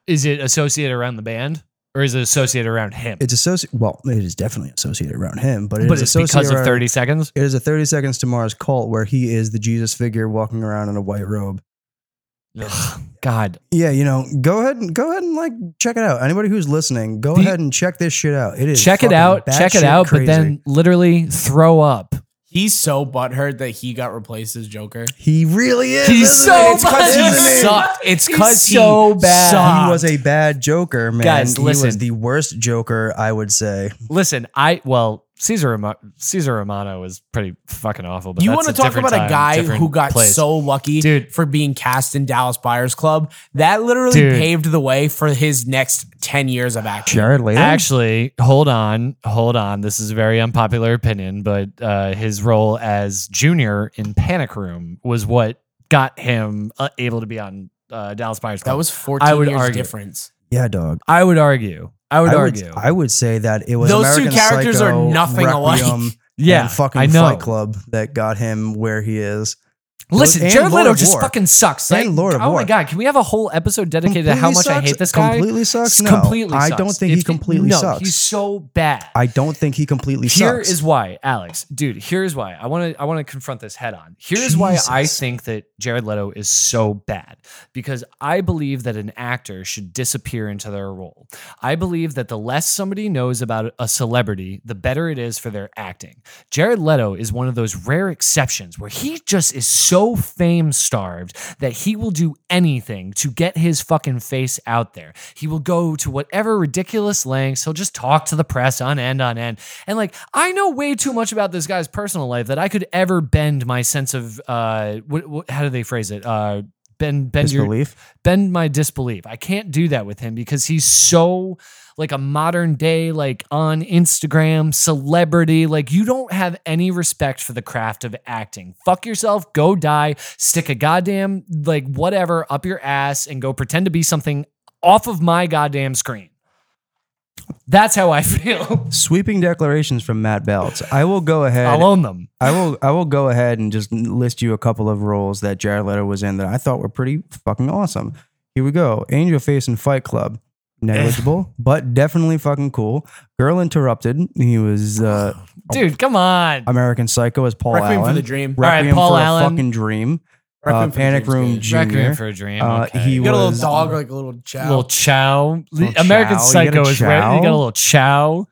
S4: is it associated around the band or is it associated around him?
S5: It's associated. Well, it is definitely associated around him, but it is
S4: but it's
S5: associated
S4: because of
S5: around-
S4: thirty seconds.
S5: It is a Thirty Seconds to Mars cult where he is the Jesus figure walking around in a white robe.
S4: Ugh, God,
S5: Yeah, you know, go ahead and go ahead and like check it out. Anybody who's listening, go
S4: The-
S5: ahead and check this shit out. It is
S4: check it
S5: fucking
S4: out, check it
S5: batshit
S4: out,
S5: crazy.
S4: but then literally throw up.
S1: He's so butthurt that he got replaced as Joker.
S5: he really is.
S4: He's
S5: isn't
S4: so
S5: he?
S1: It's because he
S5: Isn't he?
S1: sucked. It's
S4: Oh He's
S1: because
S4: so
S1: he
S4: bad.
S1: Sucked.
S5: He was a bad Joker, man.
S4: Guys,
S5: he
S4: listen.
S5: was the worst Joker, I would say.
S4: Listen, I well, Caesar Roma- Caesar Romano is pretty fucking awful. But
S1: you
S4: want to
S1: talk about a guy who got so lucky
S4: Dude.
S1: for being cast in Dallas Buyers Club? That literally
S4: Dude.
S1: paved the way for his next 10 years of action.
S5: Jared Leto.
S4: Actually, hold on, hold on. This is a very unpopular opinion, but uh, his role as Junior in Panic Room was what got him uh, able to be on uh, Dallas Buyers Club.
S1: That was 14
S4: I would
S1: years
S4: argue.
S1: difference.
S5: yeah, dog.
S4: I would argue. I would argue.
S5: I would say that it was
S1: Those two
S5: American
S1: characters are
S5: Psycho,
S1: nothing alike.
S5: Requiem,
S4: yeah,
S5: and fucking
S4: I know.
S5: Fight Club that got him where he is.
S4: Listen,
S5: And
S4: Jared
S5: Lord
S4: Leto
S5: of
S4: just
S5: War.
S4: fucking sucks.
S5: And
S4: Like,
S5: Lord of
S4: oh
S5: War.
S4: my god, can we have a whole episode dedicated to how much
S5: Completely
S4: I hate
S5: sucks-
S4: this guy?
S5: Completely sucks. No,
S4: completely.
S5: I
S4: sucks.
S5: don't think he
S4: It's-
S5: completely
S4: no,
S5: sucks.
S4: He's so bad.
S5: I don't think he completely
S4: Here
S5: sucks.
S4: is why, Alex, dude. Here is why. I want to. I want to confront this head on. Here is why I
S5: Jesus.
S4: think that Jared Leto is so bad because I believe that an actor should disappear into their role. I believe that the less somebody knows about a celebrity, the better it is for their acting. Jared Leto is one of those rare exceptions where he just is so fame starved that he will do anything to get his fucking face out there. He will go to whatever ridiculous lengths. He'll just talk to the press on end on end. And like, I know way too much about this guy's personal life that I could ever bend my sense of uh, what, what, how do they phrase it? Uh, bend bend your
S5: Disbelief.
S4: bend my disbelief. I can't do that with him because he's so like a modern day, like on Instagram celebrity. Like you don't have any respect for the craft of acting. Fuck yourself, go die, stick a goddamn like whatever up your ass and go pretend to be something off of my goddamn screen. That's how I feel.
S5: Sweeping declarations from Matt Belts. I will go ahead.
S4: I'll own them.
S5: I will I will go ahead and just list you a couple of roles that Jared Leto was in that I thought were pretty fucking awesome. Here we go. Angel Face and Fight Club.
S4: Eh.
S5: Negligible, but definitely fucking cool. Girl Interrupted. He was uh,
S4: Dude, come on.
S5: American Psycho as Paul
S1: Requiem
S5: Allen.
S1: for the Dream.
S4: All right,
S5: Requiem
S4: Paul
S5: for
S4: Allen.
S5: a fucking dream.
S1: Requiem
S5: Uh,
S1: for the
S5: Panic
S1: Dream's
S5: Room
S1: good.
S5: Junior.
S4: Requiem for a dream.
S5: Uh,
S4: okay.
S5: he
S4: You
S1: You got a little
S5: was-
S1: dog, like a little chow.
S4: little chow.
S5: Little
S4: American
S5: chow. You got a
S4: Psycho is where you got
S5: chow?
S4: a little chow.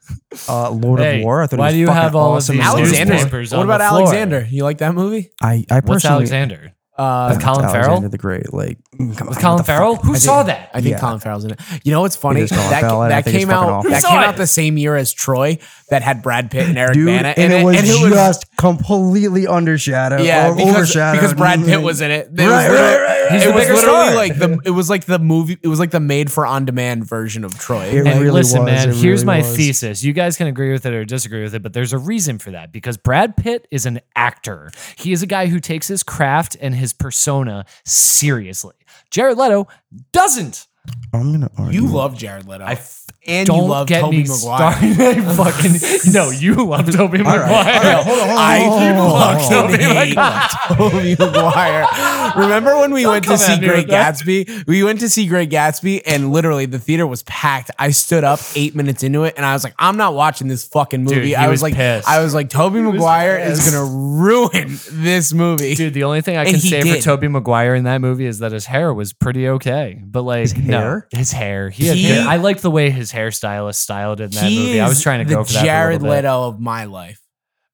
S5: Uh, Lord
S4: Hey,
S5: of War. I thought
S4: why
S5: it was
S4: do you
S5: fucking
S4: have all of
S5: awesome.
S4: these
S5: as well.
S1: Alexander.
S4: newspapers
S1: What
S4: on
S1: about
S4: the floor?
S1: Alexander? You like that movie?
S5: I I personally
S4: What's Alexander?
S1: Uh,
S5: That's
S4: Colin Farrell?
S5: Alexander the Great. Like come on,
S4: With
S5: what
S4: Colin
S5: the fuck?
S4: Farrell? Who saw that?
S1: I think
S5: Yeah.
S1: Colin Farrell's in it. You know what's
S5: It
S1: funny?
S5: is Colin
S1: That,
S5: Farrell, and I
S1: that
S5: think it's
S1: came
S5: fucking
S1: out
S5: awful.
S1: that
S4: Who
S1: came
S4: saw
S1: out
S4: it?
S1: the same year as Troy that had Brad Pitt and Eric
S5: Dude,
S1: Bana,
S5: and, it was
S1: and
S5: just completely undershadowed.
S1: yeah
S5: or
S1: because,
S5: overshadowed.
S1: because Brad Pitt was in it. It was
S5: Right,
S1: literally-
S5: right, right, right.
S4: He's
S1: it
S4: the
S1: was
S4: bigger
S1: literally
S4: star.
S1: like the it was like the movie it was like the made for on demand version of Troy.
S5: It
S4: And
S5: really
S4: listen,
S5: was,
S4: man,
S5: it
S4: here's
S5: really
S4: my
S5: was.
S4: thesis. You guys can agree with it or disagree with it, but there's a reason for that because Brad Pitt is an actor. He is a guy who takes his craft and his persona seriously. Jared Leto doesn't.
S5: I'm gonna argue.
S1: you love Jared Leto.
S4: I f-
S1: and
S4: Don't
S1: you love
S4: get
S1: Toby
S4: me
S1: Maguire.
S4: started. fucking no, you love Toby
S5: All right, all right,
S4: Maguire.
S5: hold on, hold on,
S1: I
S5: hold on, hold on,
S1: love
S5: hold on.
S1: Toby Maguire. Toby Maguire. Remember when we went to
S4: come
S1: see
S4: at me
S1: Great
S4: with that.
S1: Gatsby? We went to see Great Gatsby, and literally the theater was packed. I stood up eight minutes into it, and I was like, "I'm not watching this fucking movie."
S4: he
S1: I was,
S4: was
S1: like,
S4: pissed.
S1: "I was like, Toby Maguire is
S4: pissed.
S1: gonna ruin this movie."
S4: Dude, the only thing I
S1: And
S4: can
S1: he
S4: say
S1: did.
S4: for Toby Maguire in that movie is that his hair was pretty okay. But like his
S5: hair?
S4: no, his hair. He, had
S1: He-
S4: hair. I liked the way his hairstylist styled it in that
S1: He
S4: movie. I was
S1: is
S4: trying to
S1: the
S4: go for that. for a
S1: Jared
S4: little bit.
S1: Leto of my life.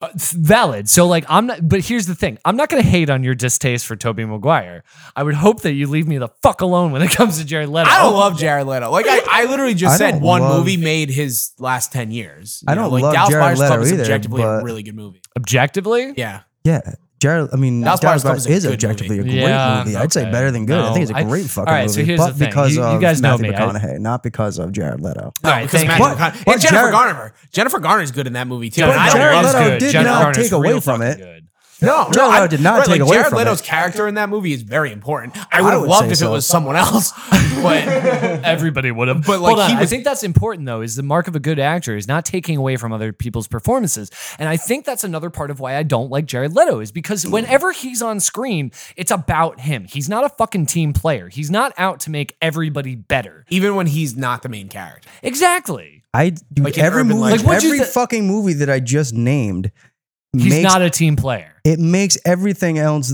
S4: Uh, valid. So like I'm not but here's the thing. I'm not going to hate on your distaste for Toby Maguire. I would hope that you leave me the fuck alone when it comes to Jared Leto.
S1: I don't love Jared Leto. Like I, I literally just
S5: I
S1: said,
S5: don't
S1: one
S5: love-
S1: movie made his last ten years.
S5: I
S1: You know,
S5: don't
S1: like
S5: love
S1: Dallas
S5: Jared
S1: Buyers Club
S5: Leto
S1: is
S5: either,
S1: objectively a
S5: but-
S1: really good movie.
S4: objectively.
S1: Yeah,
S5: Yeah, Jared. I mean,
S1: Dallas Buyers
S5: Dallas,
S1: Club
S5: Buyers
S1: is a
S5: is
S1: good
S5: objectively a
S4: movie.
S5: great
S4: Yeah,
S5: movie. I'd say
S4: okay.
S5: better than good. I think it's
S4: No,
S5: a great
S4: I-
S5: fucking
S4: all right, so
S5: movie.
S4: here's
S5: but
S4: the thing.
S5: because
S4: You- you
S5: of
S4: guys know
S5: Matthew
S4: me. I-
S5: McConaughey, not because of Jared Leto.
S1: No,
S4: All right,
S1: because
S4: thank
S1: Matthew
S4: you.
S1: McConaughey and
S5: But
S1: Jennifer
S5: Jared-
S1: Garner. Jennifer Garner's good in that movie too.
S5: But
S1: and I don't
S5: Jared
S1: love
S5: Leto
S1: Jared-
S5: did
S4: Jennifer
S5: not
S4: Garner's
S5: take away
S4: real
S5: from
S4: fucking
S5: it.
S4: Good.
S1: No,
S5: Jared
S1: I-
S5: Leto did not
S1: right,
S5: take
S1: like,
S5: away
S1: Jared
S5: from
S1: Leto's
S5: it.
S1: character in that movie is very important. I would
S5: I
S1: have
S5: would
S1: loved if
S5: say
S1: it
S5: so.
S1: was someone else, but
S4: Everybody would have.
S1: But,
S4: But
S1: like,
S4: like, Hold on.
S1: he
S4: I
S1: was-
S4: think that's important though. Is the mark of a good actor is not taking away from other people's performances, and I think that's another part of why I don't like Jared Leto is because whenever he's on screen, it's about him. He's not a fucking team player. He's not out to make everybody better.
S1: even when he's not the main character,
S4: Exactly.
S5: I dude,
S1: Like in
S5: every
S1: Urban
S5: movie,
S1: Legend.
S4: Like, what'd you
S5: every
S4: th-
S5: fucking movie that I just named
S4: He's
S5: makes
S4: not a team player.
S5: it makes everything else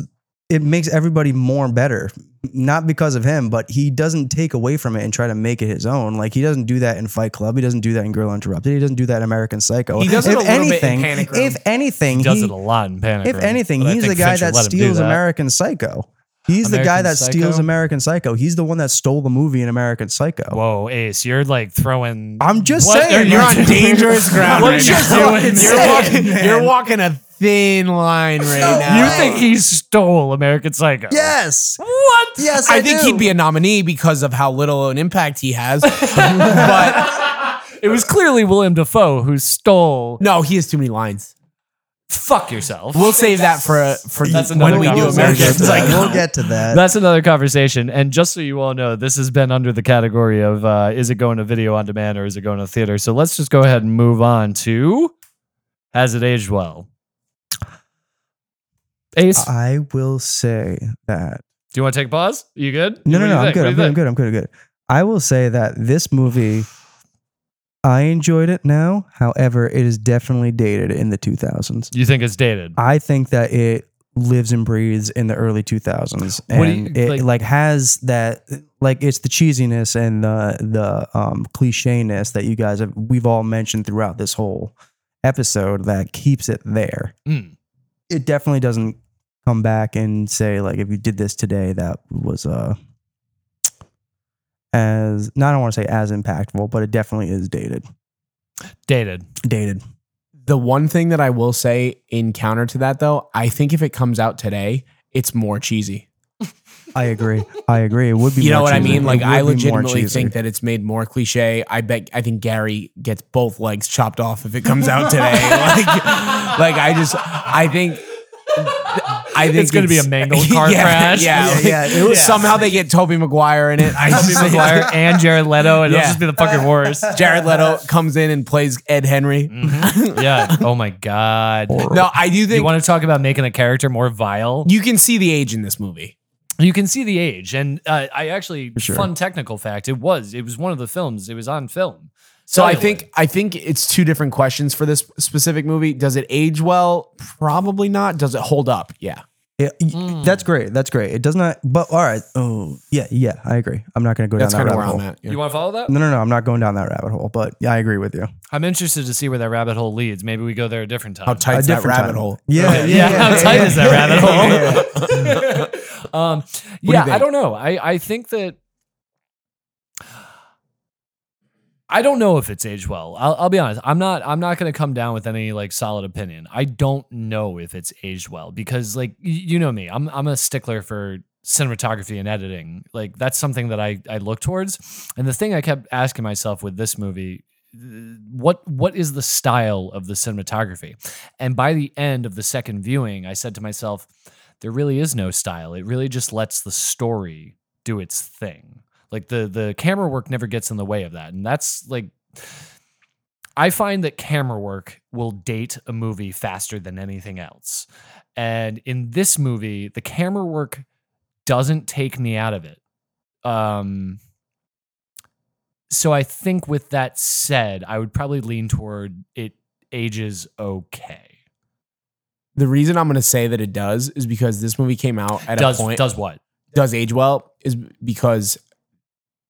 S5: it makes everybody more better not because of him but he doesn't take away from it and try to make it his own like he doesn't do that in fight club he doesn't do that in girl interrupted he doesn't do that in american psycho
S1: He does it
S5: if
S1: a little bit in
S5: anything
S1: Panic Room.
S5: if anything
S4: He does
S5: he-
S4: it a lot in Panic.
S5: if
S4: Room,
S5: anything
S4: but I
S5: he's the
S4: think
S5: guy
S4: Fincher
S5: that
S4: let him do
S5: steals
S4: that.
S5: american psycho He's the guy
S4: American
S5: that steals
S4: Psycho?
S5: American Psycho. He's the one that stole the movie in American Psycho.
S4: Whoa, Ace, you're like throwing.
S5: I'm just
S4: What?
S5: saying.
S1: You're on dangerous ground
S4: What
S1: right
S4: you
S1: now.
S4: doing?
S1: You're
S4: Say it,
S1: walking,
S5: man.
S1: you're walking a thin line right now.
S4: You think he stole American Psycho?
S5: Yes.
S4: What?
S5: Yes. I,
S1: I think
S5: do.
S1: he'd be a nominee because of how little an impact he has. but
S4: It was clearly William Defoe who stole.
S1: no, he has too many lines.
S4: Fuck yourself.
S1: We'll save that for for
S4: That's
S1: when
S4: another
S1: we
S5: We'll,
S1: do
S5: we'll,
S4: conversation.
S1: American
S5: get to that.
S1: Psycho.
S5: we'll get to that.
S4: That's another conversation. And just so you all know, this has been under the category of uh, is it going to video on demand or is it going to theater? So let's just go ahead and move on to Has It Aged Well? Ace,
S5: I will say that.
S4: do you want to take a pause? You good? What do
S5: No, no, no.
S4: you
S5: I'm
S4: think?
S5: good.
S4: What do
S5: I'm good.
S4: you
S5: I'm
S4: think?
S5: good. I'm good. I'm good. I will say that this movie, I enjoyed it now. However, it is definitely dated in the 2000s.
S4: You think it's dated?
S5: I think that it lives and breathes in the early 2000s,
S4: What do
S5: and
S4: you-
S5: it
S4: like-
S5: like, has that like it's the cheesiness and the the um, clicheness that you guys have we've all mentioned throughout this whole episode that keeps it there.
S1: Hmm.
S4: Mm.
S5: It definitely doesn't come back and say like if you did this today that was uh as no, I don't want to say as impactful, but it definitely is dated.
S4: Dated.
S5: Dated.
S1: The one thing that I will say in counter to that though, I think if it comes out today, it's more cheesy.
S5: I agree. I agree. It would be
S1: You know
S5: more
S1: what I
S5: cheesy.
S1: mean?
S5: It
S1: Like
S5: would
S1: I
S5: be more
S1: legitimately
S5: cheesy.
S1: think that it's made more cliche. I bet I think Gary gets both legs chopped off if it comes out today. like, like I just I think I think
S4: It's gonna be a mangled car
S1: yeah,
S4: crash.
S1: Yeah,
S5: Yeah, yeah, it was-
S1: somehow they get Toby Maguire in it. I
S4: Tommy
S1: just,
S4: McGuire and Jared Leto. It'll
S1: Yeah.
S4: just be the fucking worst.
S1: Jared Leto comes in and plays Ed Henry.
S4: yeah. Oh my God.
S1: No, I do
S4: You
S1: think
S4: want to talk about making a character more vile?
S1: you can see the age in this movie.
S4: You can see the age, and uh, I actually
S5: sure.
S4: fun technical fact. It was it was one of the films. It was on film.
S1: So I
S4: Totally.
S1: think I think it's two different questions for this specific movie. Does it age well? Probably not. Does it hold up? Yeah.
S5: It, y-
S4: Hmm.
S5: That's great. That's great. It does not. But all right. Oh yeah, yeah. I agree. I'm not going to go
S1: That's
S5: down
S1: kind
S5: that
S1: of
S5: rabbit
S1: where
S5: hole.
S1: I'm at. yeah.
S4: You want to follow that?
S5: No, no, no. I'm not going down that rabbit hole. But yeah, I agree with you.
S4: I'm interested to see where that rabbit hole leads. Maybe we go there a different time.
S1: How tight's
S5: a
S1: that
S5: different
S1: rabbit
S5: time.
S1: hole?
S5: Yeah, yeah.
S4: yeah,
S5: yeah,
S4: how tight
S5: yeah,
S4: is that
S5: yeah,
S4: rabbit
S5: yeah,
S4: hole?
S5: yeah, yeah.
S4: um,
S1: you
S4: yeah, I
S1: think?
S4: don't know. I, I think that I don't know if it's aged well. I'll, I'll be honest. I'm not. I'm not going to come down with any like solid opinion. I don't know if it's aged well because like y- you know me, I'm I'm a stickler for cinematography and editing. Like that's something that I I look towards. And the thing I kept asking myself with this movie what what is the style of the cinematography and by the end of the second viewing i said to myself there really is no style it really just lets the story do its thing like the the camera work never gets in the way of that and that's like i find that camera work will date a movie faster than anything else and in this movie the camera work doesn't take me out of it um so I think with that said, I would probably lean toward it ages okay.
S1: The reason I'm going to say that it does is because this movie came out at
S4: does
S1: a point
S4: does what?
S1: does age well is because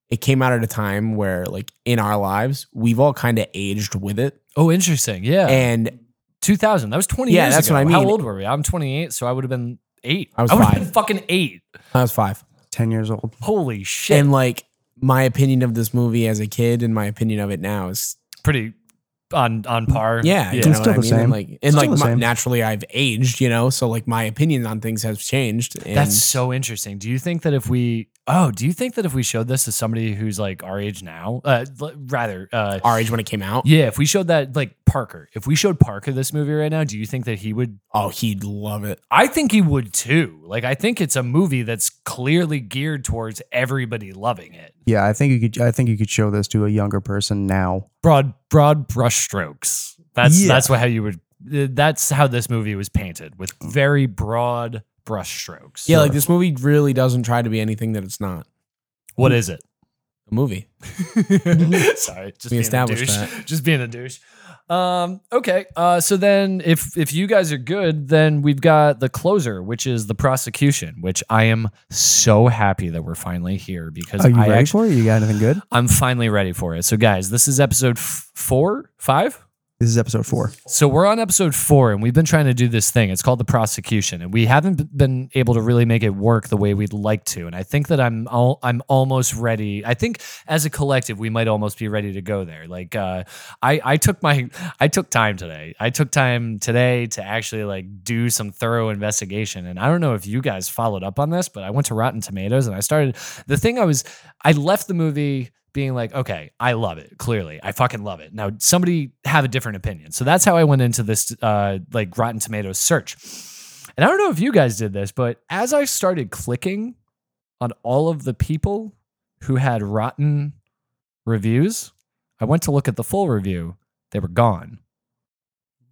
S1: it came out at a time where like in our lives we've all kind of aged with it
S4: Oh, interesting. Yeah.
S1: and
S4: 2000. That was 20
S1: Yeah,
S4: years
S1: that's
S4: ago.
S1: what I
S4: How
S1: mean.
S4: old were we? I'm 28, so I would have been 8.
S1: I was
S4: would
S1: five.
S4: have been fucking 8.
S1: I was 5
S5: Ten years old.
S4: Holy shit.
S1: and like my opinion of this movie as a kid and my opinion of it now is
S4: Pretty on on par.
S1: Yeah, you
S5: It's
S1: know
S5: still
S1: what I
S5: the
S1: mean? And
S5: same.
S1: like, and
S5: Still
S1: like
S5: the
S1: my,
S5: same.
S1: naturally, I've aged, you know, so like my opinion on things has changed. And
S4: That's so interesting. Do you think that if we Oh, do you think that if we showed this to somebody who's like our age now, uh l- rather uh
S1: our age when it came out.
S4: yeah, if we showed that like Parker, if we showed Parker this movie right now, do you think that he would
S1: Oh, he'd love it.
S4: I think he would too. Like I think it's a movie that's clearly geared towards everybody loving it.
S5: Yeah, I think you could. I think you could show this to a younger person now.
S4: Broad broad brushstrokes. That's
S5: Yeah.
S4: that's what how you would that's how this movie was painted with very broad brushstrokes.
S1: Yeah, like this movie really doesn't try to be anything that it's not.
S4: what is it?
S1: A movie.
S4: Sorry, just
S1: We
S4: being a
S1: established
S4: douche. Just being a douche. Um, okay. Uh, so then if if you guys are good, then we've got the closer, which is the prosecution, which I am so happy that we're finally here because
S5: Are you
S4: I
S5: ready
S4: actually
S5: for it? You got anything good?
S4: I'm finally ready for it. So, guys, this is episode f- four, five,
S5: This is episode four.
S4: So we're on episode four, and we've been trying to do this thing. It's called the prosecution, and we haven't b- been able to really make it work the way we'd like to. And I think that I'm all, I'm almost ready. I think as a collective, we might almost be ready to go there. Like uh, I I took my I took time today. I took time today to actually like do some thorough investigation. And I don't know if you guys followed up on this, but I went to Rotten Tomatoes and I started the thing. I was I left the movie being like, okay, I love it. Clearly, I fucking love it. Now, somebody have a different opinion. So that's how I went into this uh, like Rotten Tomatoes search. And I don't know if you guys did this, but as I started clicking on all of the people who had rotten reviews, I went to look at the full review. They were gone.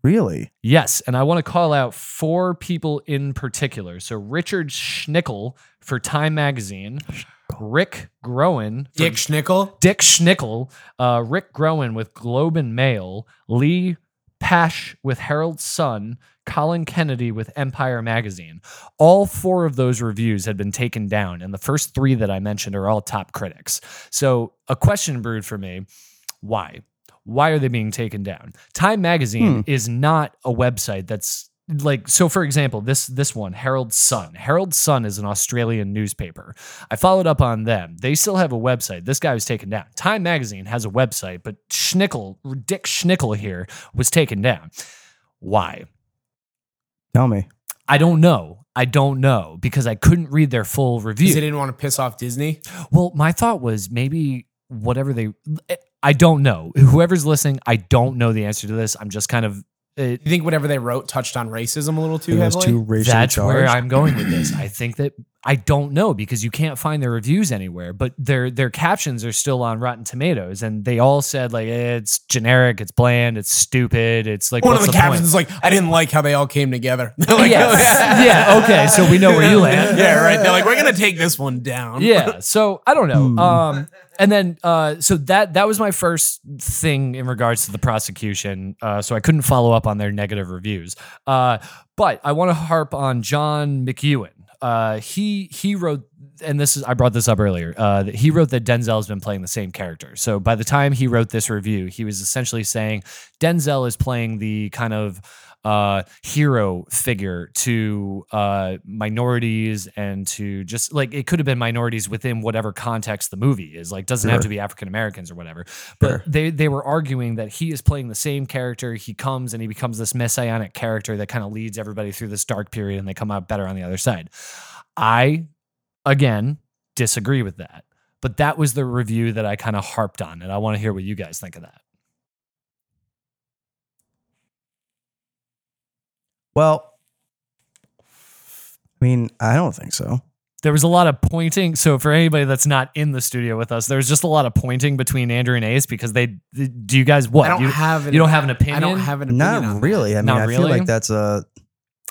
S5: Really?
S4: Yes, and I want to call out four people in particular. So Richard Schnickel for Time Magazine, Rick Groen for
S1: Dick Schnickel.
S4: Dick Schnickel, uh, Rick Groen with Globe and Mail, Lee Pash with Herald Sun, Colin Kennedy with Empire Magazine. All four of those reviews had been taken down, and the first three that I mentioned are all top critics. So, a question brewed for me why? Why are they being taken down? Time Magazine is not a website that's like so for example this this one herald sun herald sun is an australian newspaper I followed up on them. They still have a website. This guy was taken down. Time Magazine has a website, but Schnickel, Dick Schnickel here, was taken down. Why?
S5: Tell me.
S4: I don't know. I don't know because I couldn't read their full review.
S1: Because they didn't want to piss off Disney.
S4: Well, my thought was maybe whatever they. I don't know. Whoever's listening, I don't know the answer to this. I'm just kind of. eh, It,
S1: You think whatever they wrote touched on racism a little too
S5: It was
S1: heavily?
S5: too racially
S4: that's
S5: charged.
S4: where I'm going with this. I think that I don't know because you can't find their reviews anywhere, but their their captions are still on Rotten Tomatoes, and they all said like eh, it's generic, it's bland, it's stupid, it's like
S1: One
S4: what's
S1: of the,
S4: the
S1: captions
S4: Point?
S1: is like, I didn't like how they all came together. They're like,
S4: Yes. yeah. Okay. So we know where you land.
S1: yeah, right. They're like, we're gonna take this one down.
S4: Yeah. So I don't know. Um, and then uh, so that that was my first thing in regards to the prosecution. Uh, so I couldn't follow up on their negative reviews. Uh, but I want to harp on John McEwen. Uh, he he wrote, and this is I brought this up earlier. Uh, that he wrote that Denzel's been playing the same character. So by the time he wrote this review, he was essentially saying Denzel is playing the kind of uh, hero figure to uh, minorities and to just like it could have been minorities within whatever context the movie is like doesn't have
S5: Sure.
S4: to be African Americans or whatever. But
S5: Sure.
S4: they they were arguing that he is playing the same character. He comes and he becomes this messianic character that kind of leads everybody through this dark period and they come out better on the other side. I again disagree with that. But that was the review that I kind of harped on, and I want to hear what you guys think of that.
S5: Well, I mean, I don't think so.
S4: there was a lot of pointing. So for anybody that's not in the studio with us, there was just a lot of pointing between Andrew and Ace because they do you guys what?
S1: I don't
S4: You-
S1: have. An,
S4: you don't have an
S1: I don't
S4: opinion?
S1: have an opinion. on
S5: Not
S1: that.
S5: really. I mean,
S4: Not
S5: I feel
S4: really?
S5: like that's a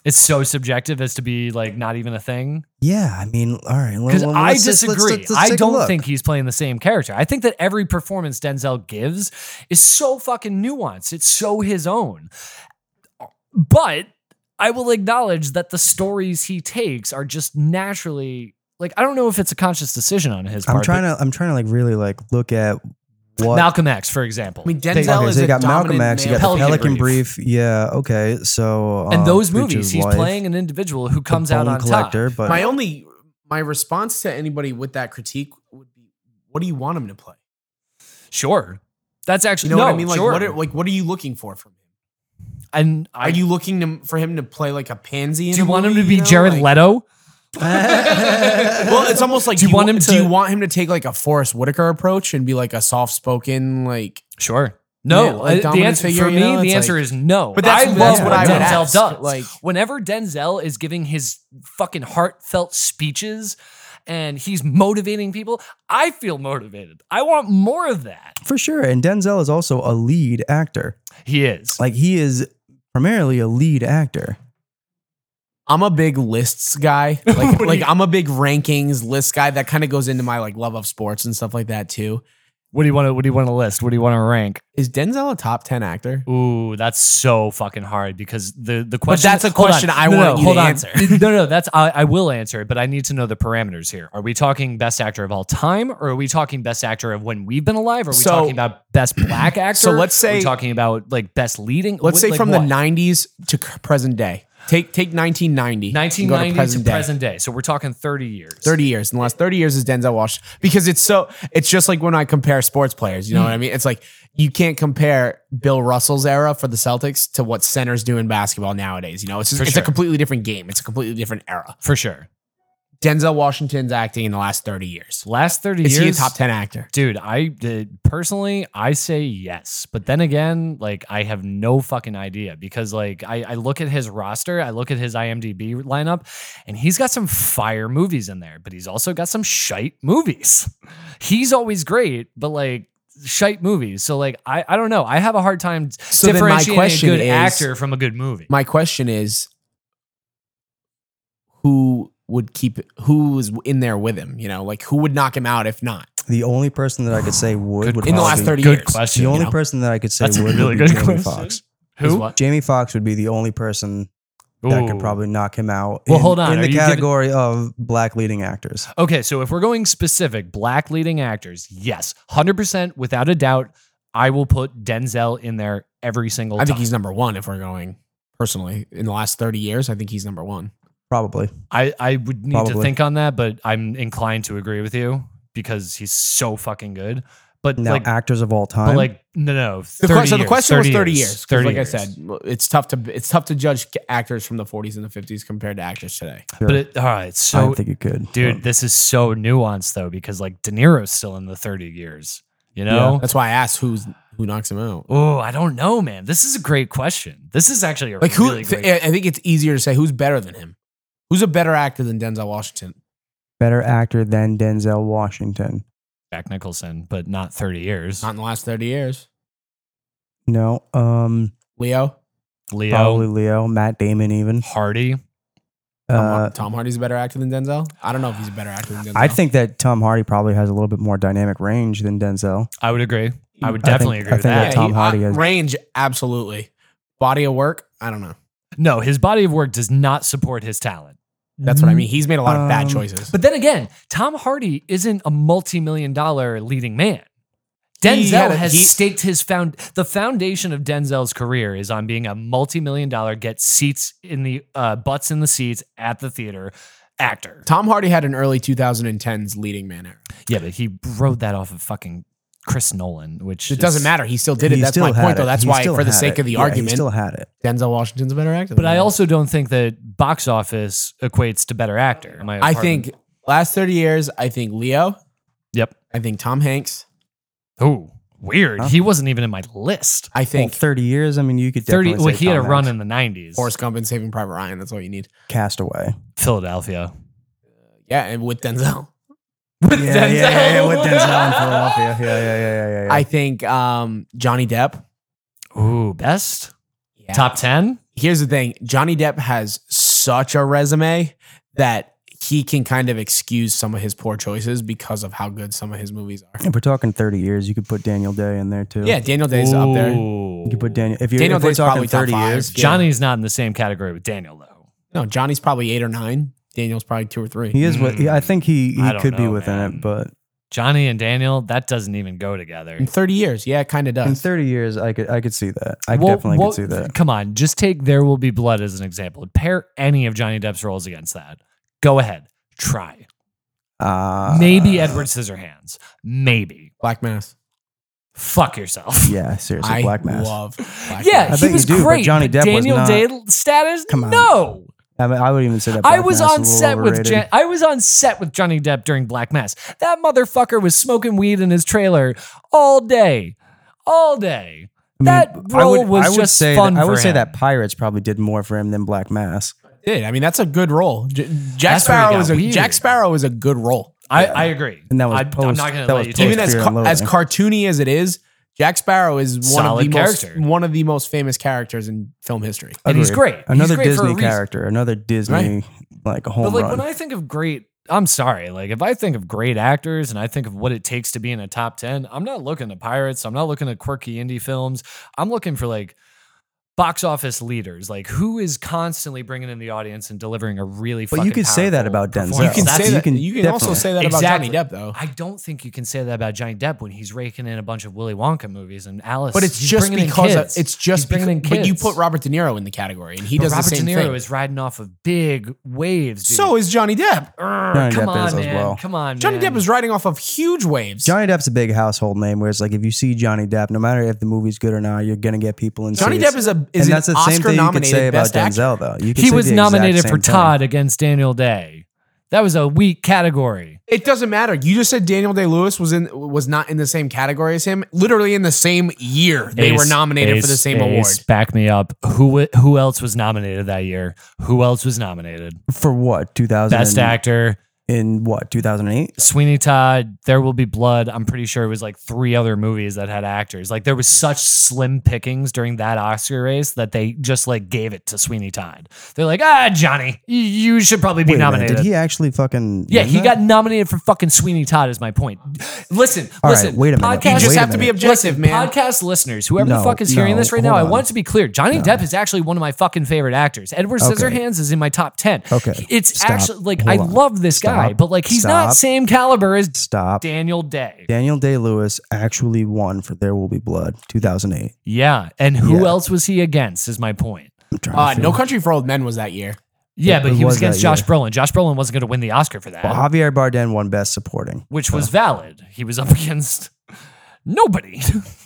S4: it's so subjective as to be like not even a thing.
S5: yeah. I mean, all right. well,
S4: Because
S5: well,
S4: I
S5: let's just-
S4: disagree.
S5: let's- let's- let's
S4: I
S5: take a
S4: don't
S5: look.
S4: think he's playing the same character. I think that every performance Denzel gives is so fucking nuanced. It's so his own. But I will acknowledge that the stories he takes are just naturally like I don't know if it's a conscious decision on his part.
S5: I'm trying to. I'm trying to like really like look at what.
S4: Malcolm X, for example.
S1: I mean,
S4: They-
S1: Denzel
S5: okay,
S1: is
S5: so
S1: a
S5: you got Malcolm
S1: dominant
S5: X. You
S1: male.
S5: got the
S4: Pelican
S5: Pelican
S4: Brief.
S5: Brief. Yeah. Okay. So
S1: uh,
S4: and
S5: um,
S4: those
S5: Preacher's
S4: movies, he's
S5: Wife,
S4: playing an individual who
S5: The
S4: comes out
S5: Bone
S4: on
S5: collector,
S4: top.
S5: but
S1: my only my response to anybody with that critique would be, what do you want him to play?
S4: Sure, that's
S1: You
S4: actually
S1: know
S4: no,
S1: what I mean? Like,
S4: sure.
S1: what are, like what are you looking for from him?
S4: and I,
S1: Are you looking to, for him to play like a pansy? in
S4: do you
S1: a
S4: want him
S1: movie,
S4: to be
S1: you know?
S4: Jared
S1: Like-
S4: Leto?
S1: well, it's almost like
S4: Do you want him
S1: wa-
S4: to-
S1: Do you want him to take like a Forrest Whitaker approach and be like a soft spoken like?
S4: Sure. No,
S1: Yeah, like
S4: uh, the
S1: dominant
S4: answer
S1: figure,
S4: for
S1: you
S4: me,
S1: know,
S4: the
S1: it's
S4: answer
S1: like-
S4: is no.
S1: But that's-
S4: I
S1: that's
S4: love
S5: what I would
S4: Denzel
S1: ask,
S4: does.
S1: like-
S4: whenever Denzel is giving his fucking heartfelt speeches and he's motivating people, I feel motivated. I want more of that.
S5: for sure. And Denzel is also a lead actor.
S4: He is.
S5: Like he is primarily a lead actor.
S1: I'm a big lists guy. Like, like I'm a big rankings list guy. That kind of goes into my like love of sports and stuff like that too.
S4: What do you want to? What do you want to list? What do you want to rank?
S1: Is Denzel a top ten actor?
S4: Ooh, that's so fucking hard because the the
S1: But
S4: question.
S1: that's a
S4: hold on.
S1: question I
S4: No,
S1: want
S4: no,
S1: you
S4: hold
S1: to
S4: on.
S1: answer.
S4: no, no, that's I, I will answer it, but I need to know the parameters here. Are we talking best actor of all time, or are we talking best actor of when we've been alive? Are we
S1: So-
S4: talking about best black actor?
S1: let's
S4: are we
S1: say-
S4: talking about like best leading.
S1: Let's
S4: What-
S1: say
S4: like
S1: from
S4: what?
S1: the '90s to c- present day. Take take 1990. and go
S4: 1990 to present, day. So we're talking 30 years.
S1: 30 years. In the last 30 years is Denzel Washington. Because it's so, it's just like when I compare sports players, you know what
S4: Hmm.
S1: I mean? It's like you can't compare Bill Russell's era for the Celtics to what centers do in basketball nowadays. You know, it's, just,
S4: For
S1: it's
S4: sure.
S1: a completely different game, it's a completely different era.
S4: for sure.
S1: Denzel Washington's acting in the last 30 years.
S4: Last 30
S1: Is
S4: years.
S1: he a top 10 actor?
S4: Dude, I did, personally, I say yes, but then again, like I have no fucking idea because like I, I look at his roster, I look at his IMDb lineup, and he's got some fire movies in there, but he's also got some shite movies. He's always great, but like shite movies. So like I, I don't know. I have a hard time
S1: So then my
S4: differentiating
S1: question
S4: a good
S1: is-
S4: actor from a good movie.
S1: My question is who would keep, who was in there with him? You know, like who would knock him out if not?
S5: The only person that I could say would, would
S1: In the last 30
S5: probably-
S4: good
S1: years.
S4: question.
S5: The only
S1: you know?
S5: person that I could say
S4: That's a
S5: would,
S4: really
S5: would
S4: good
S5: be Jamie
S4: question.
S5: Foxx.
S1: Is
S4: Who?
S1: what?
S5: Jamie Foxx would be the only person that could
S4: Ooh.
S5: probably knock him out.
S4: Well,
S5: in-
S4: hold on.
S5: In
S4: Are
S5: the
S4: you giving-
S5: category of black leading actors,
S4: Okay, so if we're going specific, black leading actors, yes, hundred percent, without a doubt, I will put Denzel in there every single.
S1: I think
S4: time.
S1: he's number one if we're going personally. In the last 30 years, I think he's number one.
S5: probably.
S4: I I would need to
S5: Probably.
S4: think on that, but I'm inclined to agree with you because he's so fucking good. But
S5: Now,
S4: like,
S5: actors of all
S4: but
S5: time.
S4: like, no, no.
S1: The
S4: 30
S1: que- so the
S4: years,
S1: question was 30 years. 'cause
S4: 30
S1: like
S4: years.
S1: I said, it's tough to it's tough to judge c- actors from the 40s and the 50s compared to actors today.
S5: Sure.
S4: but it, all right,
S5: I
S4: so
S5: don't think you could,
S4: dude,
S5: but-
S4: this is so nuanced though because like De Niro's still in the 30 years, you know.
S1: That's why I asked who's who knocks him out.
S4: Oh, I don't know, man. This is a great question. This is actually a
S1: Like who?
S4: really great.
S1: I I think it's easier to say who's better than him. Who's a better actor than Denzel Washington?
S5: better actor than Denzel Washington.
S4: Jack Nicholson, but not 30 years.
S1: Not in the last 30 years.
S5: No, um,
S1: Leo,
S4: Leo
S5: probably Leo, Matt Damon, even.
S4: Hardy.
S1: Tom,
S5: Uh,
S1: Tom Hardy's a better actor than Denzel. I don't know if he's a better actor than Denzel.
S5: I think that Tom Hardy probably has a little bit more dynamic range than Denzel.
S4: I would agree. I would
S5: I think-
S4: definitely agree
S5: I
S4: with
S5: think
S4: that.
S5: that Tom
S1: he-
S5: Hardy
S1: uh,
S5: has-
S1: range absolutely. Body of work, I don't know.
S4: no, his body of work does not support his talent.
S1: That's what I mean. He's made a lot of bad
S5: Um,
S1: choices.
S4: But then again, Tom Hardy isn't a multi-million dollar leading man.
S1: He had
S4: Denzel
S1: a-
S4: has
S1: he-
S4: staked his found the foundation of Denzel's career is on being a multi-million dollar get seats in the uh, butts in the seats at the theater actor.
S1: Tom Hardy had an early 2010s leading man era.
S4: Yeah, but he rode that off of fucking Chris Nolan, which
S1: It doesn't
S4: is-
S1: matter. He still did it.
S5: He
S1: That's
S5: still
S1: my
S5: had
S1: point, though.
S5: it.
S1: That's
S5: He
S1: why,
S5: still
S1: for the
S5: had
S1: sake
S5: it.
S1: of the
S5: Yeah, he
S1: argument,
S5: still had it.
S1: Denzel Washington's a better actor.
S4: But
S1: than
S4: I
S1: him.
S4: also don't think that box office equates to better actor. Am
S1: I
S4: pardon?
S1: think last 30 years, I think Leo,
S4: Yep.
S1: I think Tom Hanks,
S4: Oh, weird.
S5: Huh?
S4: He wasn't even in my list.
S1: I
S5: Well,
S1: think
S5: 30 years. I mean, you could
S4: Thirty.
S5: definitely
S4: Well,
S5: say
S4: he had a
S5: Tom
S4: run
S5: Hanks.
S4: in the nineties.
S1: Forrest Gump and Saving Private Ryan. That's all you need.
S5: Castaway.
S4: Philadelphia.
S1: Yeah, and with Denzel,
S4: With
S5: Yeah, yeah, yeah, yeah, with Denzel in Philadelphia. Yeah, yeah, yeah, yeah, yeah. yeah.
S1: I think um, Johnny Depp.
S4: Ooh, best
S1: Yeah.
S4: top ten.
S1: Here's the thing: Johnny Depp has such a resume that he can kind of excuse some of his poor choices because of how good some of his movies are.
S5: if we're talking 30 years, you could put Daniel Day in there too.
S1: Yeah, Daniel Day's up there.
S5: You could put Daniel. If you're,
S1: Daniel
S5: if we're
S1: Day's
S5: talking
S1: probably top
S5: 30
S1: five.
S5: years,
S1: Yeah.
S4: Johnny's not in the same category with Daniel though.
S1: No, Johnny's probably eight or nine. Daniel's probably two or three.
S5: he is with. yeah, I think he,
S4: I
S5: he
S4: don't
S5: could be
S4: know,
S5: within
S4: man.
S5: it, but
S4: Johnny and Daniel, that doesn't even go together.
S1: In 30 years. Yeah, it kind of does.
S5: in 30 years, I could I could see that. I
S4: Well,
S5: definitely
S4: well,
S5: could see that.
S4: Come on, just take "There Will Be Blood" as an example. Pair any of Johnny Depp's roles against that. Go ahead, try.
S5: Uh,
S4: maybe Edward Scissorhands. Maybe.
S1: Black Mass.
S4: Fuck yourself.
S5: Yeah, seriously,
S1: I
S5: Black Mass.
S1: love Black
S4: Yeah,
S1: Mass.
S5: I
S4: he
S5: bet
S4: was
S5: you do, but
S4: great.
S5: Johnny
S4: but
S5: Depp was
S4: Daniel
S5: not-
S4: Day status.
S5: Come on.
S4: No,
S5: I, mean, I would even say that.
S4: I
S5: Black
S4: was on
S5: Mass is a little
S4: set with
S5: overrated.
S4: Jan- I was on set with Johnny Depp during Black Mass. That motherfucker was smoking weed in his trailer all day, all day.
S5: I mean,
S4: that
S5: I
S4: role
S5: would-
S4: was
S5: I would
S4: just
S5: say
S4: fun
S5: That, I
S4: for
S5: would say
S4: him.
S5: that Pirates probably did more for him than Black Mass.
S1: did. I mean, that's a good role. J- Jack
S4: That's where it
S1: Sparrow
S4: got
S1: is a
S4: weird.
S1: Jack Sparrow is a good role.
S4: I, I agree.
S5: And that was
S4: I, I'm
S5: post-
S4: not gonna
S5: that
S4: let
S5: was
S4: you take
S1: Even
S5: Both
S1: as
S5: Fear
S1: ca-
S5: and Loathing.
S1: as cartoony as it is, Jack Sparrow is one
S4: Solid
S1: of the
S4: character.
S1: most one of the most famous characters in film history.
S4: And he's
S5: Agreed.
S4: great. He's
S5: Another
S4: great for a
S5: Disney
S4: reason.
S5: character. Another Disney like home
S4: But like
S5: run.
S4: when I think of great I'm sorry. Like if I think of great actors and I think of what it takes to be in a top 10, I'm not looking to pirates, I'm not looking to quirky indie films. I'm looking for like box office leaders, like who is constantly bringing in the audience and delivering a really
S5: But you
S4: fucking
S5: could say that
S4: powerful
S5: about Denzel.
S4: performance.
S5: You
S1: You can
S4: That's-
S1: say
S5: you
S1: that.
S5: can
S1: You can also
S5: definitely-
S1: say that about Johnny
S4: Exactly.
S1: Depp, though.
S4: I don't think you can say that about Johnny Depp when he's raking in a bunch of Willy Wonka movies and Alice.
S1: But it's
S4: he's
S1: just
S4: bringing in
S1: because of-
S4: kids.
S1: it's just
S4: He's bringing in
S1: because. But you
S4: kids.
S1: put Robert De Niro in the category, and he
S4: But
S1: does
S4: Robert
S1: the same
S4: De Niro
S1: thing.
S4: is riding off of big waves. Dude.
S1: so is Johnny Depp.
S4: Urgh,
S5: Johnny
S4: come
S5: Depp
S4: on,
S5: is as
S4: man.
S5: well.
S4: Come on,
S1: Johnny
S4: man.
S1: Depp is riding off of huge waves.
S5: Johnny Depp's a big household name. Where it's like if you see Johnny Depp, no matter if the movie's good or not, you're gonna get people in.
S1: Johnny
S5: seats.
S1: Depp is a is
S5: and
S1: an
S5: that's the same
S1: Oscar
S5: thing you could say
S1: nominated
S5: about
S1: best actor.
S5: Denzel, though. You could
S4: He
S5: say
S4: was
S5: the exact
S4: nominated
S5: same
S4: for
S5: thing.
S4: Todd against Daniel Day. That was a weak category.
S1: It doesn't matter. You just said Daniel Day Lewis was in was not in the same category as him. Literally in the same year, they were
S4: Ace,
S1: nominated for the
S4: Ace,
S1: same
S4: Ace,
S1: award.
S4: Back me up. Who who else was nominated that year? Who else was nominated?
S5: for what 2000
S4: Best actor.
S5: in what 2008.
S4: Sweeney Todd, There Will Be Blood. I'm pretty sure it was like three other movies that had actors. Like there was such slim pickings during that Oscar race that they just like gave it to Sweeney Todd. They're like, ah, Johnny, y- you should probably be
S5: Wait a minute,
S4: nominated.
S5: Did he actually fucking?
S4: yeah,
S5: win
S4: he
S5: that?
S4: got nominated for fucking Sweeney Todd. Is my point. Listen,
S5: All right,
S4: listen.
S5: wait a minute,
S4: Podcast,
S1: You just
S5: Wait a
S1: have to be
S5: minute.
S1: objective,
S4: Listen,
S1: man.
S4: Podcast listeners, whoever the
S5: No,
S4: fuck is hearing
S5: no,
S4: this right now, I
S5: hold on.
S4: want it to be clear. Johnny Depp is actually one of my fucking favorite actors. Edward
S5: Okay.
S4: Scissorhands is in my top ten.
S5: Okay.
S4: it's
S5: Stop.
S4: actually like
S5: Hold
S4: I
S5: on.
S4: love this guy,
S5: Stop.
S4: but like he's not
S5: Stop.
S4: same caliber as
S5: Stop.
S4: Daniel Day.
S5: Daniel Day Lewis actually won for There Will Be Blood 2008.
S4: Yeah, and who
S5: Yeah.
S4: else was he against? Is my point.
S5: I'm trying to
S1: Uh, no
S5: think.
S1: Country for Old Men was that year.
S4: Yeah,
S5: It-
S4: but
S5: it
S4: he was
S5: was that
S4: against Josh Brolin. Josh Brolin wasn't going to win the Oscar for that,
S5: Well, Javier Bardem won Best Supporting.
S4: which was valid. He was up against nobody.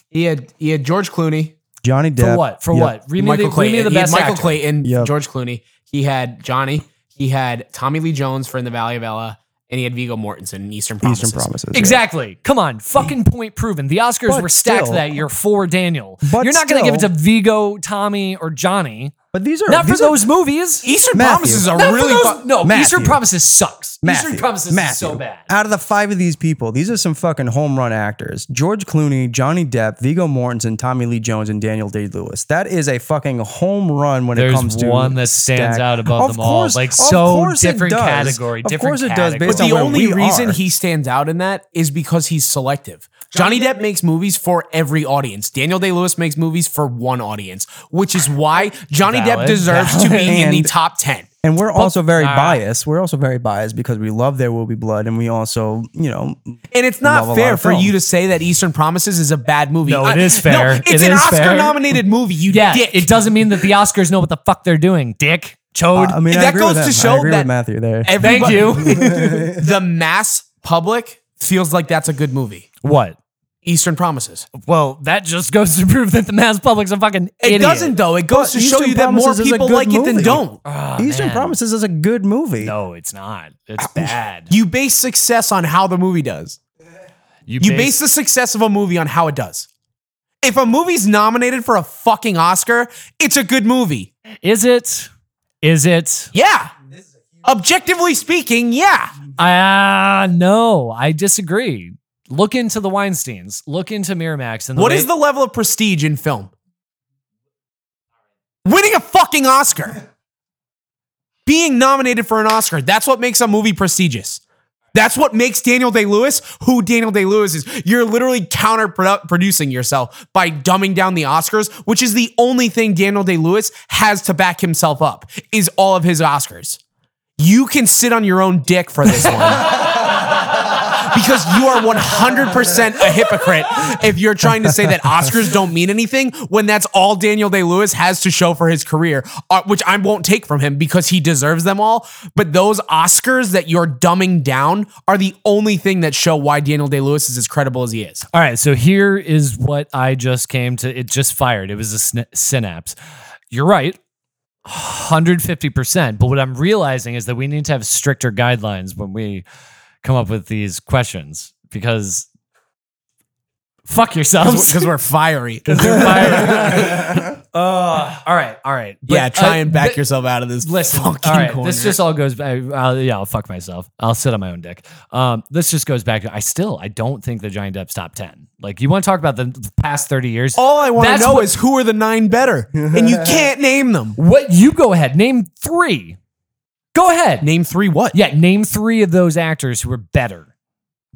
S1: He had he had George Clooney,
S5: Johnny Depp
S4: For what? For
S5: Yep.
S4: what? Read me, the,
S1: Michael
S4: read
S1: Clayton,
S4: me the
S1: he had
S4: best
S1: Michael
S4: actor.
S1: Clayton,
S5: Yep.
S1: George Clooney. He had Johnny. He had Tommy Lee Jones for In the Valley of Ella, and he had Vigo Mortensen in Eastern Promises.
S5: Eastern Promises. yeah.
S4: Exactly. Come on. Fucking point proven. The Oscars
S5: But
S4: were stacked
S5: still-
S4: that year for Daniel.
S5: But
S4: You're not going to give it to
S5: still-
S4: Vigo, Tommy, or Johnny.
S5: But these are
S4: Not for
S5: these are-
S4: those movies.
S1: Eastern
S5: Matthew.
S1: Promises are
S4: Not for
S1: really
S4: those-
S1: fu-
S4: no,
S5: Matthew.
S4: Eastern Promises sucks.
S5: Matthew,
S4: Eastern Promises
S5: Matthew.
S4: is so bad.
S5: Out of the five of these people, these are some fucking home run actors: George Clooney, Johnny Depp, Vigo Mortensen, Tommy Lee Jones, and Daniel Day Lewis. That is a fucking home run when it
S4: There's
S5: comes to
S4: one that stands
S5: stack.
S4: out above
S5: Of
S4: them all.
S5: course-
S4: Like,
S5: of
S4: so
S5: course it
S4: different
S5: does.
S4: category,
S5: Of
S4: different
S5: course it does.
S4: category.
S5: Based
S1: But
S5: on
S1: the
S5: where
S1: only
S5: we
S1: reason
S5: are.
S1: he stands out in that is because he's selective. Johnny, Depp makes movies for every audience. Daniel Day Lewis makes movies for one audience, which is why Johnny Depp
S4: Valid,
S1: deserves to
S4: valid.
S1: be in the
S5: And-
S1: top 10.
S5: And we're also very
S4: Ah.
S5: biased. We're also very biased because we love There Will Be Blood, and we also, you know,
S1: And it's
S5: Love a
S1: not
S5: lot
S1: fair
S5: of
S1: for
S5: film.
S1: you to say that Eastern Promises is a bad movie.
S4: No, it
S1: I-
S4: is fair.
S1: No, it's
S4: It
S1: an
S4: is fair.
S1: Oscar nominated movie, you
S4: yeah,
S1: dick.
S4: it doesn't mean that the Oscars know what the fuck they're doing, dick. Chode.
S5: Uh, I mean, I
S1: That
S5: agree
S1: goes
S5: with
S1: to
S5: him.
S1: show
S5: I agree
S1: that
S5: with Matthew there.
S1: Everybo-
S4: Thank
S1: you. the mass public feels like that's a good movie.
S4: what?
S1: Eastern Promises.
S4: Well, that just goes to prove that the mass public's a fucking
S1: It
S4: idiot.
S1: doesn't though. It goes
S5: But
S1: to show
S5: Eastern
S1: you that more
S5: Promises is a
S1: people
S5: good
S1: like it than
S5: movie. Uh.
S1: don't.
S4: Oh,
S5: Eastern
S4: man.
S5: Promises is a good movie.
S4: No, it's not. It's bad.
S1: You base success on how the movie does. You base the success of a movie on how it does. If a movie's nominated for a fucking Oscar, it's a good movie.
S4: Is it? Is it?
S1: Yeah. Objectively speaking, yeah.
S4: Ah, no. I disagree. Look into the Weinstein's. Look into Miramax. And the
S1: What
S4: way-
S1: is the level of prestige in film? Winning a fucking Oscar. Being nominated for an Oscar. That's what makes a movie prestigious. That's what makes Daniel Day Lewis who Daniel Day Lewis is. You're literally counterproducing yourself by dumbing down the Oscars, which is the only thing Daniel Day Lewis has to back himself up, is all of his Oscars. You can sit on your own dick for this one because you are 100% a hypocrite if you're trying to say that Oscars don't mean anything when that's all Daniel Day Lewis has to show for his career, uh, which I won't take from him because he deserves them all. But those Oscars that you're dumbing down are the only thing that show why Daniel Day Lewis is as credible as he is.
S4: All right. So here is what I just came to. It just fired. It was a syn- synapse. You're right. 150%. But what I'm realizing is that we need to have stricter guidelines when we come up with these questions because fuck yourselves.
S1: Because we're fiery.
S4: They're fired. Ugh. Uh, all right, all right. But,
S1: yeah, try and
S4: uh,
S1: back
S4: thi-
S1: yourself out of this.
S4: Listen, all
S1: fucking
S4: right.
S1: corner.
S4: This just all goes back. Uh, yeah, I'll fuck myself. I'll sit on my own dick. Um, this just goes back to I still I don't think the Giant Depp's top ten. Like you want to talk about the the past thirty years?
S1: all I want to
S4: That's
S1: know
S4: what-
S1: is who are the nine better, and you can't name them.
S4: What you go ahead name three? Go ahead.
S1: Name three what?
S4: Yeah, name three of those actors who are better.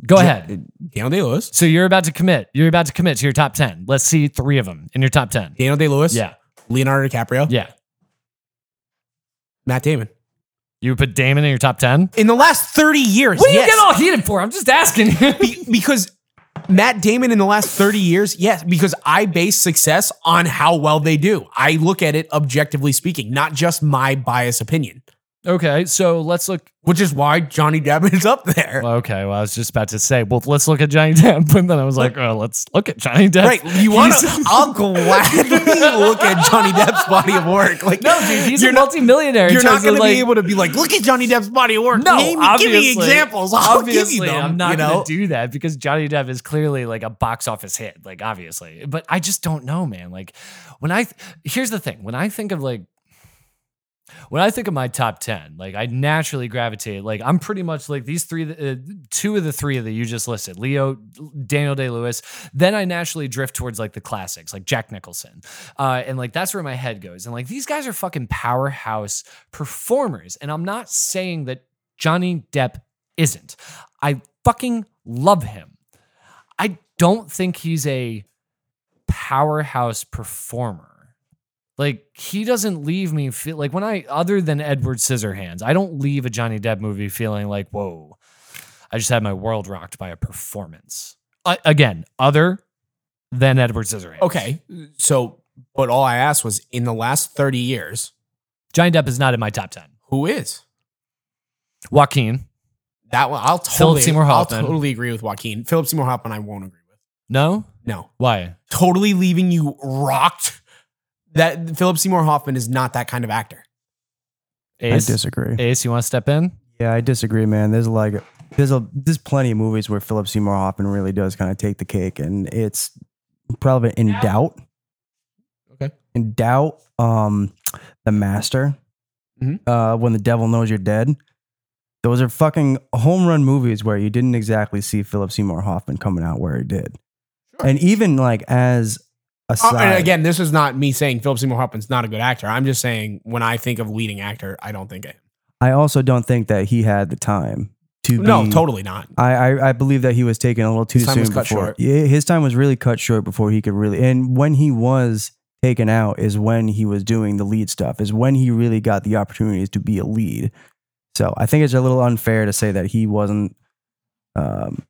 S4: Go ahead.
S1: Daniel Day Lewis.
S4: So you're about to commit. You're about to commit to your top ten. Let's see three of them in your top ten.
S1: Daniel Day Lewis.
S4: Yeah,
S1: Leonardo DiCaprio.
S4: yeah.
S1: Matt Damon.
S4: You put Damon in your top ten.
S1: In the last 30 years.
S4: What do you
S1: yes.
S4: get all heated for? I'm just asking.
S1: Be- because Matt Damon in the last 30 years, yes, because I base success on how well they do. I look at it objectively speaking, not just my biased opinion,
S4: okay, so let's look.
S1: which is why Johnny Depp is up there.
S4: Okay, well, I was just about to say, well, let's look at Johnny Depp, and then I was like, oh, let's look at Johnny Depp.
S1: Right. You want to,
S4: He's-
S1: I'll gladly look at Johnny Depp's body of work. Like,
S4: No, dude, he's
S1: you're
S4: a multimillionaire. in
S1: You're
S4: terms
S1: not
S4: of,
S1: going to
S4: like-
S1: be able to be like, look at Johnny Depp's body of work.
S4: No,
S1: Name- give
S4: obviously,
S1: me examples. I'll give you
S4: obviously,
S1: them.
S4: I'm not
S1: you know?
S4: gonna do that because Johnny Depp is clearly like a box office hit, like obviously. But I just don't know, man. Like when I th- here's the thing: when I think of like when I think of my top ten, like I naturally gravitate. Like I'm pretty much like these three, uh, two of the three that you just listed: Leo, Daniel Day Lewis. Then I naturally drift towards like the classics, like Jack Nicholson, uh, and like that's where my head goes. And like these guys are fucking powerhouse performers, and I'm not saying that Johnny Depp isn't. I fucking love him. I don't think he's a powerhouse performer. Like he doesn't leave me feel like when I other than Edward Scissorhands, I don't leave a Johnny Depp movie feeling like whoa, I just had my world rocked by a performance. Uh, again, other than Edward Scissorhands.
S1: Okay. So, but all I asked was in the last 30 years,
S4: Johnny Depp is not in my top ten.
S1: who is?
S4: Joaquin,
S1: That one, I'll totally,
S4: Philip Seymour Hoffman.
S1: I'll totally agree with Joaquin. Philip Seymour Hoffman, I won't agree with.
S4: no,
S1: No,
S4: why?
S1: totally leaving you rocked. That Philip Seymour Hoffman is not that kind of actor.
S5: I
S4: Ace,
S5: disagree.
S4: Ace, you want to step in?
S5: Yeah, I disagree, man. There's like there's a there's plenty of movies where Philip Seymour Hoffman really does kind of take the cake, and it's probably in doubt.
S1: Okay.
S5: in doubt. Um, the Master.
S1: Mhm.
S5: Uh, when the devil knows you're dead. Those are fucking home run movies where you didn't exactly see Philip Seymour Hoffman coming out where he did,
S1: Sure.
S5: and even like as a
S1: Uh, and
S5: side,
S1: again, this is not me saying Philip Seymour Hoffman's not a good actor. I'm just saying when I think of leading actor, I don't think I.
S5: I also don't think that he had the time to
S1: No,
S5: be,
S1: totally not.
S5: I, I I believe that he was taken a little too
S1: His time
S5: soon
S1: was cut
S5: before.
S1: short.
S5: Yeah, his time was really cut short before he could really. And when he was taken out is when he was doing the lead stuff. Is when he really got the opportunities to be a lead. So I think it's a little unfair to say that he wasn't. Um,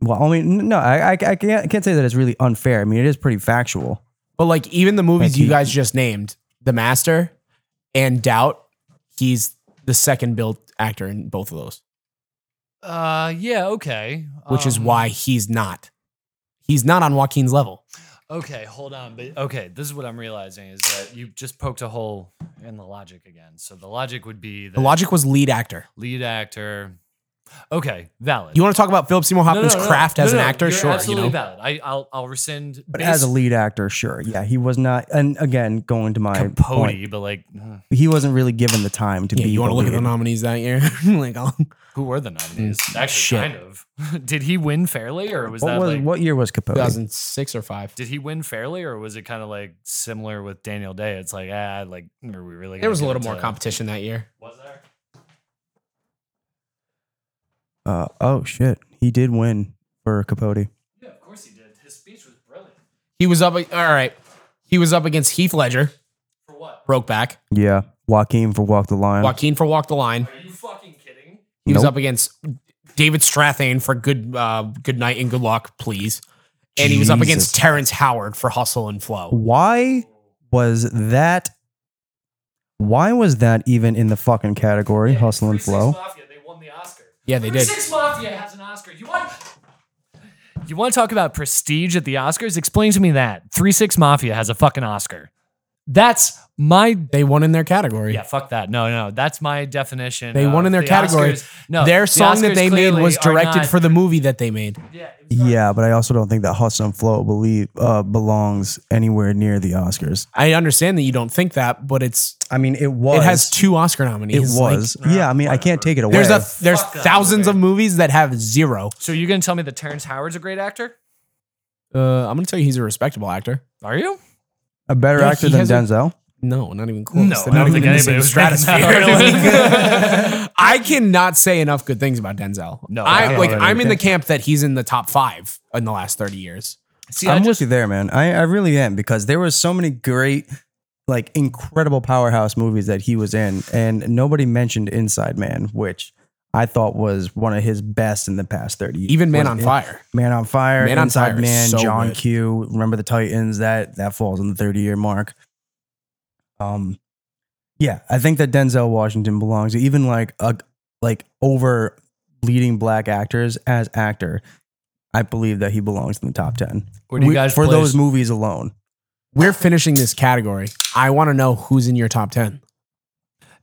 S5: well, I mean, no, I I, I can't, I can't say that it's really unfair. I mean, it is pretty factual.
S1: But like even the
S5: Like
S1: movies
S5: he-
S1: you guys just named, The Master and Doubt, he's the second built actor in both of those,
S4: Uh, yeah, okay.
S1: which is
S4: Um,
S1: why he's not. He's not on Joaquin's level.
S4: Okay, hold on. But okay, this is what I'm realizing is that you just poked a hole in the logic again. So the logic would be that
S1: The logic was lead actor.
S4: lead actor. Okay, valid.
S1: You want to talk about Philip Seymour
S4: No, no,
S1: Hoffman's
S4: no, no.
S1: craft as
S4: No,
S1: an
S4: no,
S1: actor?
S4: you're
S1: Sure, you
S4: absolutely
S1: know.
S4: valid. I, I'll I'll rescind.
S5: But as a
S4: based
S5: lead actor, sure, yeah, he was not. And again, going to my point,
S4: Capote, but like, uh,
S5: he wasn't really given the time to
S1: Yeah,
S5: be.
S1: you want to
S5: the
S1: look at the
S5: lead.
S1: nominees that year? like, I'll-
S4: who were the nominees? Actually,
S1: Mm, shit.
S4: kind of. did he win fairly, or was
S5: What
S4: that
S5: was
S4: like?
S5: what year was Capote?
S1: 2006 or five.
S4: Did he win fairly, or was it kind of like similar with Daniel Day? It's like, ah, like are we really?
S1: There was a
S4: gonna
S1: little
S4: give it
S1: more
S4: to-
S1: competition that year.
S4: Was there?
S5: Uh, oh shit, he did win for Capote.
S4: Yeah, of course he did. His speech was brilliant.
S1: He was up. All right, he was up against Heath Ledger,
S4: For what?
S1: broke back.
S5: Yeah, Joaquin for Walk the Line.
S1: Joaquin for Walk the Line.
S4: Are you fucking kidding?
S1: He was
S5: Nope.
S1: up against David Strathairn for Good uh, Good Night and Good Luck, please. And he was up against
S5: Jesus.
S1: Terrence Howard for Hustle and Flow.
S5: Why was that? Why was that even in the fucking category? Hustle and flow.
S4: Mafia, they won the Oscar.
S1: Yeah, they did.
S4: Six Mafia has an Oscar. You want? You want to talk about prestige at the Oscars? Explain to me that. Three Six Mafia has a fucking Oscar. That's my.
S1: They won in their category.
S4: Yeah, fuck that. No, no, that's my definition.
S1: They won
S4: of
S1: in their
S4: the
S1: category.
S4: Oscars. No,
S1: their
S4: the
S1: song that
S4: Oscars
S1: they made
S4: clearly
S1: was
S4: are
S1: directed
S4: not-
S1: for the movie that they made.
S4: Yeah, it was not-
S5: Yeah, but I also don't think that Hustle and Flow believe uh, belongs anywhere near the Oscars.
S1: I understand that you don't think that, but it's
S5: I mean, it was.
S1: it has two Oscar
S5: It
S1: nominees. Like,
S5: was. yeah, I mean, I can't take it away.
S1: there's a there's
S4: Fuck that
S1: thousands
S4: movie.
S1: of movies that have zero.
S4: So you're gonna tell me that Terrence Howard's a great actor?
S1: Uh, I'm gonna tell you, he's a respectable actor.
S4: Are you?
S5: a better
S1: Yeah,
S5: actor
S1: he
S5: than
S1: has a-
S5: Denzel.
S1: No, not even close.
S4: No,
S1: They're
S4: I
S1: not
S4: don't
S1: even
S4: think
S1: in the
S4: anybody
S1: same
S4: was thinking
S1: stratosphere.
S4: that.
S1: Like, I cannot say enough good things about Denzel.
S4: No, I
S1: I
S4: don't
S1: like.
S5: know
S1: I'm in the
S5: anything.
S1: camp that he's in the top five in the last thirty years.
S4: See, I
S5: I'm
S4: ju-
S5: with you there, man. I, I really am because there were so many great, like incredible powerhouse movies that he was in, and nobody mentioned Inside Man, which I thought was one of his best in the past thirty years.
S1: Even Man
S5: Was
S1: on
S5: it-
S1: Fire.
S5: Man on Fire,
S1: Man on
S5: Inside
S1: Fire is
S5: Man,
S1: so
S5: John
S1: good.
S5: Q, Remember the Titans. That that falls on the thirty year mark. Um, yeah, I think that Denzel Washington belongs even like a like over leading black actors as actor. I believe that he belongs in the top ten
S4: where do you
S5: We-
S4: guys
S5: for
S4: place-
S5: those movies alone.
S1: We're finishing this category. I want to know who's in your top ten.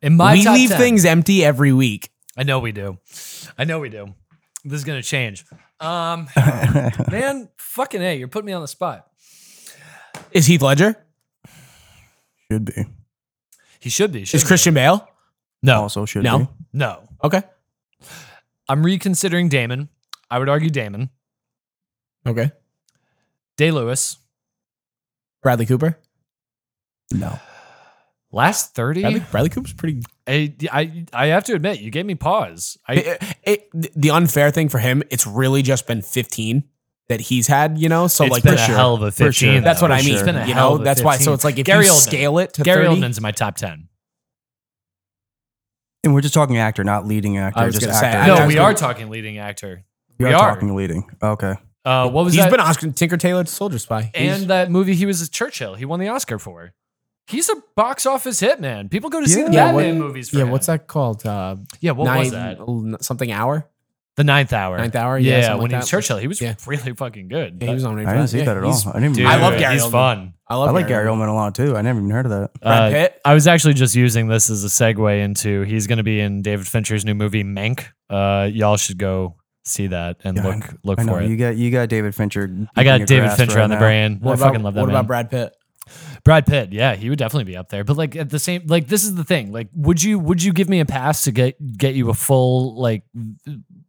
S4: in my
S1: we
S4: top
S1: leave
S4: 10.
S1: things empty every week.
S4: I know we do. I know we do. This is gonna change. Um, man, fucking a, you're putting me on the spot.
S1: Is Heath Ledger?
S5: should be
S4: He should be.
S1: Is
S4: shouldn't he?
S1: Christian Bale?
S4: No,
S5: also should
S1: No.
S5: be.
S4: no.
S1: Okay.
S4: I'm reconsidering Damon. I would argue Damon.
S1: Okay.
S4: Day Lewis.
S1: Bradley Cooper.
S5: No,
S4: Last thirty.
S1: Bradley, Bradley Cooper's pretty.
S4: I, I I have to admit, you gave me pause. I
S1: It- it- the unfair thing for him, it's really just been 15 that he's had. You know, so
S4: It's
S1: like
S4: been
S1: for
S4: a
S1: sure.
S4: hell of a
S1: For sure.
S4: 15,
S1: That's
S4: though,
S1: what I
S4: for
S1: mean.
S4: sure. It's been a
S1: You
S4: hell
S1: know,
S4: of a
S1: that's why. So
S4: 15.
S1: it's like if
S4: Gary
S1: you
S4: Oldman.
S1: scale it to
S4: Gary
S1: 30,
S4: Oldman's in my top ten.
S5: and we're just talking actor, not leading actor.
S1: I was
S5: just
S1: gonna say,
S5: actor.
S1: I
S4: No,
S1: was
S4: we
S1: gonna-
S4: are talking leading actor.
S5: we
S4: we
S5: are
S4: are.
S5: talking leading. Okay,
S4: Uh, what was
S1: he's
S4: that?
S1: been Oscar Tinker Tailor Soldier Spy. He's-
S4: and that movie he was a Churchill. He won the Oscar for. He's a box office hit man. People go to see
S5: Yeah.
S4: the
S5: Yeah,
S4: Batman
S1: what-
S4: movies. For
S1: yeah,
S4: him.
S1: what's that called? Uh,
S4: Yeah, what was
S1: Nine-
S4: that?
S1: Something hour.
S4: The Ninth Hour.
S1: Ninth Hour, yeah,
S4: Yeah,
S1: something like
S4: when he was
S1: that.
S4: Churchill, he was
S1: Yeah.
S4: really fucking good.
S1: Yeah, he was nominated.
S5: I
S1: for
S5: didn't see
S1: yeah,
S5: that at all.
S1: he's-
S5: I didn't.
S4: Dude,
S5: even
S1: I love
S5: realize.
S1: Gary
S4: He's
S1: Oldman.
S4: fun.
S1: I
S5: I
S1: love
S5: like Gary Oldman a lot too. I never even heard of that.
S1: Brad
S4: Uh,
S1: Pitt.
S4: I was actually just using this as a segue into he's going to be in David Fincher's new movie Mank. Uh, y'all should go see that and
S5: Yeah, I
S4: look look
S5: I know
S4: for it.
S5: you got you got David Fincher.
S4: I
S5: beating your
S4: got David
S5: grasp
S4: Fincher
S5: right
S4: on the
S5: now.
S4: brain. I
S1: What about,
S4: fucking love that
S1: What
S4: man.
S1: about Brad Pitt?
S4: Brad Pitt, yeah, he would definitely be up there. But like at the same, like this is the thing. Like, would you would you give me a pass to get get you a full like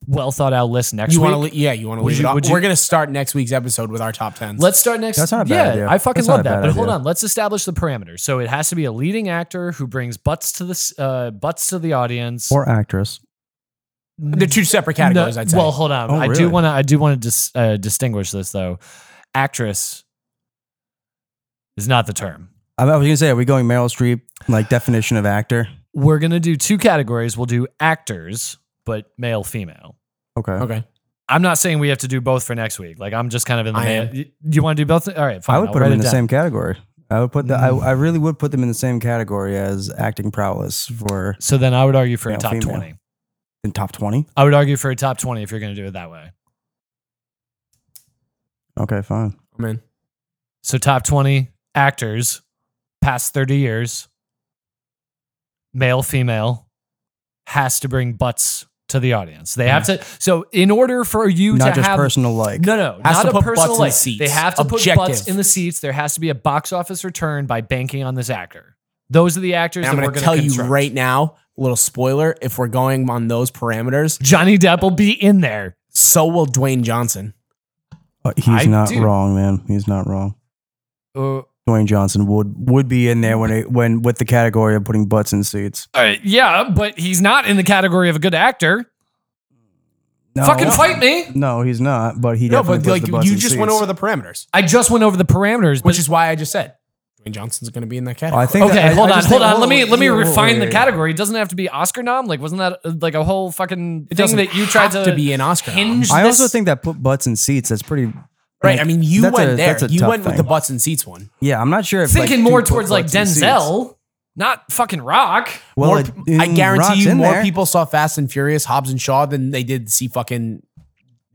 S4: well thought out list next
S1: You
S4: week?
S1: want to? Le- yeah, you want to
S4: Would
S1: leave
S4: you-
S1: it off.
S4: would you-
S1: We're gonna start next week's episode with our top tens.
S4: Let's start next.
S5: That's not a bad
S4: yeah,
S5: idea.
S4: I fucking
S5: That's not
S4: love
S5: a
S4: that.
S5: bad
S4: But hold
S5: idea.
S4: on, let's establish the parameters. So it has to be a leading actor who brings butts to the s- uh, butts to the audience.
S5: or actress.
S1: They're two separate categories.
S4: No,
S1: I'd say.
S4: Well, hold on.
S5: Oh,
S4: I
S5: really?
S4: do want to. I do want to dis, uh, distinguish this though. Actress is not the term.
S5: I I was gonna say, are we going Meryl Streep like definition of actor?
S4: We're gonna do two categories. We'll do actors, but male, female.
S5: Okay.
S1: okay.
S4: I'm not saying we have to do both for next week. Like I'm just kind of in the.
S1: I
S4: man-
S1: am.
S4: y- You want to do both? All right, fine.
S5: I would
S4: I'll
S5: put
S4: write
S5: them in
S4: it
S5: the
S4: down. Mm.
S5: same category. I would put the, I, I really would put them in the same category as acting prowess for
S4: So then I would argue for a
S5: Male,
S4: top
S5: female.
S4: twenty.
S5: the top twenty.
S4: I would argue for a top twenty if you're gonna do it that way.
S5: Okay, fine.
S1: I'm in.
S4: So top 20 actors, past 30 years, male, female, has to bring butts to the audience. They have to. So in order for you
S5: Not
S4: to
S5: just
S4: have
S5: personal like.
S4: no, no,
S1: Has
S4: not
S1: to
S4: a
S1: put
S4: personal
S1: butts in
S4: like.
S1: seats.
S4: They have to put butts
S1: Objective.
S4: in the seats. There has to be a box office return by banking on this actor. Those are the actors
S1: And I'm
S4: that
S1: gonna,
S4: we're going to
S1: tell you right now. Little spoiler: if we're going on those parameters,
S4: Johnny Depp will be in there.
S1: so will Dwayne Johnson.
S5: Uh, He's
S4: I-
S5: not
S4: dude.
S5: wrong, man. He's not wrong.
S4: Uh,
S5: Dwayne Johnson would would be in there when it when with the category of putting butts in seats.
S4: uh, yeah, but he's not in the category of a good actor.
S5: No,
S4: Fucking fight me.
S5: No, he's not. But he
S1: No,
S5: definitely
S1: but
S5: puts
S1: like
S5: the butts
S1: you
S5: in
S1: just went
S5: seats.
S1: over the parameters,
S4: I just went over the parameters, but
S1: which is why I just said Dwayne Johnson's going to be in that
S5: Well,
S1: category.
S5: I think
S4: Okay,
S5: that- I-
S4: hold
S5: I
S4: on,
S5: just
S4: hold
S5: think-
S4: on. Let me let me
S5: whoa, whoa,
S4: refine
S5: wait,
S4: the
S5: wait.
S4: category. It doesn't have to be Oscar nom. Like, wasn't that uh, like a whole fucking
S1: it
S4: thing
S1: doesn't
S4: that you tried
S1: have
S4: to,
S1: to, be an Oscar.
S4: hinge?
S5: I also
S4: this-
S5: think that put butts in seats. That's pretty
S1: right?
S5: like,
S1: I mean, you
S5: that's
S1: went
S5: a-
S1: there.
S5: that's a
S1: You
S5: tough
S1: went with
S5: thing.
S1: the butts and seats one.
S5: Yeah, I'm not sure. If
S4: thinking
S5: like,
S4: more
S5: dude put
S4: towards like
S5: butts in seats.
S4: Denzel, not fucking Rock.
S5: Well,
S1: More
S5: it-
S1: pe- I guarantee
S5: in- Mm, Rock's
S1: you,
S5: in
S1: more
S5: there.
S1: people saw Fast and Furious, Hobbs and Shaw than they did see fucking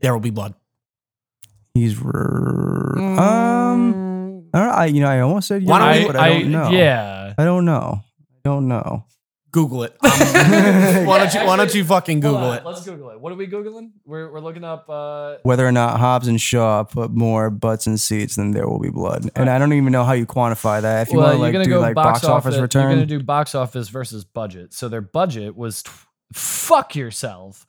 S1: There Will Be Blood.
S5: He's r- um. I, don't, I you know I almost said
S1: Mm. Why
S5: yeah,
S1: don't we-
S5: but I, don't know.
S4: Yeah.
S5: I don't know. I don't know.
S1: Google it. Um, why don't you? Why don't
S4: actually-
S1: you fucking
S4: Hold
S1: Google
S4: on,
S1: it?
S4: Let's Google it. What are we googling? We're we're looking up. Uh,
S5: Whether or not Hobbs and Shaw put more butts in seats than there will be blood, and I don't even know how you quantify that. If you
S4: well,
S5: want to
S4: you're
S5: like
S4: gonna
S5: do
S4: go
S5: like
S4: box, office. You're
S5: return,
S4: gonna do box office versus budget. So their budget was tw- fuck yourself,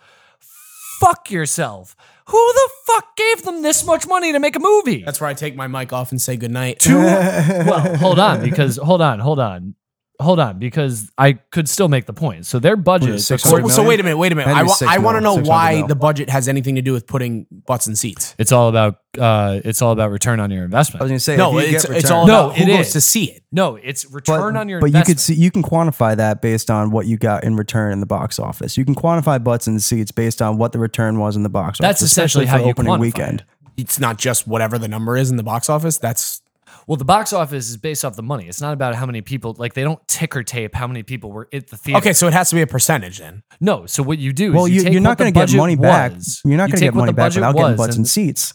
S4: fuck yourself. Who the fuck gave them this much money to make a movie?
S1: That's where I take my mic off and say goodnight.
S4: well, hold on, because hold on, hold on. hold on, because I could still make the point. So their budget,
S5: six
S1: So,
S5: hundred
S4: according-
S1: so wait a minute, wait a minute.
S5: Had to
S1: I,
S5: be
S1: wa-
S5: six
S1: I want to
S5: mil,
S1: know
S5: 600
S1: why
S5: mil.
S1: the budget has anything to do with putting butts in seats.
S4: it's all about uh, it's all about return on your
S5: I was
S4: investment.
S5: gonna say
S1: No,
S5: if you
S1: it's
S5: get
S1: it's
S5: return-
S1: all
S4: No,
S1: about who
S4: it
S1: goes
S4: is.
S1: to see it.
S4: No, it's
S5: but,
S4: return on your
S5: but you
S4: investment.
S5: could see you can quantify that based on what you got in return in the box office. You can quantify butts and seats based on what the return was in the box office.
S4: That's essentially
S5: especially
S4: how
S5: for
S4: you
S5: opening
S4: quantify
S5: weekend.
S4: it.
S1: It's not just whatever the number is in the box office. That's
S4: Well, the box office is based off the money. It's not about how many people like they don't ticker tape how many people were at the theater.
S1: okay. So it has to be a percentage then.
S4: No, so what you do is
S5: Well, you,
S4: you take
S5: you're
S4: what
S5: not
S4: the
S5: going to get
S4: budget
S5: money back.
S4: was.
S5: You're not
S4: You
S5: going to
S4: take
S5: get
S4: what
S5: money
S4: the
S5: back
S4: budget
S5: without getting
S4: was
S5: butts
S4: and
S5: and seats.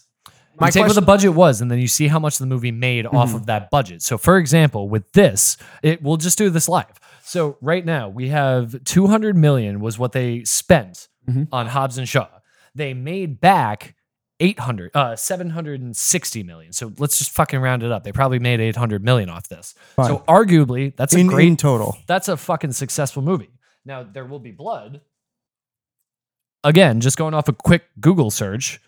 S1: My
S4: you take what the
S1: question-
S4: budget was, and then you see how much the movie made
S5: Mm-hmm.
S4: off of that budget. So, for example, with this, it we'll just do this live. So, right now we have 200 million was what they spent
S5: Mm-hmm.
S1: Mhm.
S4: on Hobbs and Shaw. They made back 800, uh, 760 million. So let's just fucking round it up. They probably made 800 million off this.
S5: Fine.
S4: So, arguably, that's a
S5: In-
S4: great
S5: in total.
S4: That's a fucking successful movie. Now there will be blood. Again, just going off a quick Google search,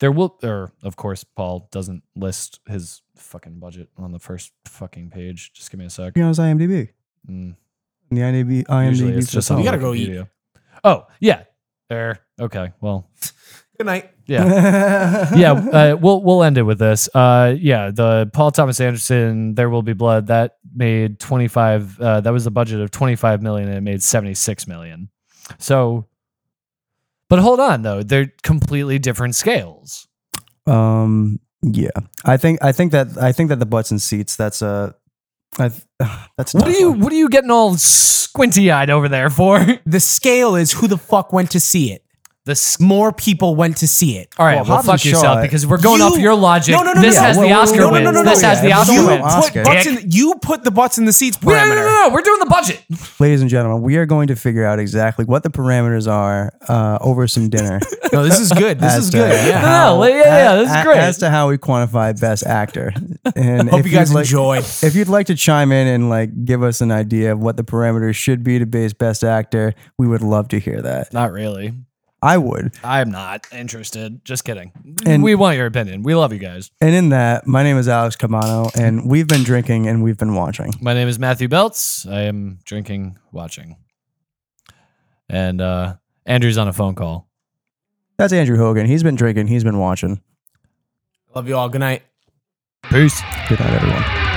S4: there will, or of course, Paul doesn't list his fucking budget on the first fucking page. Just give me a sec.
S5: You know, it's IMDb.
S4: Mm,
S5: The IMDb.
S4: usually
S5: IMDb
S4: it's just
S5: for
S4: on
S1: You gotta go
S4: Wikipedia. Oh yeah, there. Okay, well,
S1: Good night.
S4: yeah. yeah, uh, we'll we'll end it with this. Uh, yeah, the Paul Thomas Anderson, There Will Be Blood, that made twenty five. Uh, that was the budget of twenty five million, and it made seventy six million. So, but hold on though, they're completely different scales. uh,
S5: Um. Yeah. I think. I think that. I think that the butts and seats. That's a. I. th- That's. A
S4: What
S5: tough
S4: are you
S5: one.
S4: What are you getting all squinty eyed over there for?
S1: The scale is who the fuck went to see it.
S4: The s-
S1: More people went to see it.
S4: all right,
S5: Well,
S4: well,
S5: Hobbs
S4: fuck
S5: and Shaw-
S4: yourself because we're going
S1: You-
S4: off your logic.
S1: No, no, no,
S4: this
S1: no,
S4: has
S5: no.
S4: the
S5: Well,
S4: Oscar
S5: well,
S1: no,
S4: wins.
S1: no, no, no,
S4: this
S1: no,
S4: has
S5: yeah,
S4: the
S5: but
S4: Oscar
S5: you-
S1: You
S4: wins.
S5: Well,
S1: put,
S5: Oscar.
S1: butts in, you put the butts in the seats
S4: No, no, no,
S1: parameter.
S4: no, no, we're doing the budget.
S5: ladies and gentlemen, we are going to figure out exactly what the parameters are uh, over some dinner.
S1: No, this is good. This
S5: As
S1: is
S5: to
S1: good. Yeah.
S5: how-
S4: No, yeah, yeah, this is
S5: a-
S4: great.
S5: As to how we quantify best actor. And
S1: Hope
S5: if
S1: you guys
S5: you'd like-
S1: enjoyed.
S5: If you'd like to chime in and like give us an idea of what the parameters should be to base best actor, we would love to hear that.
S4: Not really.
S5: I would.
S4: I'm not interested. Just kidding.
S5: And-
S4: we want your opinion. We love you guys.
S5: And in that, my name is Alex Camano, and we've been drinking and we've been watching.
S4: My name is Matthew Belts. I am drinking, watching. And uh Andrew's on a phone call.
S5: That's Andrew Hogan. He's been drinking. He's been watching.
S1: Love you all. Good night.
S4: Peace.
S5: Good night, everyone.